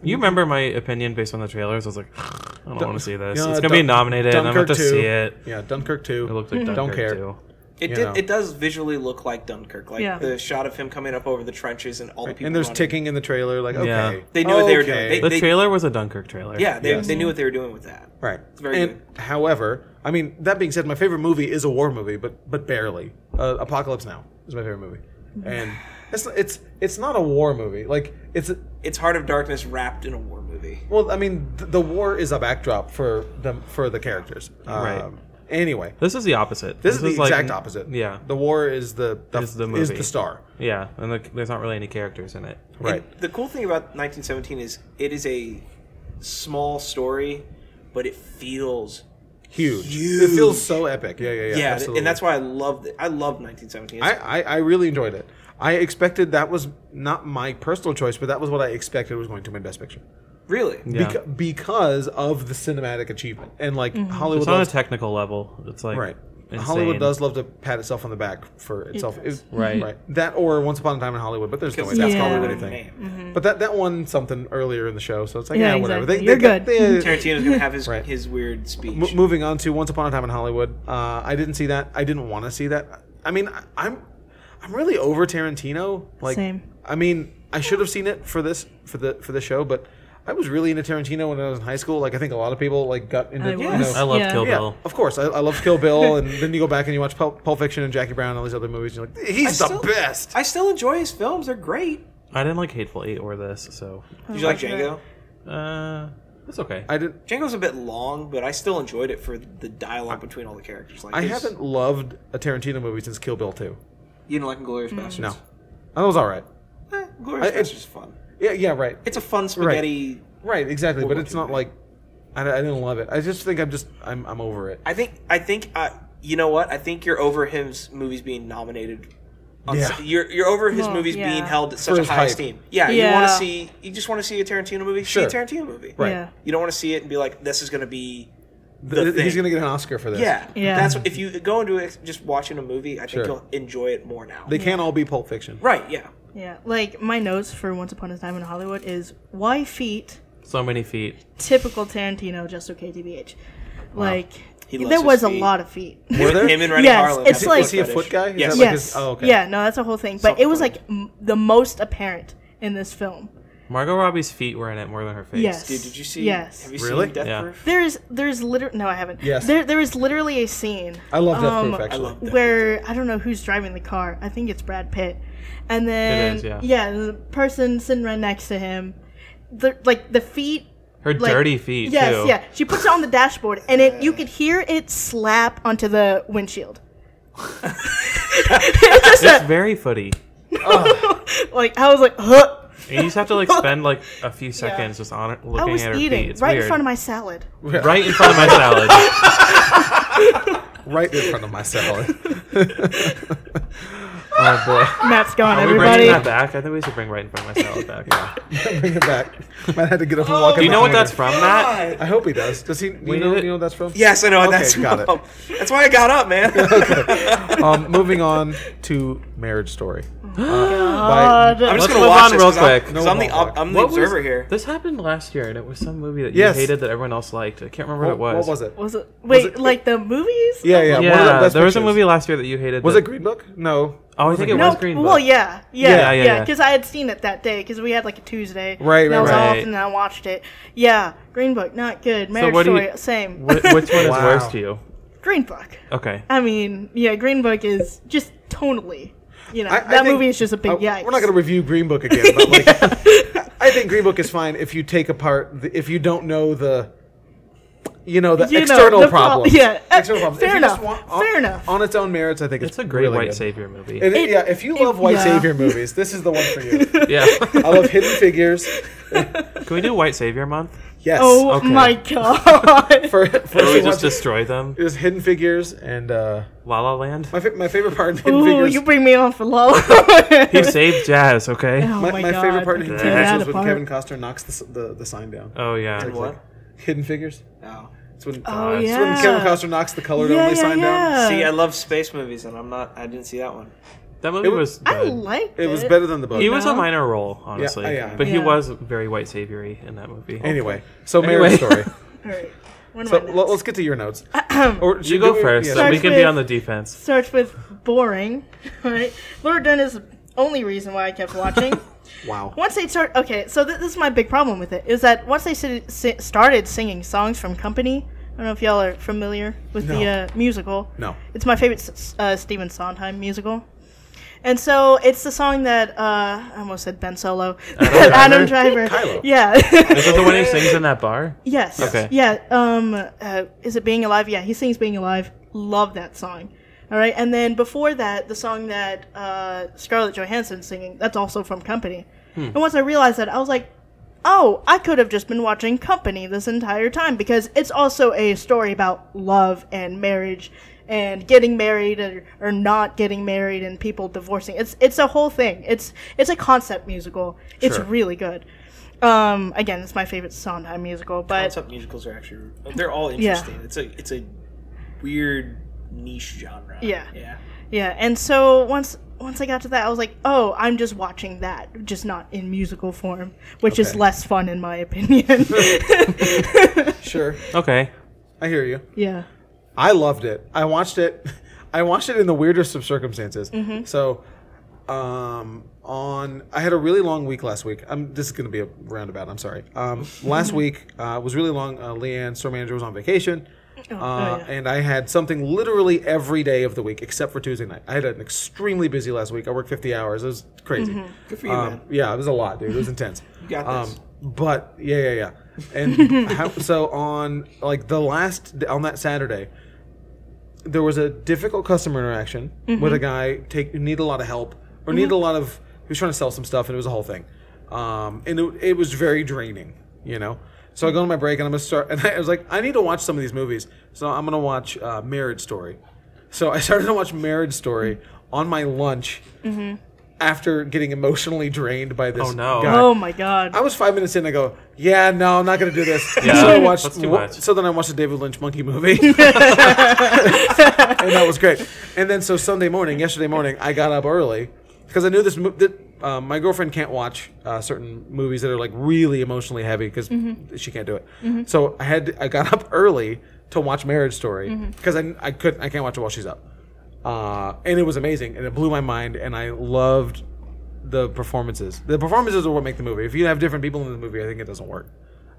You remember my opinion based on the trailers? I was like, I don't want to see this.
you know,
it's gonna be
Dun-
nominated. I'm
Dunkirk
gonna
2.
see it.
Yeah, Dunkirk 2.
It looked like Dunkirk
Mm-hmm.
Don't care.
too.
It
you
did.
know.
It does visually look like Dunkirk, like
Yeah.
the shot of him coming up over the trenches and all the people.
And there's
running.
ticking in the trailer. Like, okay.
Yeah.
They knew what they were doing.
Okay.
The
They-
trailer was a Dunkirk trailer.
Yeah, they,
Yes.
they knew what they were doing with that.
Right.
very
and however, I mean, that being said, my favorite movie is a war movie, but but barely. Uh, Apocalypse Now is my favorite movie, and It's it's it's not a war movie. Like it's
It's Heart of Darkness wrapped in a war movie.
well, I mean, th- the war is a backdrop for them for the characters. Um,
Right.
Anyway,
This is the opposite.
this, is the
like-
exact opposite.
Yeah.
the war is the the,
Is the
is
movie.
the star.
Yeah, and like, there's not really any characters in it.
Right.
The cool thing about 1917 is it is a small story, but it feels
huge. It feels so epic. Yeah, yeah, yeah.
yeah,
absolutely.
and that's why I loved it. I loved 1917. It's-
I, I I really enjoyed it. I expected that was not my personal choice, but that was what I expected was going to win Best Picture
really,
Yeah.
Beca- because of the cinematic achievement and like
Mm-hmm.
Hollywood.
It's on a
Loves,
technical level. It's like
right.
insane.
Hollywood does love to pat itself on the back for itself.
does.
It-
Right.
That or Once Upon a Time in Hollywood, but there's no way
because
that's
Yeah.
going to win
Hollywood
anything. But that, that won something earlier in the show, so it's like, yeah,
Yeah,
whatever.
exactly. You're good.
they-
Tarantino's gonna have his
Right.
his weird speech.
M- moving on to Once Upon a Time in Hollywood. Uh, I didn't see that. I didn't want to see that. I mean, I, I'm I'm really over Tarantino. Like,
Same.
I mean, I should have seen it for this for the for the show, but I was really into Tarantino when I was in high school. Like, I think a lot of people like got into.
I
you
was.
know-
I love
Yeah.
Kill
yeah,
Bill.
of course. I, I love Kill Bill, and then you go back and you watch Pul- Pulp Fiction and Jackie Brown and all these other movies. And you're like, he's
I
the
still-
best.
I still enjoy his films; they're great.
I didn't like Hateful Eight or this, so
Did you like
watched it.
Django?
uh, it's okay.
I didn't.
Django's a bit long, but I still enjoyed it for the dialogue between all the characters. Like
I
there's-
haven't loved a Tarantino movie since Kill Bill 2.
You didn't like
Mm.
Inglorious Bastards?
No, that was all right.
Eh, Glorious
I- it-
Bastards is fun.
Yeah, yeah, right.
It's a fun spaghetti.
Right, exactly. But
War
it's
Two,
not
right?
like I, I didn't love it. I just think I'm just I'm I'm over it.
I think. I think. Uh, you know what? I think you're over his movies being nominated. On
Yeah.
s- you're you're over his
Well,
movies
yeah.
being held at such
For
a
his
high
hype.
esteem. Yeah, you
Yeah.
want to see. You just want to see a Tarantino movie.
Sure.
See a Tarantino movie.
Right.
Yeah.
You don't want to see it and be like, "This is going to be the
Th- He's
thing.
gonna get an Oscar for this.
Yeah,
Yeah.
That's if you go into it just watching a movie, I
Sure.
think you'll enjoy it more now.
they can't all be Pulp Fiction.
right? Yeah.
Yeah, like my notes for Once Upon a Time in Hollywood is why feet?
so many feet.
Typical Tarantino, just okay, TBH. Like
He loves
there
his
was a
feet.
lot of feet.
Were there?
Him and Rennie
Yes,
Harlan.
it's
have
like-
is he a foot
fetish.
guy? Is
Yes.
that like
yes.
his- oh, okay.
Yeah, no, that's a whole thing. But
Soft
it was
footage.
like m- the most apparent in this film.
Margot Robbie's feet were in it more than her face.
Yes.
Dude, did you see?
Yes.
Have you
Really?
seen Death
Yeah.
Proof?
There is there's literally no, I haven't.
Yes.
There there is literally a scene.
I love Death
um,
Proof actually.
I love that.
where I don't know who's driving the car. I think it's Brad Pitt, and then
is, yeah.
the person sitting right next to him, the like the feet.
Her
Like,
dirty feet
Yes,
too.
yeah. She puts it on the dashboard, and it you could hear it slap onto the windshield. it's just
It's
a,
very footy.
like I was like, huh.
And you just have to like spend like a few seconds just on it,
I
looking
was
at her
eating
feet. It's
right
weird.
in front of my salad.
right in front of my salad.
right in front of my salad. oh
Matt's gone,
Are we bringing
everybody.
that back? I think we should bring right in front of my salad back.
boy, bring it back. Might have to get up and walk.
Do Oh, you know what that's from, Matt?
I hope he does. Does he? Do you
We
know?
did it.
You know what that's from?
Yes, I know.
Okay,
that's
got it.
That's why I got up, man.
Um, moving on to Marriage Story. Uh, by-
I'm
Oh God.
just
Let's
gonna
move
watch
on
this
real
'cause I'm-
quick.
'cause I'm, the
No,
ob- I'm the
What was-
observer here.
This happened last year, and it was some movie that
Yes.
you hated that everyone else liked. I can't remember
What,
what it was.
what was it?
Was it wait
it-
like the movies?
Yeah, yeah. one of the
Yeah,
best
there was a
pictures.
movie last year that you hated.
Was
that-
it Green Book? No.
Oh, I think it
No,
was Green Book.
well, yeah,
Yeah,
yeah,
yeah,
yeah,
yeah.
because I had seen it that day because we had like a Tuesday.
Right,
and
right,
I was
right.
off and I watched it. Yeah, Green Book, not good. Marriage
what do you-
Story, same.
Wh- which one is
Wow.
worse to you?
Green Book.
Okay.
I mean, yeah, Green Book is just tonally, you know,
I- I
that
think-
movie is just a big
uh,
yikes.
We're not going to review Green Book again, but like, I think Green Book is fine if you take apart the, if you don't know the, you know, the
You know,
external
the prob-
problems.
yeah, uh,
external problems.
fair
If you just
enough,
want- on,
fair enough.
On its own merits, I think it's,
It's a great
really
white
good.
savior movie.
It-
It-
yeah, if you
it-
love white
yeah.
savior movies, this is the one for you.
yeah.
I love Hidden Figures.
Can we do White Savior Month?
Yes.
Oh
Okay.
my god!
For, for
Or we
watch-
just destroy them?
it was Hidden Figures and uh,
La La Land?
my fa- my favorite part in Hidden
Ooh,
Figures.
you bring me on for love.
He saved Jazz, okay?
Oh
my, my favorite part in Hidden Figures was when
apart.
Kevin Costner knocks the, s- the the sign down.
Oh, yeah.
It's like,
What?
Hidden Figures.
No.
It's when
Oh
It's
yeah.
uh, It's when Kevin Costner knocks the colored
yeah,
only
yeah,
sign down.
yeah.
See, I love space movies, and I'm not. I didn't see that one.
That movie
It wa-
was
I
good.
liked it.
It was better than the book.
He was a
No.
minor role, honestly.
yeah.
But he
Yeah.
was very white saviory in that movie.
anyway, so
Anyway.
marriage story.
All right. One of
So
my
l-
notes.
let's get to your notes. or
You
should-
go
do we-
first,
yeah.
so we
Starts
can be
with-
on the defense.
starts with boring. Right, Laura Dern is the only reason why I kept watching.
Wow.
once they start, okay, so th- this is my big problem with it is that once they si- si- started singing songs from Company, I don't know if y'all are familiar with the
No.
uh, musical.
No.
It's my favorite s- uh, Stephen Sondheim musical. And so it's the song that uh, I almost said Ben Solo, Adam Driver.
Kylo.
Yeah.
Is that the one he sings in that bar?
yes.
Okay.
Yeah. Um, uh, is it Being Alive? Yeah, he sings Being Alive. Love that song. All right. And then before that, the song that uh, Scarlett Johansson's singing, that's also from Company. And once I realized that, I was like, oh, I could have just been watching Company this entire time because it's also a story about love and marriage and getting married or, or not getting married and people divorcing. It's it's a whole thing. It's it's a concept musical. It's
Sure.
really good. Um, again, it's my favorite Sondheim musical, but
Concept musicals are actually they're all interesting. It's a it's a weird niche genre.
Yeah.
Yeah.
Yeah, and so once once I got to that, I was like, oh, I'm just watching that, just not in musical form, which is
Okay.
less fun in my opinion.
Sure.
Okay.
I hear you.
yeah.
I loved it. I watched it. I watched it in the weirdest of circumstances. So, um, on I had a really long week last week. I'm this is going to be a roundabout. I'm sorry. Um, last week uh, was really long. Uh, Leanne, store manager, was on vacation. Uh,
yeah.
And I had something literally every day of the week except for Tuesday night. I had an extremely busy last week. I worked 50 hours. It was crazy.
Good for you,
Um,
man.
yeah, it was a lot, dude. It was intense. you
got this.
but yeah, yeah, yeah. And how, so on, like the last on that Saturday, there was a difficult customer interaction with a guy take who needed a lot of help or needed a lot of. He was trying to sell some stuff, and it was a whole thing. Um, and it, it was very draining, you know. So I go on my break, and I'm gonna start. And I was like, I need to watch some of these movies. So I'm gonna watch uh, Marriage Story. So I started to watch Marriage Story on my lunch after getting emotionally drained by this
Oh, no.
guy.
Oh my god.
I was five minutes in. I go, yeah, no, I'm not gonna do this.
Yeah,
so I watched.
that's too
wa-
much.
So then I watched the David Lynch monkey movie, and that was great. And then so Sunday morning, yesterday morning, I got up early because I knew this. Mo- that, uh, my girlfriend can't watch uh, certain movies that are like really emotionally heavy because
Mm-hmm.
she can't do it. So I had I got up early to watch Marriage Story
Mm-hmm.
because I I could I can't watch it while she's up. Uh, and it was amazing, and it blew my mind, and I loved the performances. The performances are what make the movie. If you have different people in the movie, I think it doesn't work.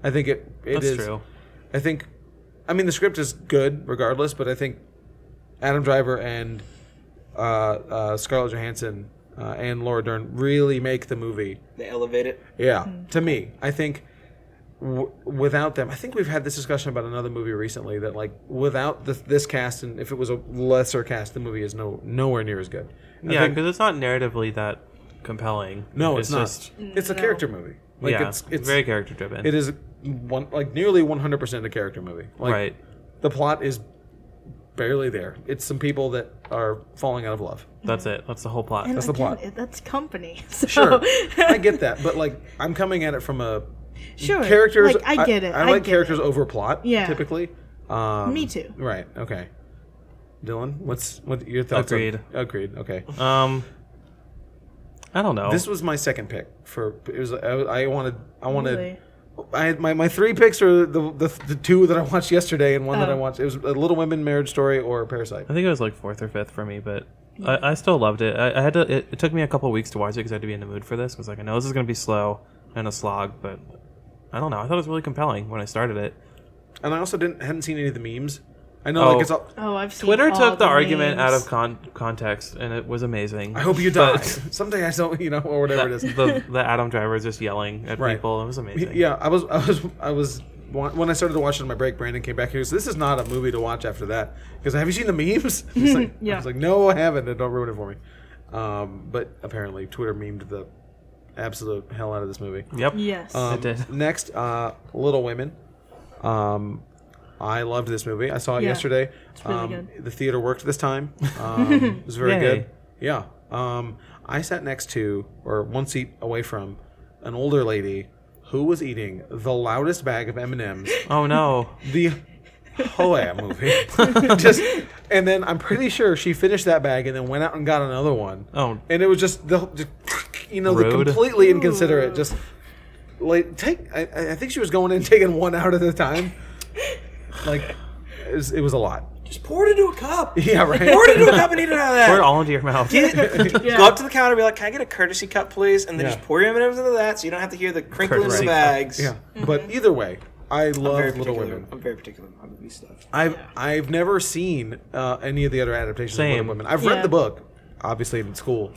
I think it it
That's
is-
true.
I think, I mean, the script is good regardless, but I think Adam Driver and uh, uh, Scarlett Johansson uh, and Laura Dern really make the movie.
They elevate it.
Yeah, to me, I think w- without them, I think we've had this discussion about another movie recently that like without this, this cast and if it was a lesser cast, the movie is no nowhere near as good. I
Yeah,
think-
because it's not narratively that compelling.
no, it's, not.
Just,
it's a
No.
character movie. Like
yeah,
it's it's
very character driven.
it is one like nearly 100% a character movie. Like,
right.
the plot is barely there. It's some people that are falling out of love.
That's it. That's the whole plot.
and
that's the
again,
plot.
it- that's company. So.
Sure, I get that, but like I'm coming at it from a
Sure.
characters.
Like, I get it.
I, like
get
characters over plot.
Yeah.
typically. Um,
Me too.
Right. Okay. Dylan, what's what your thoughts? on-
Agreed.
agreed. Okay.
Um, I don't know.
This was my second pick for it was I, I wanted I wanted.
Really?
I had my, my three picks are the, the the two that I watched yesterday and one that
Oh.
I watched. It was a Little Women, Marriage Story, or Parasite.
I think it was like fourth or fifth for me, but I, I still loved it. I, I had to. It, it took me a couple weeks to watch it because I had to be in the mood for this. Because like I know this is gonna be slow and a slog, but I don't know. I thought it was really compelling when I started it.
And I also didn't hadn't seen any of the memes. I know
Oh.
like it's all.
Oh, I've seen
Twitter
all
took the, argument out
memes.
of con- context, and it was amazing.
I hope you die someday. I don't, you know, or whatever it is.
the the Adam Driver is just yelling at
Right.
people. It was amazing.
Yeah, I was, I was, I was. When I started to watch it on my break, Brandon came back. He goes, "This is not a movie to watch." After that, because have you seen the memes? I was like,
Yeah.
I was like, "No, I haven't." And don't ruin it for me. Um, but apparently, Twitter memed the absolute hell out of this movie.
Yep.
Yes.
Um,
did.
Next, uh, Little Women. Um, I loved this movie. I saw it
Yeah,
yesterday.
really
um,
good.
The theater worked this time. Um, it was very
Yay.
good. Yeah. Um, I sat next to, or one seat away from, an older lady who was eating the loudest bag of M and M's.
Oh no.
The whole ass movie. just and then I'm pretty sure she finished that bag and then went out and got another one.
Oh.
And it was just the just, you know the
Rude.
completely inconsiderate. Just like take. I, I think she was going in taking one out at a time. Like it was, it was a lot.
Just pour it into a cup.
Yeah, right.
Pour it into a cup and eat it out of that.
Pour it all into your mouth.
Yeah.
Go up to the counter and be like, "Can I get a courtesy cup, please?" And then
Yeah.
just pour your M&Ms into that, so you don't have to hear the crinkling of
Courtesy
the
cup.
bags.
Yeah, but either way, I
I'm very
love Little
particular.
Women.
I'm very particular about movie stuff.
I've I've never seen uh, any of the other adaptations of
Same.
Little Women. I've
Yeah.
read the book. obviously in school.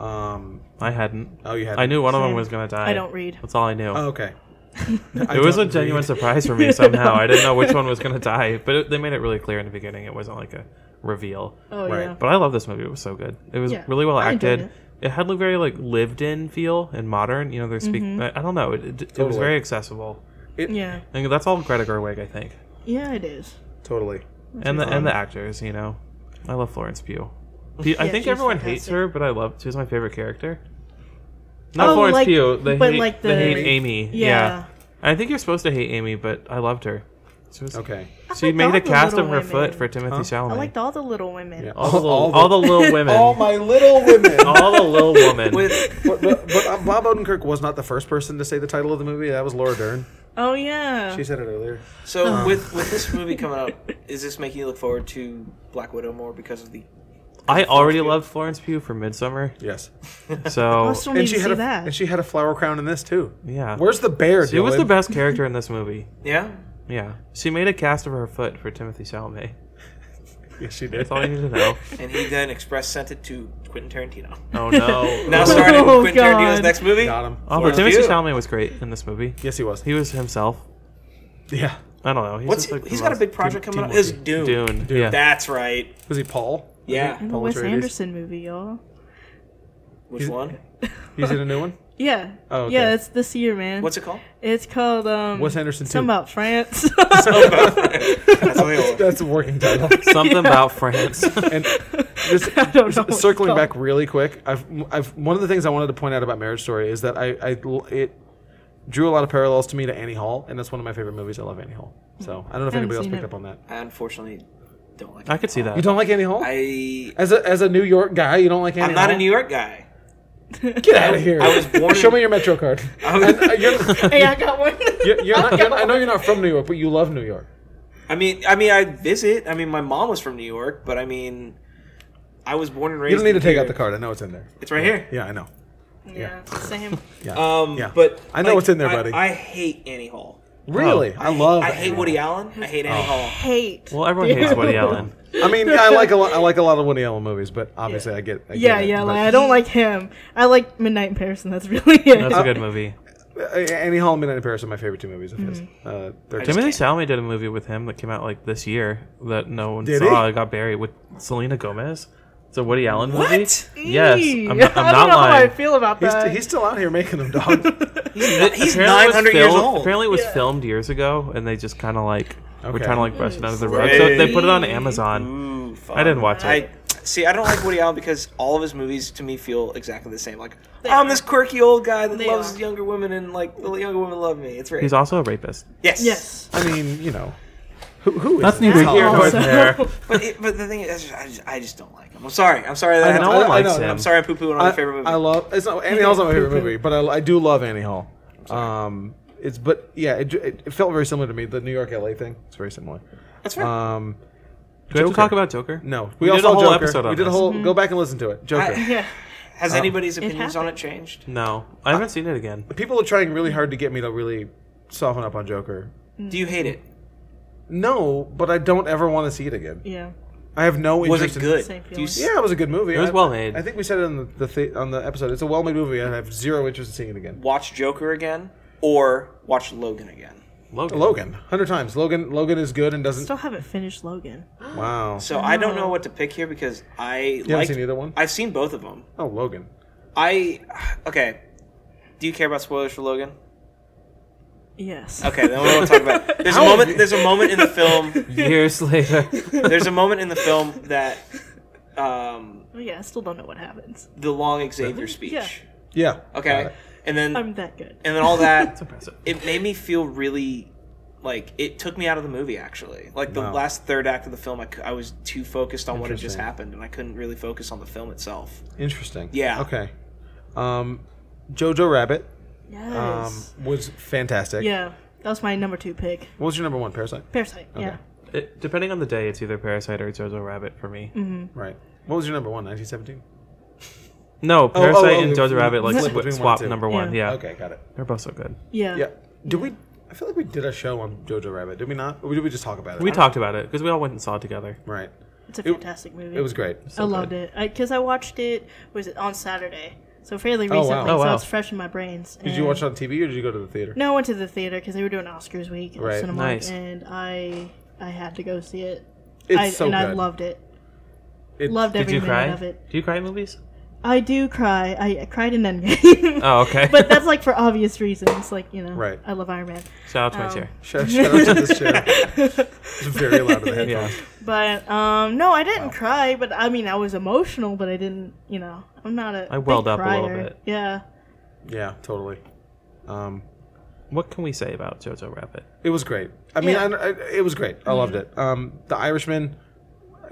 Um,
I hadn't.
oh, you had.
I knew one of them
Same.
was gonna die.
I don't read.
That's all I knew.
Oh, okay.
it was a genuine surprise for me somehow. I didn't know which one was gonna die, but it, they made it really clear in the beginning. It wasn't like a reveal.
Oh
Right.
yeah.
But I love this movie. It was so good. It was
Yeah,
really well
I enjoyed
acted. It. had a very like lived in feel and modern. You know, they're speaking.
Mm-hmm.
I, I don't know. It, it, it was
Totally.
very accessible.
Yeah.
And that's all Greta Gerwig, I think,
Yeah, it is.
Totally.
and the and the actors. You know, I love Florence Pugh. Pe- I
Um, Yeah,
think
she's
everyone hates
fantastic.
her, but I love. She's my favorite character. Not
Oh,
Florence
like-
Pugh. They
but
hate,
like
they hate
the-
Amy. Yeah.
Yeah.
I think you're supposed to hate Amy, but I loved her. She was-
Okay.
She
like all
made a
the
cast of
Little
her
Women.
foot for Timothy Chalamet.
I liked all the Little Women.
Yeah.
all, the little,
All
all,
the-
the little women.
All my little women.
all the little woman.
With
but but, but uh, Bob Odenkirk was not the first person to say the title of the movie. That was Laura Dern.
Oh yeah.
She said it earlier.
so with with this movie coming out, is this making you look forward to Black Widow more because of the?
I already loved Florence Pugh for Midsummer,
Yes.
so
I still need
she
to
had
see
a,
that.
and she had a flower crown in this too.
yeah.
Where's the bear?
she was
Dylan?
the best character in this movie.
Yeah,
Yeah, she made a cast of her foot for Timothy Chalamet.
Yes, she did.
That's all you need to know.
and he then express sent it to Quentin Tarantino.
Oh no!
Now
Oh,
starting with Quentin
God.
Tarantino's next movie.
Got him.
Oh, but
Florence
Timothy
Pugh.
Chalamet was great in this movie.
Yes, he was.
He was himself.
yeah.
I don't know. He's
What's
just, like, the
he's got a
most-
big project coming up?
Timothy.
Is Dune.
Dune. Yeah.
That's right.
Was he Paul?
Yeah.
And the
Paul
Wes
Atreides.
Anderson movie, y'all.
Which one?
He's in a new one.
Yeah.
Oh, okay.
Yeah, it's this year, man.
What's it called?
It's called um
Wes Anderson
Something
too.
about France. Oh,
That's what they all-
That's a working title.
Something about France.
And just
I don't know what it's
circling
called.
back really quick, I've, I've one of the things I wanted to point out about Marriage Story is that I, I it drew a lot of parallels to me to Annie Hall, and that's one of my favorite movies. I love Annie Hall, so I don't know if
Haven't
anybody else
seen
picked
it.
up on that.
I unfortunately don't like.
I
it.
could see
You
that.
don't like Annie Hall?
I
as a as a New York guy, you don't like Annie
I'm not
Hall?
a New York guy.
Get out of here!
I was born.
Show
in-
me your Metro card.
I was-
And, uh, you're,
hey, I got one.
you're, you're not, you're not- I know you're not from New York, but you love New York.
I mean, I mean, I visit. I mean, my mom was from New York, but I mean, I was born and raised.
You don't need to
in
take
here.
out the card. I know it's in there.
It's right here.
Yeah, I know.
yeah, same.
Yeah.
Um,
Yeah.
but
I know what's in there,
I-
buddy.
I, hate Annie Hall.
really, I love.
I
Annie
hate
Hall.
Woody Allen. I hate
Oh.
Annie Hall.
Hate.
Well, everyone hates Woody Allen.
I mean, yeah, I like a lot. I like a lot of Woody Allen movies, but obviously, I get. I get
yeah,
it,
yeah.
but-
Like I don't like him. I like Midnight in Paris, and that's really it.
That's a good movie.
Uh, Annie Hall and Midnight in Paris are my favorite two movies of his.
Mm-hmm.
Uh, they're just-
Timothy Chalamet did a movie with him that came out like this year that no one
Did
saw.
he?
It got buried with Selena Gomez. It's a Woody Allen
What?
movie. Yes,
Eee.
I'm not, I'm
I
not
don't know how I
lying.
feel about
he's,
that.
he's still out here making them, dog.
He's
Apparently it was
900 years
filmed-
old.
Apparently, it was
Yeah.
filmed years ago, and they just kind of like were
Okay.
trying to like brush it under the rug. So they put it on Amazon.
Ooh, fun.
I didn't watch it.
I see. I don't like Woody Allen because all of his movies to me feel exactly the same. Like I'm this quirky old guy that
They
loves
are.
younger women and like the younger women love me. It's very
He's also a rapist.
yes,
yes.
I mean, you know, who, who is
That's
this?
neither
Oh,
here nor
Also-
there.
But it, but the thing is, I just, I just, I just don't like him. I'm sorry. I'm sorry that I,
I
have
No
know,
to-
one
I
likes
know.
him.
I'm sorry I poo poo on
I,
my favorite movie.
I love. It's not Annie Hall's not my favorite movie, but I, I do love Annie Hall. Um, it's but yeah, it, it, it felt very similar to me. The New York LA thing. It's very similar.
That's fair.
Um,
Do we have
Joker.
to talk about Joker?
no,
We, did a
saw
whole
Joker.
episode on
We did a
this.
whole. Go back and listen to it. Joker.
I-
Yeah.
Has anybody's opinions on it
happened.
changed?
No, I haven't seen it again.
People are trying really hard to get me to really soften up on Joker.
Do
Mm.
you hate it?
No, but I don't ever want to see it again.
Yeah.
I have no
Was
interest.
it
in-
good?
Same
Do you s-
Yeah, it was a good movie. It
was well made.
I think we said it on the, the th- on the episode. It's a well made movie, and I have zero interest in seeing it again.
watch Joker again or watch Logan again?
Logan.
Logan, hundred times. Logan, Logan is good and doesn't.
Still haven't finished Logan.
Wow.
So I don't know what to pick here because I
You haven't
like
seen either one?
I've seen both of them.
Oh, Logan.
I okay. Do you care about spoilers for Logan?
Yes.
Okay, then we won't talk about. It. There's a moment. There's a moment in the film.
Years later.
There's a moment in the film that um,
Oh, yeah, I still don't know what happens.
the long Xavier speech.
Yeah.
Yeah.
Okay, and then
I'm that good.
and then all
It's
that.
impressive.
It made me feel really like it took me out of the movie. Actually, like the
Wow.
last third act of the film, I, cou- I was too focused on what had just
Interesting.
happened, and I couldn't really focus on the film itself.
Interesting.
Yeah.
Okay. Um, Jojo Rabbit
Yes.
um, was fantastic.
yeah, that was my number two pick.
What was your number one? Parasite.
Parasite. Yeah.
It- depending on the day, it's either Parasite or Jojo Rabbit for me.
Mm.
Right. What was your number one? 1917.
No,
oh,
Parasite
oh,
and
flip
Jojo Rabbit like
between
sw-
one and
swap
two.
number one. Yeah.
Yeah.
Okay, got it.
they're both so good.
Yeah.
Yeah. Did we? I feel like we did a show on Jojo Rabbit. Did we not? Or did we just talk about it?
We talked about it because we all went and saw it together.
Right.
It's a
It-
fantastic movie.
It was great.
I loved it because I, watched it. Was it on Saturday? So fairly
Oh, wow.
recently,
Oh,
wow.
so it's fresh in my brains.
Did you watch it on TV or did you go to the theater?
No, I went to the theater because they were doing Oscars week at
Right.
the Cinemark,
Nice.
and I I had to go see it.
It's
I,
so
and
good.
I loved it.
It's-
Loved
Did
every
you
minute
cry?
of it.
Do you cry in movies?
I do cry. I, I cried in Endgame.
Oh, okay.
but that's like for obvious reasons. Like you know,
Right.
I love Iron Man.
Shout out to my chair.
Shout, shout out to this chair. It's very loud in the headphones.
Yeah.
But um, no, I didn't cry. But I mean, I was emotional, but I didn't. You know, I'm not a.
I welled
big
up a little
crier.
bit.
Yeah.
Yeah, totally. Um,
What can we say about Jojo Rabbit?
it was great. I mean,
Yeah. Mm-hmm.
I, I, it was great. I loved it. Um, the Irishman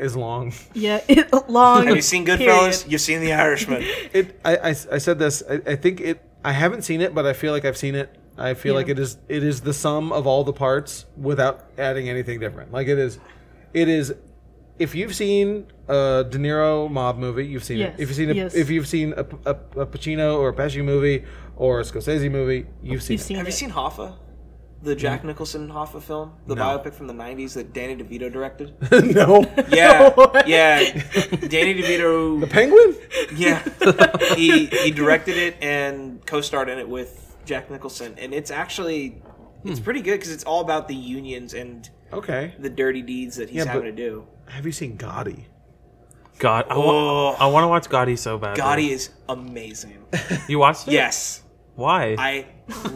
is long.
Yeah, it, long.
Have you seen
period.
Goodfellas? You've seen The Irishman.
It. I. I, I said this. I, I think it. I haven't seen it, but I feel like I've seen it. I feel
Yeah.
like it is. It is the sum of all the parts without adding anything different. Like it is. It is. If you've seen a De Niro mob movie, you've seen
Yes,
it. If you've seen a,
yes.
if you've seen a, a, a Pacino or a Pesci movie or a Scorsese movie, you've seen.
You've
it.
seen
Have you
it.
seen Hoffa? The Jack Nicholson Hoffa film, the
No.
biopic from the '90s that Danny DeVito directed.
no.
Yeah,
What?
yeah. Danny DeVito
The Penguin.
Yeah, he he directed it and co-starred in it with Jack Nicholson, and it's actually it's
Hmm.
pretty good because it's all about the unions and
Okay.
the dirty deeds that
Yeah,
he's
but-
having to do.
Have you seen Gotti?
God, I, wa-
Oh.
I want to watch Gotti so bad.
Gotti is amazing.
You watched it?
yes,
Why?
I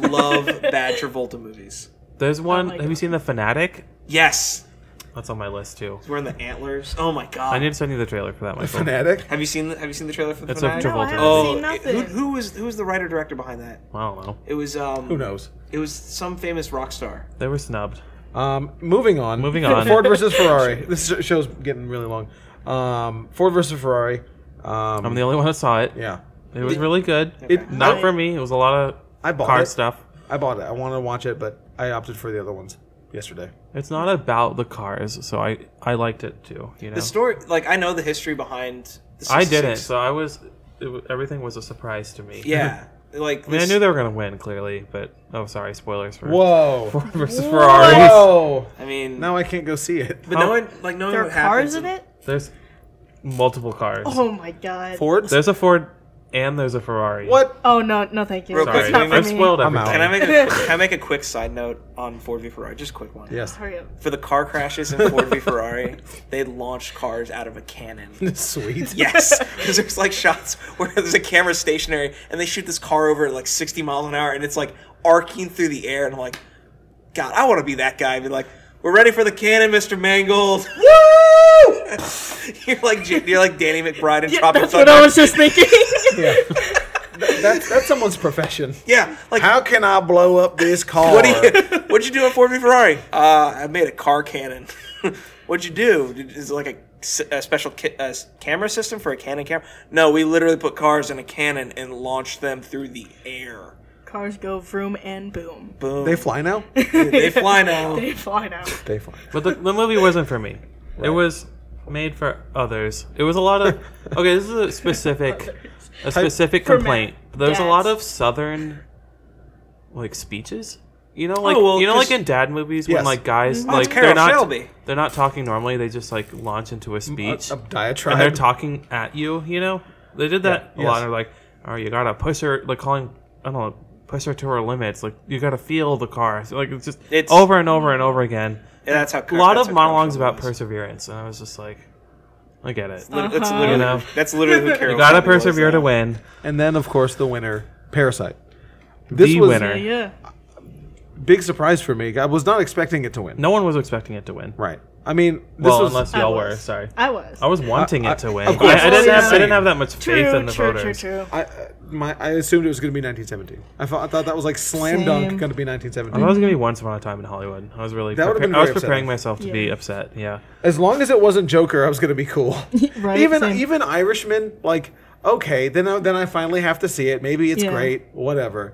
love bad Travolta movies.
There's one.
my
have you
God.
seen The Fanatic?
Yes,
That's on my list too.
we're in the antlers. Oh my god!
I need to send you the trailer for that, Michael.
Fanatic.
have you seen the, Have you seen the trailer for the
It's a
Fanatic?
Travolta.
No, I haven't
Oh,
seen
it-
nothing.
who, who was who was the writer director behind that?
I don't know.
It was um,
Who knows?
It was some famous rock star.
They were snubbed.
Um, moving on.
Moving on.
Ford versus Ferrari. This sh- show's getting really long. Um, Ford versus Ferrari. Um,
I'm the only one that saw it.
yeah,
It was really good.
It-
Not
I-
for me. It was a lot of
I bought
car
it.
stuff.
I bought it. I wanted to watch it, but I opted for the other ones yesterday.
It's not about the cars, so I I liked it too. You know,
The story, like I know the history behind. The
I didn't,
66.
so I was. It, wa- everything was a surprise to me.
Yeah, like
I mean, I
this-
knew they were gonna win clearly, but oh, sorry, spoilers for
Whoa!
Ford versus Ferrari.
Whoa!
I mean,
Now I can't go see it.
but no one like no one
There
what
are
happens
cars in it.
There's multiple cars.
Oh my god.
Ford.
There's a Ford and there's a Ferrari.
What?
Oh no, no, thank you.
Real
That's
Sorry,
quick,
not for
I've
me.
spoiled
I'm
everything.
out.
Can I make a can I make a quick side note on Ford v Ferrari? Just a quick one.
Yes.
Hurry up.
For the car crashes in Ford v Ferrari, they launched cars out of a cannon.
Sweet.
Yes, because there's like shots where there's a camera stationary and they shoot this car over at like 60 miles an hour and it's like arcing through the air and I'm like, God, I want to be that guy. Be like, we're ready for the cannon, Mr. Mangold. Woo! you're like J- you're like Danny McBride in Tropic
That's what I
Thunder.
was just thinking.
Yeah. That- that's that's someone's profession.
Yeah, like
How can I blow up this car?
What do you, what'd you do at Ford v Ferrari? Uh, I made a car cannon. what'd you do? Did- Is it like a, s- a special ki- uh, s- camera system for a cannon camera? No, we literally put cars in a cannon and launched them through the air.
Cars go vroom and boom.
Boom.
They fly now.
They fly now.
They fly now.
They fly.
But the, the movie wasn't for me. It was made for others. It was a lot of okay. This is a specific, a specific
For
complaint.
Matt.
There's a
Dads.
lot of southern, like speeches. You know, like
well,
you know,
'cause-
like in dad movies when
Yes.
like guys
it's
like
Carroll
they're not
Shelby.
they're not talking normally. They just like launch into a speech
A, a diatribe.
and they're talking at you. You know, they did that
Yeah,
a lot.
yes.
And they're like, "Oh, you gotta push her," like calling, I don't know, push her to her limits. Like you gotta feel the car. So, like it's just
It's-
over and over and over again.
Yeah, that's how.
A lot
that's
of
how
monologues
Carroll
about
Shelby was.
perseverance, and I was just like, I get it.
Lit- That's
Uh-huh.
literally.
You know.
That's literally who Carol.
You gotta persevere
uh,
to win.
and then of course the winner, Parasite. This
The
was
winner.
Yeah, yeah.
big surprise for me. I was not expecting it to win.
No one was expecting it to win.
Right. I mean, this
Well,
was,
unless
I
y'all were.
was.
Sorry,
I was.
I was wanting
I-
it to win.
of course.
I, I didn't
Yeah.
have. I didn't have that much
true,
faith in the
true, true,
voters.
true.
I, uh, my, I assumed it was going to be 1917. I thought, I thought that was like slam
Same.
dunk going to be
I thought it
1917.
was gonna be once upon a time in Hollywood. I was really.
That would've
prepar-
been
I was
very upsetting.
preparing myself to be
Yeah.
upset. Yeah.
As long as it wasn't Joker, I was going to be cool.
Right,
Even
same.
even Irishman, like okay, then I, then I finally have to see it. Maybe it's
Yeah.
great. Whatever.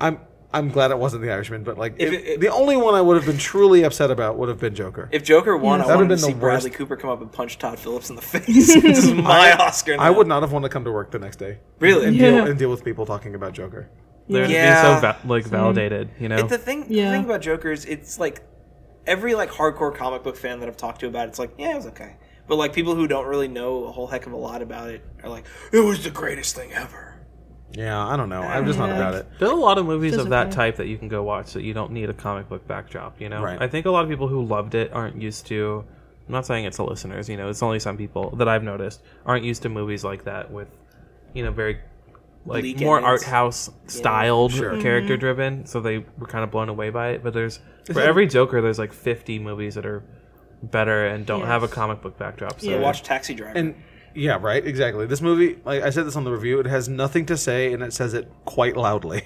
I'm I'm glad it wasn't the Irishman, but like
If
if-
it- it-
the only one I would have been truly upset about would have been Joker.
If Joker won, I
That
wanted
would've
to
been
see
the
Bradley
worst.
Cooper come up and punch Todd Phillips in the face. this is my Oscar. Now.
I would not have wanted to come to work the next day
really.
Yeah.
deal, and deal with people talking about Joker.
They're
Yeah.
being so va- like validated. You know.
It, the thing, the
Yeah.
thing about Joker is it's like every like hardcore comic book fan that I've talked to about it, it's like yeah, it was okay. But like people who don't really know a whole heck of a lot about it are like, it was the greatest thing ever.
Yeah, I don't know. I'm just not
Yeah.
about it.
There's a lot of movies of
Doesn't
that
matter.
type that you can go watch that you don't need a comic book backdrop, you know?
Right.
I think a lot of people who loved it aren't used to. I'm not saying it's the listeners, you know, it's only some people that I've noticed aren't used to movies like that with, you know, very, like,
Bleak
more art
endings.
house styled,
Sure.
Mm-hmm.
character driven. So they were kind of blown away by it. But there's, for every Joker, there's like 50 movies that are better and don't have a
Yes.
comic book backdrop. So
Yeah.
Watch Taxi Driver.
And yeah, right, exactly. This movie, like I said this on the review, it has nothing to say and it says it quite loudly.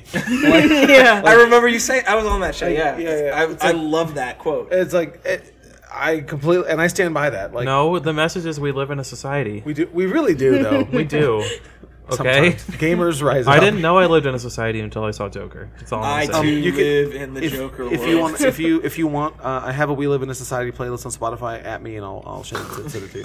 yeah.
I remember you saying I was on that show. Yeah,
yeah, yeah.
I,
It's
I
like- uh,
love that quote.
it's like it, I completely and I stand by that. Like
No, the message is we live in a society.
we do we really do though.
We do. Okay.
Sometimes. Gamers rise
I
up.
didn't know I lived in a society until I saw Joker. That's all
I
I'm
do
saying.
um, you could-
live in the
If,
Joker
if
world.
you want, if you if you want, uh, I have a We Live in a Society playlist on Spotify. At me, and I'll I'll send it to, to the team.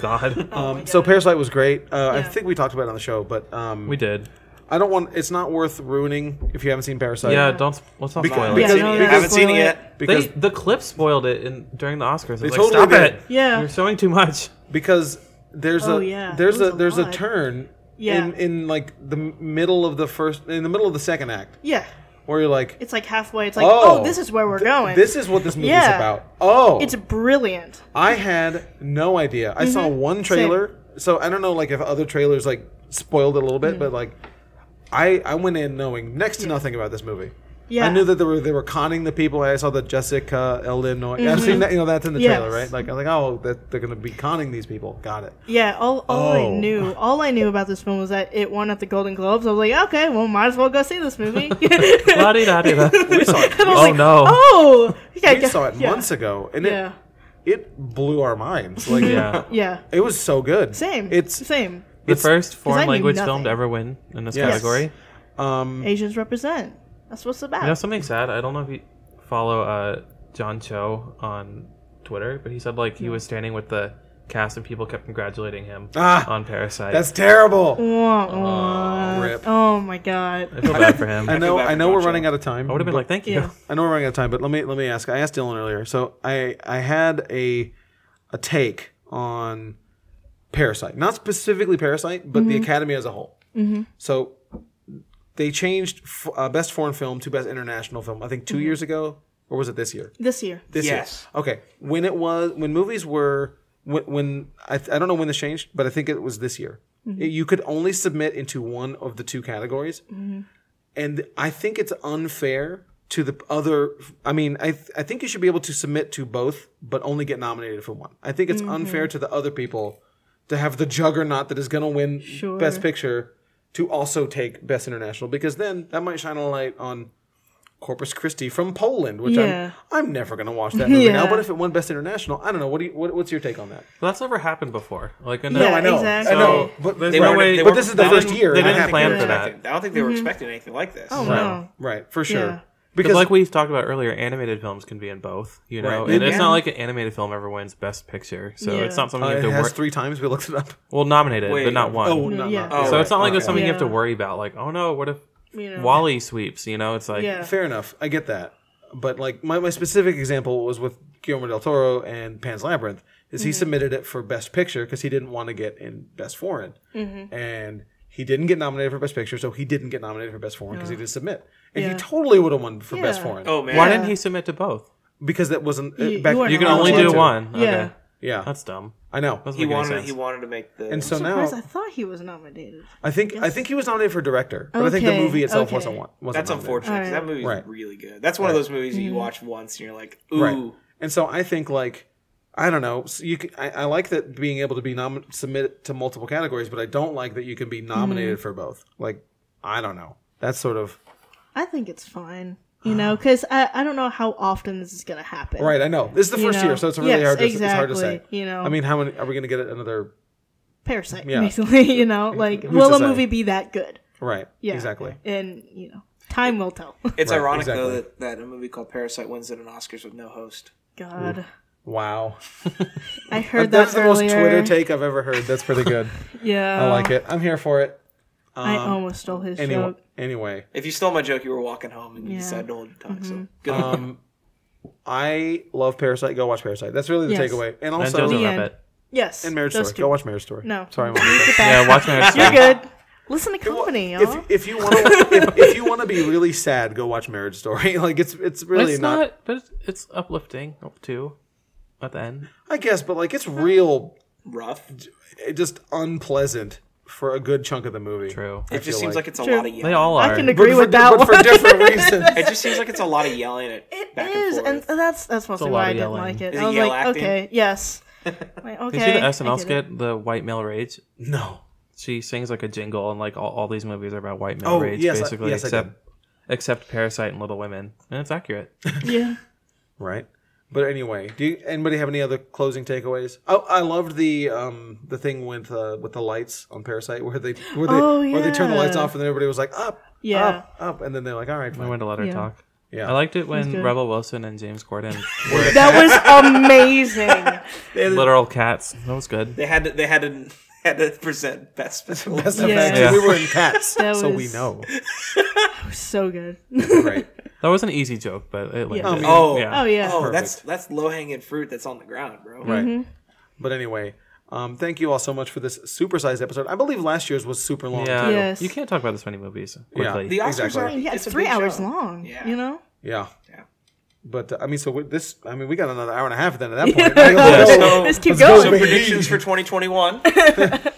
God,
Um, so Parasite was great. Uh, I
Yeah.
think we talked about it on the show, but um,
we did.
I don't want. It's not worth ruining if you haven't seen Parasite.
Yeah, don't let's not
Because-
spoil
Yeah,
it.
because-
no,
because-
no,
haven't seen it
spoil
yet.
because
they, the clip spoiled it in during the Oscars. I was like,
totally
stop
did.
it.
Yeah.
you're showing too much.
because there's
Oh,
a
yeah.
there's
There
a,
was a
there's a
lot.
turn
Yeah.
in in like the middle of the first in the middle of the second act
yeah.
where you're like
It's like halfway. It's like,
Oh,
oh, this is where we're
"Th-
going.
This is what this movie's
Yeah.
about. Oh,
it's brilliant.
I had no idea. I
Mm-hmm.
saw one trailer, so I don't know like if other trailers like spoiled it a little
Mm-hmm.
bit, but like I I went in knowing next to nothing about this movie.
Yeah.
I knew that they were they were conning the people. I saw the Jessica Illinois. I've seen that. You know that's in the
Mm-hmm. Yes.
trailer, right? Like I'm like, oh, that they're gonna be conning these people. Got it.
Yeah, all, all
Oh.
I knew, all I knew about this film was that it won at the Golden Globes. I was like, okay, well, might as well go see this movie. we
La-di-da-di-da.
Oh
Oh no.
Oh, yeah,
We
yeah,
saw it
yeah,
months ago, and
Yeah,
it it blew our minds. Like
Yeah,
yeah,
it was so good.
same.
It's
same.
the
It's-
first
I
foreign
knew
language
nothing.
film to ever win in this
Yes.
category.
um
Asians represent. That's what's about.
You know something sad. I don't know if you follow uh, John Cho on Twitter, but he said like he was standing with the cast and people kept congratulating him
Ah,
on Parasite.
that's terrible.
Wah,
Uh.
wah.
rip.
Oh my god.
I feel bad for him.
I
I
know.
back
I
to
know we're
Nacho.
running out of time.
would have been
but-
like, thank you.
Yeah.
I know we're running out of time, but let me let me ask. I asked Dylan earlier, so I I had a a take on Parasite, not specifically Parasite, but the
Mm-hmm.
Academy as a whole. So they changed f- uh, best foreign film to best international film. I think
Mm-hmm.
2 years ago, or was it this year?
This year.
This
Yes.
year. Okay. When it was when movies were when, when I I don't know when this changed, but I think it was this year. You could only submit into one of the two categories and I think it's unfair to the other. I mean, I th- I think you should be able to submit to both, but only get nominated for one. I think it's unfair to the other people to have the juggernaut that is going to win
Sure.
Best Picture to also take Best International because then that might shine a light on Corpus Christi from Poland, which
Yeah.
I'm I'm never going to watch that movie now.
Yeah.
But if it won Best International, I don't know. What do you, what, what's your take on that?
Well, that's never happened before. Like I know,
No, I know. exactly.
I know.
So,
But,
there's
right.
no way-
but this
they were-
is the
they
first
didn't-
year.
they
and I
didn't
have to
plan
give
for
it-
that.
I don't think they were expecting anything like this.
Oh
Right.
no.
Right. For sure.
Yeah.
Because
Because
like we talked about earlier, animated films can be in both, you know,
Right.
and it's
Yeah.
not like an animated film ever wins Best Picture, so
Yeah.
it's not something
uh,
you
it
have to worry.
has three times. We looked it up.
well, nominated,
Wait.
but not won.
Oh,
Yeah.
no,
Yeah.
no.
Oh,
so it's not like
okay.
it's something you have to
Yeah.
worry about. Like, oh no, what if
You know.
Wally sweeps? You know, it's like
Yeah.
Fair enough. I get that. But like my, my specific example was with Guillermo del Toro and Pan's Labyrinth is
Mm-hmm.
he submitted it for Best Picture because he didn't want to get in Best Foreign,
Mm-hmm.
and he didn't get nominated for Best Picture, so he didn't get nominated for Best Foreign because he didn't submit, and he
Oh. Yeah.
totally would have won for Best
Yeah.
Foreign
Oh man.
why didn't he submit to both?
because that wasn't uh,
You-
back.
you weren't
You can
Oh,
only
he
do
wanted to.
one.
Yeah.
Okay.
Yeah,
that's dumb.
I know.
Doesn't
He
make any
wanted
sense.
he wanted to make the
And so now
Surprised I thought he was nominated.
I think I think he was nominated for director, but I think the
Okay,
movie itself
okay.
wasn't one. Wasn't
that's
nominated.
unfortunate 'cause that movie's
Right.
really good. That's one of those movies
Mm-hmm.
that you watch once and you're like, ooh,
Right. And so I think like I don't know. So you, can, I, I like that being able to be nom- submit to multiple categories, but I don't like that you can be nominated
Mm-hmm.
for both. Like I don't know. That's sort of
I think it's fine. You know, because I, I don't know how often this is going to happen.
right. I know this is the
You
first
know,
year, so it's really
yes,
hard. To, It's hard to say.
exactly, you know.
I mean, how many are we going to get? Another
Parasite,
Yeah.
basically. You know, like,
Who's
will
to
a
say?
movie be that good?
right?
Yeah.
Exactly.
And, you know, time will tell.
It's
Right,
ironic though
exactly.
that, that a movie called Parasite wins at an Oscars with no host.
God.
Wow,
I heard that
that's the most
earlier. Oh.
Twitter take I've ever heard. That's pretty good.
Yeah.
I like it. I'm here for it.
I almost stole his
Anyway,
joke.
anyway,
If you stole my joke, you were walking home and you
Yeah. Mm-hmm.
decided to hold your tongue. So good. luck.
Um, I love Parasite. Go watch Parasite. That's really the
Yes.
takeaway. And
And
also,
Jojo
The
Rabbit.
end. Yes.
And Marriage
those
Story.
two.
Go watch Marriage Story.
No.
Sorry,
You
Mom.
get back.
Yeah, watch my
You're good. Listen to company, y'all.
If, if you want to, if, if you want to be really sad, go watch Marriage Story. Like it's it's really
it's
not,
not, but it's, it's uplifting up to at the end.
I guess, but like it's real,
Rough.
it just unpleasant for a good chunk of the movie.
True.
I
It just
feel
seems like,
like.
it's a
True.
lot of
They
yelling.
all are.
I can
But
agree
for
with
di-
that
but
one.
for different reasons.
it just seems like it's a lot of yelling at
It
back
is,
and
and uh,
forth.
that's that's mostly
lot
why
of
I didn't
yelling.
like it.
Is
I
it
was
yell
like,
acting?
okay, yes. Like, okay.
Did you see the
I
SNL
get it.
skit, the white male rage?
No,
She sings like a jingle, and like all, all these movies are about white male
Oh,
rage,
yes, I-
basically,
yes, I
except except Parasite and Little Women, and it's accurate.
Yeah.
right. But anyway, do you, anybody have any other closing takeaways? Oh, I loved the um the thing with uh, with the lights on Parasite, where they where they
Oh,
where they turn the lights
yeah.
off, and then everybody was like up,
Yeah.
up, up, and then they're like, all right,
I
fine.
wanted to let her
Yeah.
talk.
yeah.
I liked it when
good.
Rebel Wilson and James Corden were
That was amazing.
literal cats. That was good.
They had to. They had to. Had to present best visual.
That's
Yeah.
the fact.
Yeah.
We were in cats,
That
so we
was-
know.
so good.
Right.
That was an easy joke, but it landed.
Yeah.
Um,
Oh.
Yeah.
Oh yeah.
Oh, that's that's low hanging fruit that's on the ground, bro.
Right. But anyway, um, thank you all so much for this supersized episode. I believe last year's was super long.
Yeah,
Too.
Oh, Yes.
you can't talk about this many movies
Yeah.
quickly.
The Oscars
Exactly.
are.
yeah, it's,
a
three
big
hours
show.
long.
Yeah.
You know?
Yeah.
Yeah.
But uh, I mean, so we, this, I mean, we got another hour and a half then at that point. I gotta
Yeah,
go.
so-
Let's
let's
keep
go,
going.
So
Baby.
predictions for 2021.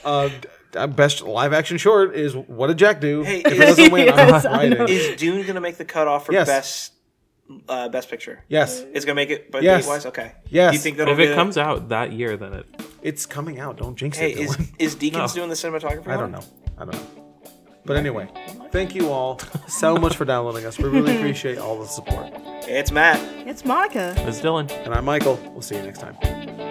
Uh, d- uh, best live action short is What Did Jack Do?
Hey,
if it
is-
doesn't win, I'm
Yes, I know.
writing.
Is Dune gonna make the cutoff for
Yes.
best uh, best picture?
Yes,
It's gonna make it, but
Yes.
date wise, okay.
Yes.
Do you think that'll
If
be
it
the-
comes out that year, then it.
it's coming out. Don't jinx
Hey,
it.
is
Dylan.
is Deacons
No.
doing the cinematography?
I
one?
don't know. I don't know. But anyway, thank you all so much for downloading us. We really appreciate all the support.
It's Matt.
It's Monica.
It's Dylan.
And I'm Michael. We'll see you next time.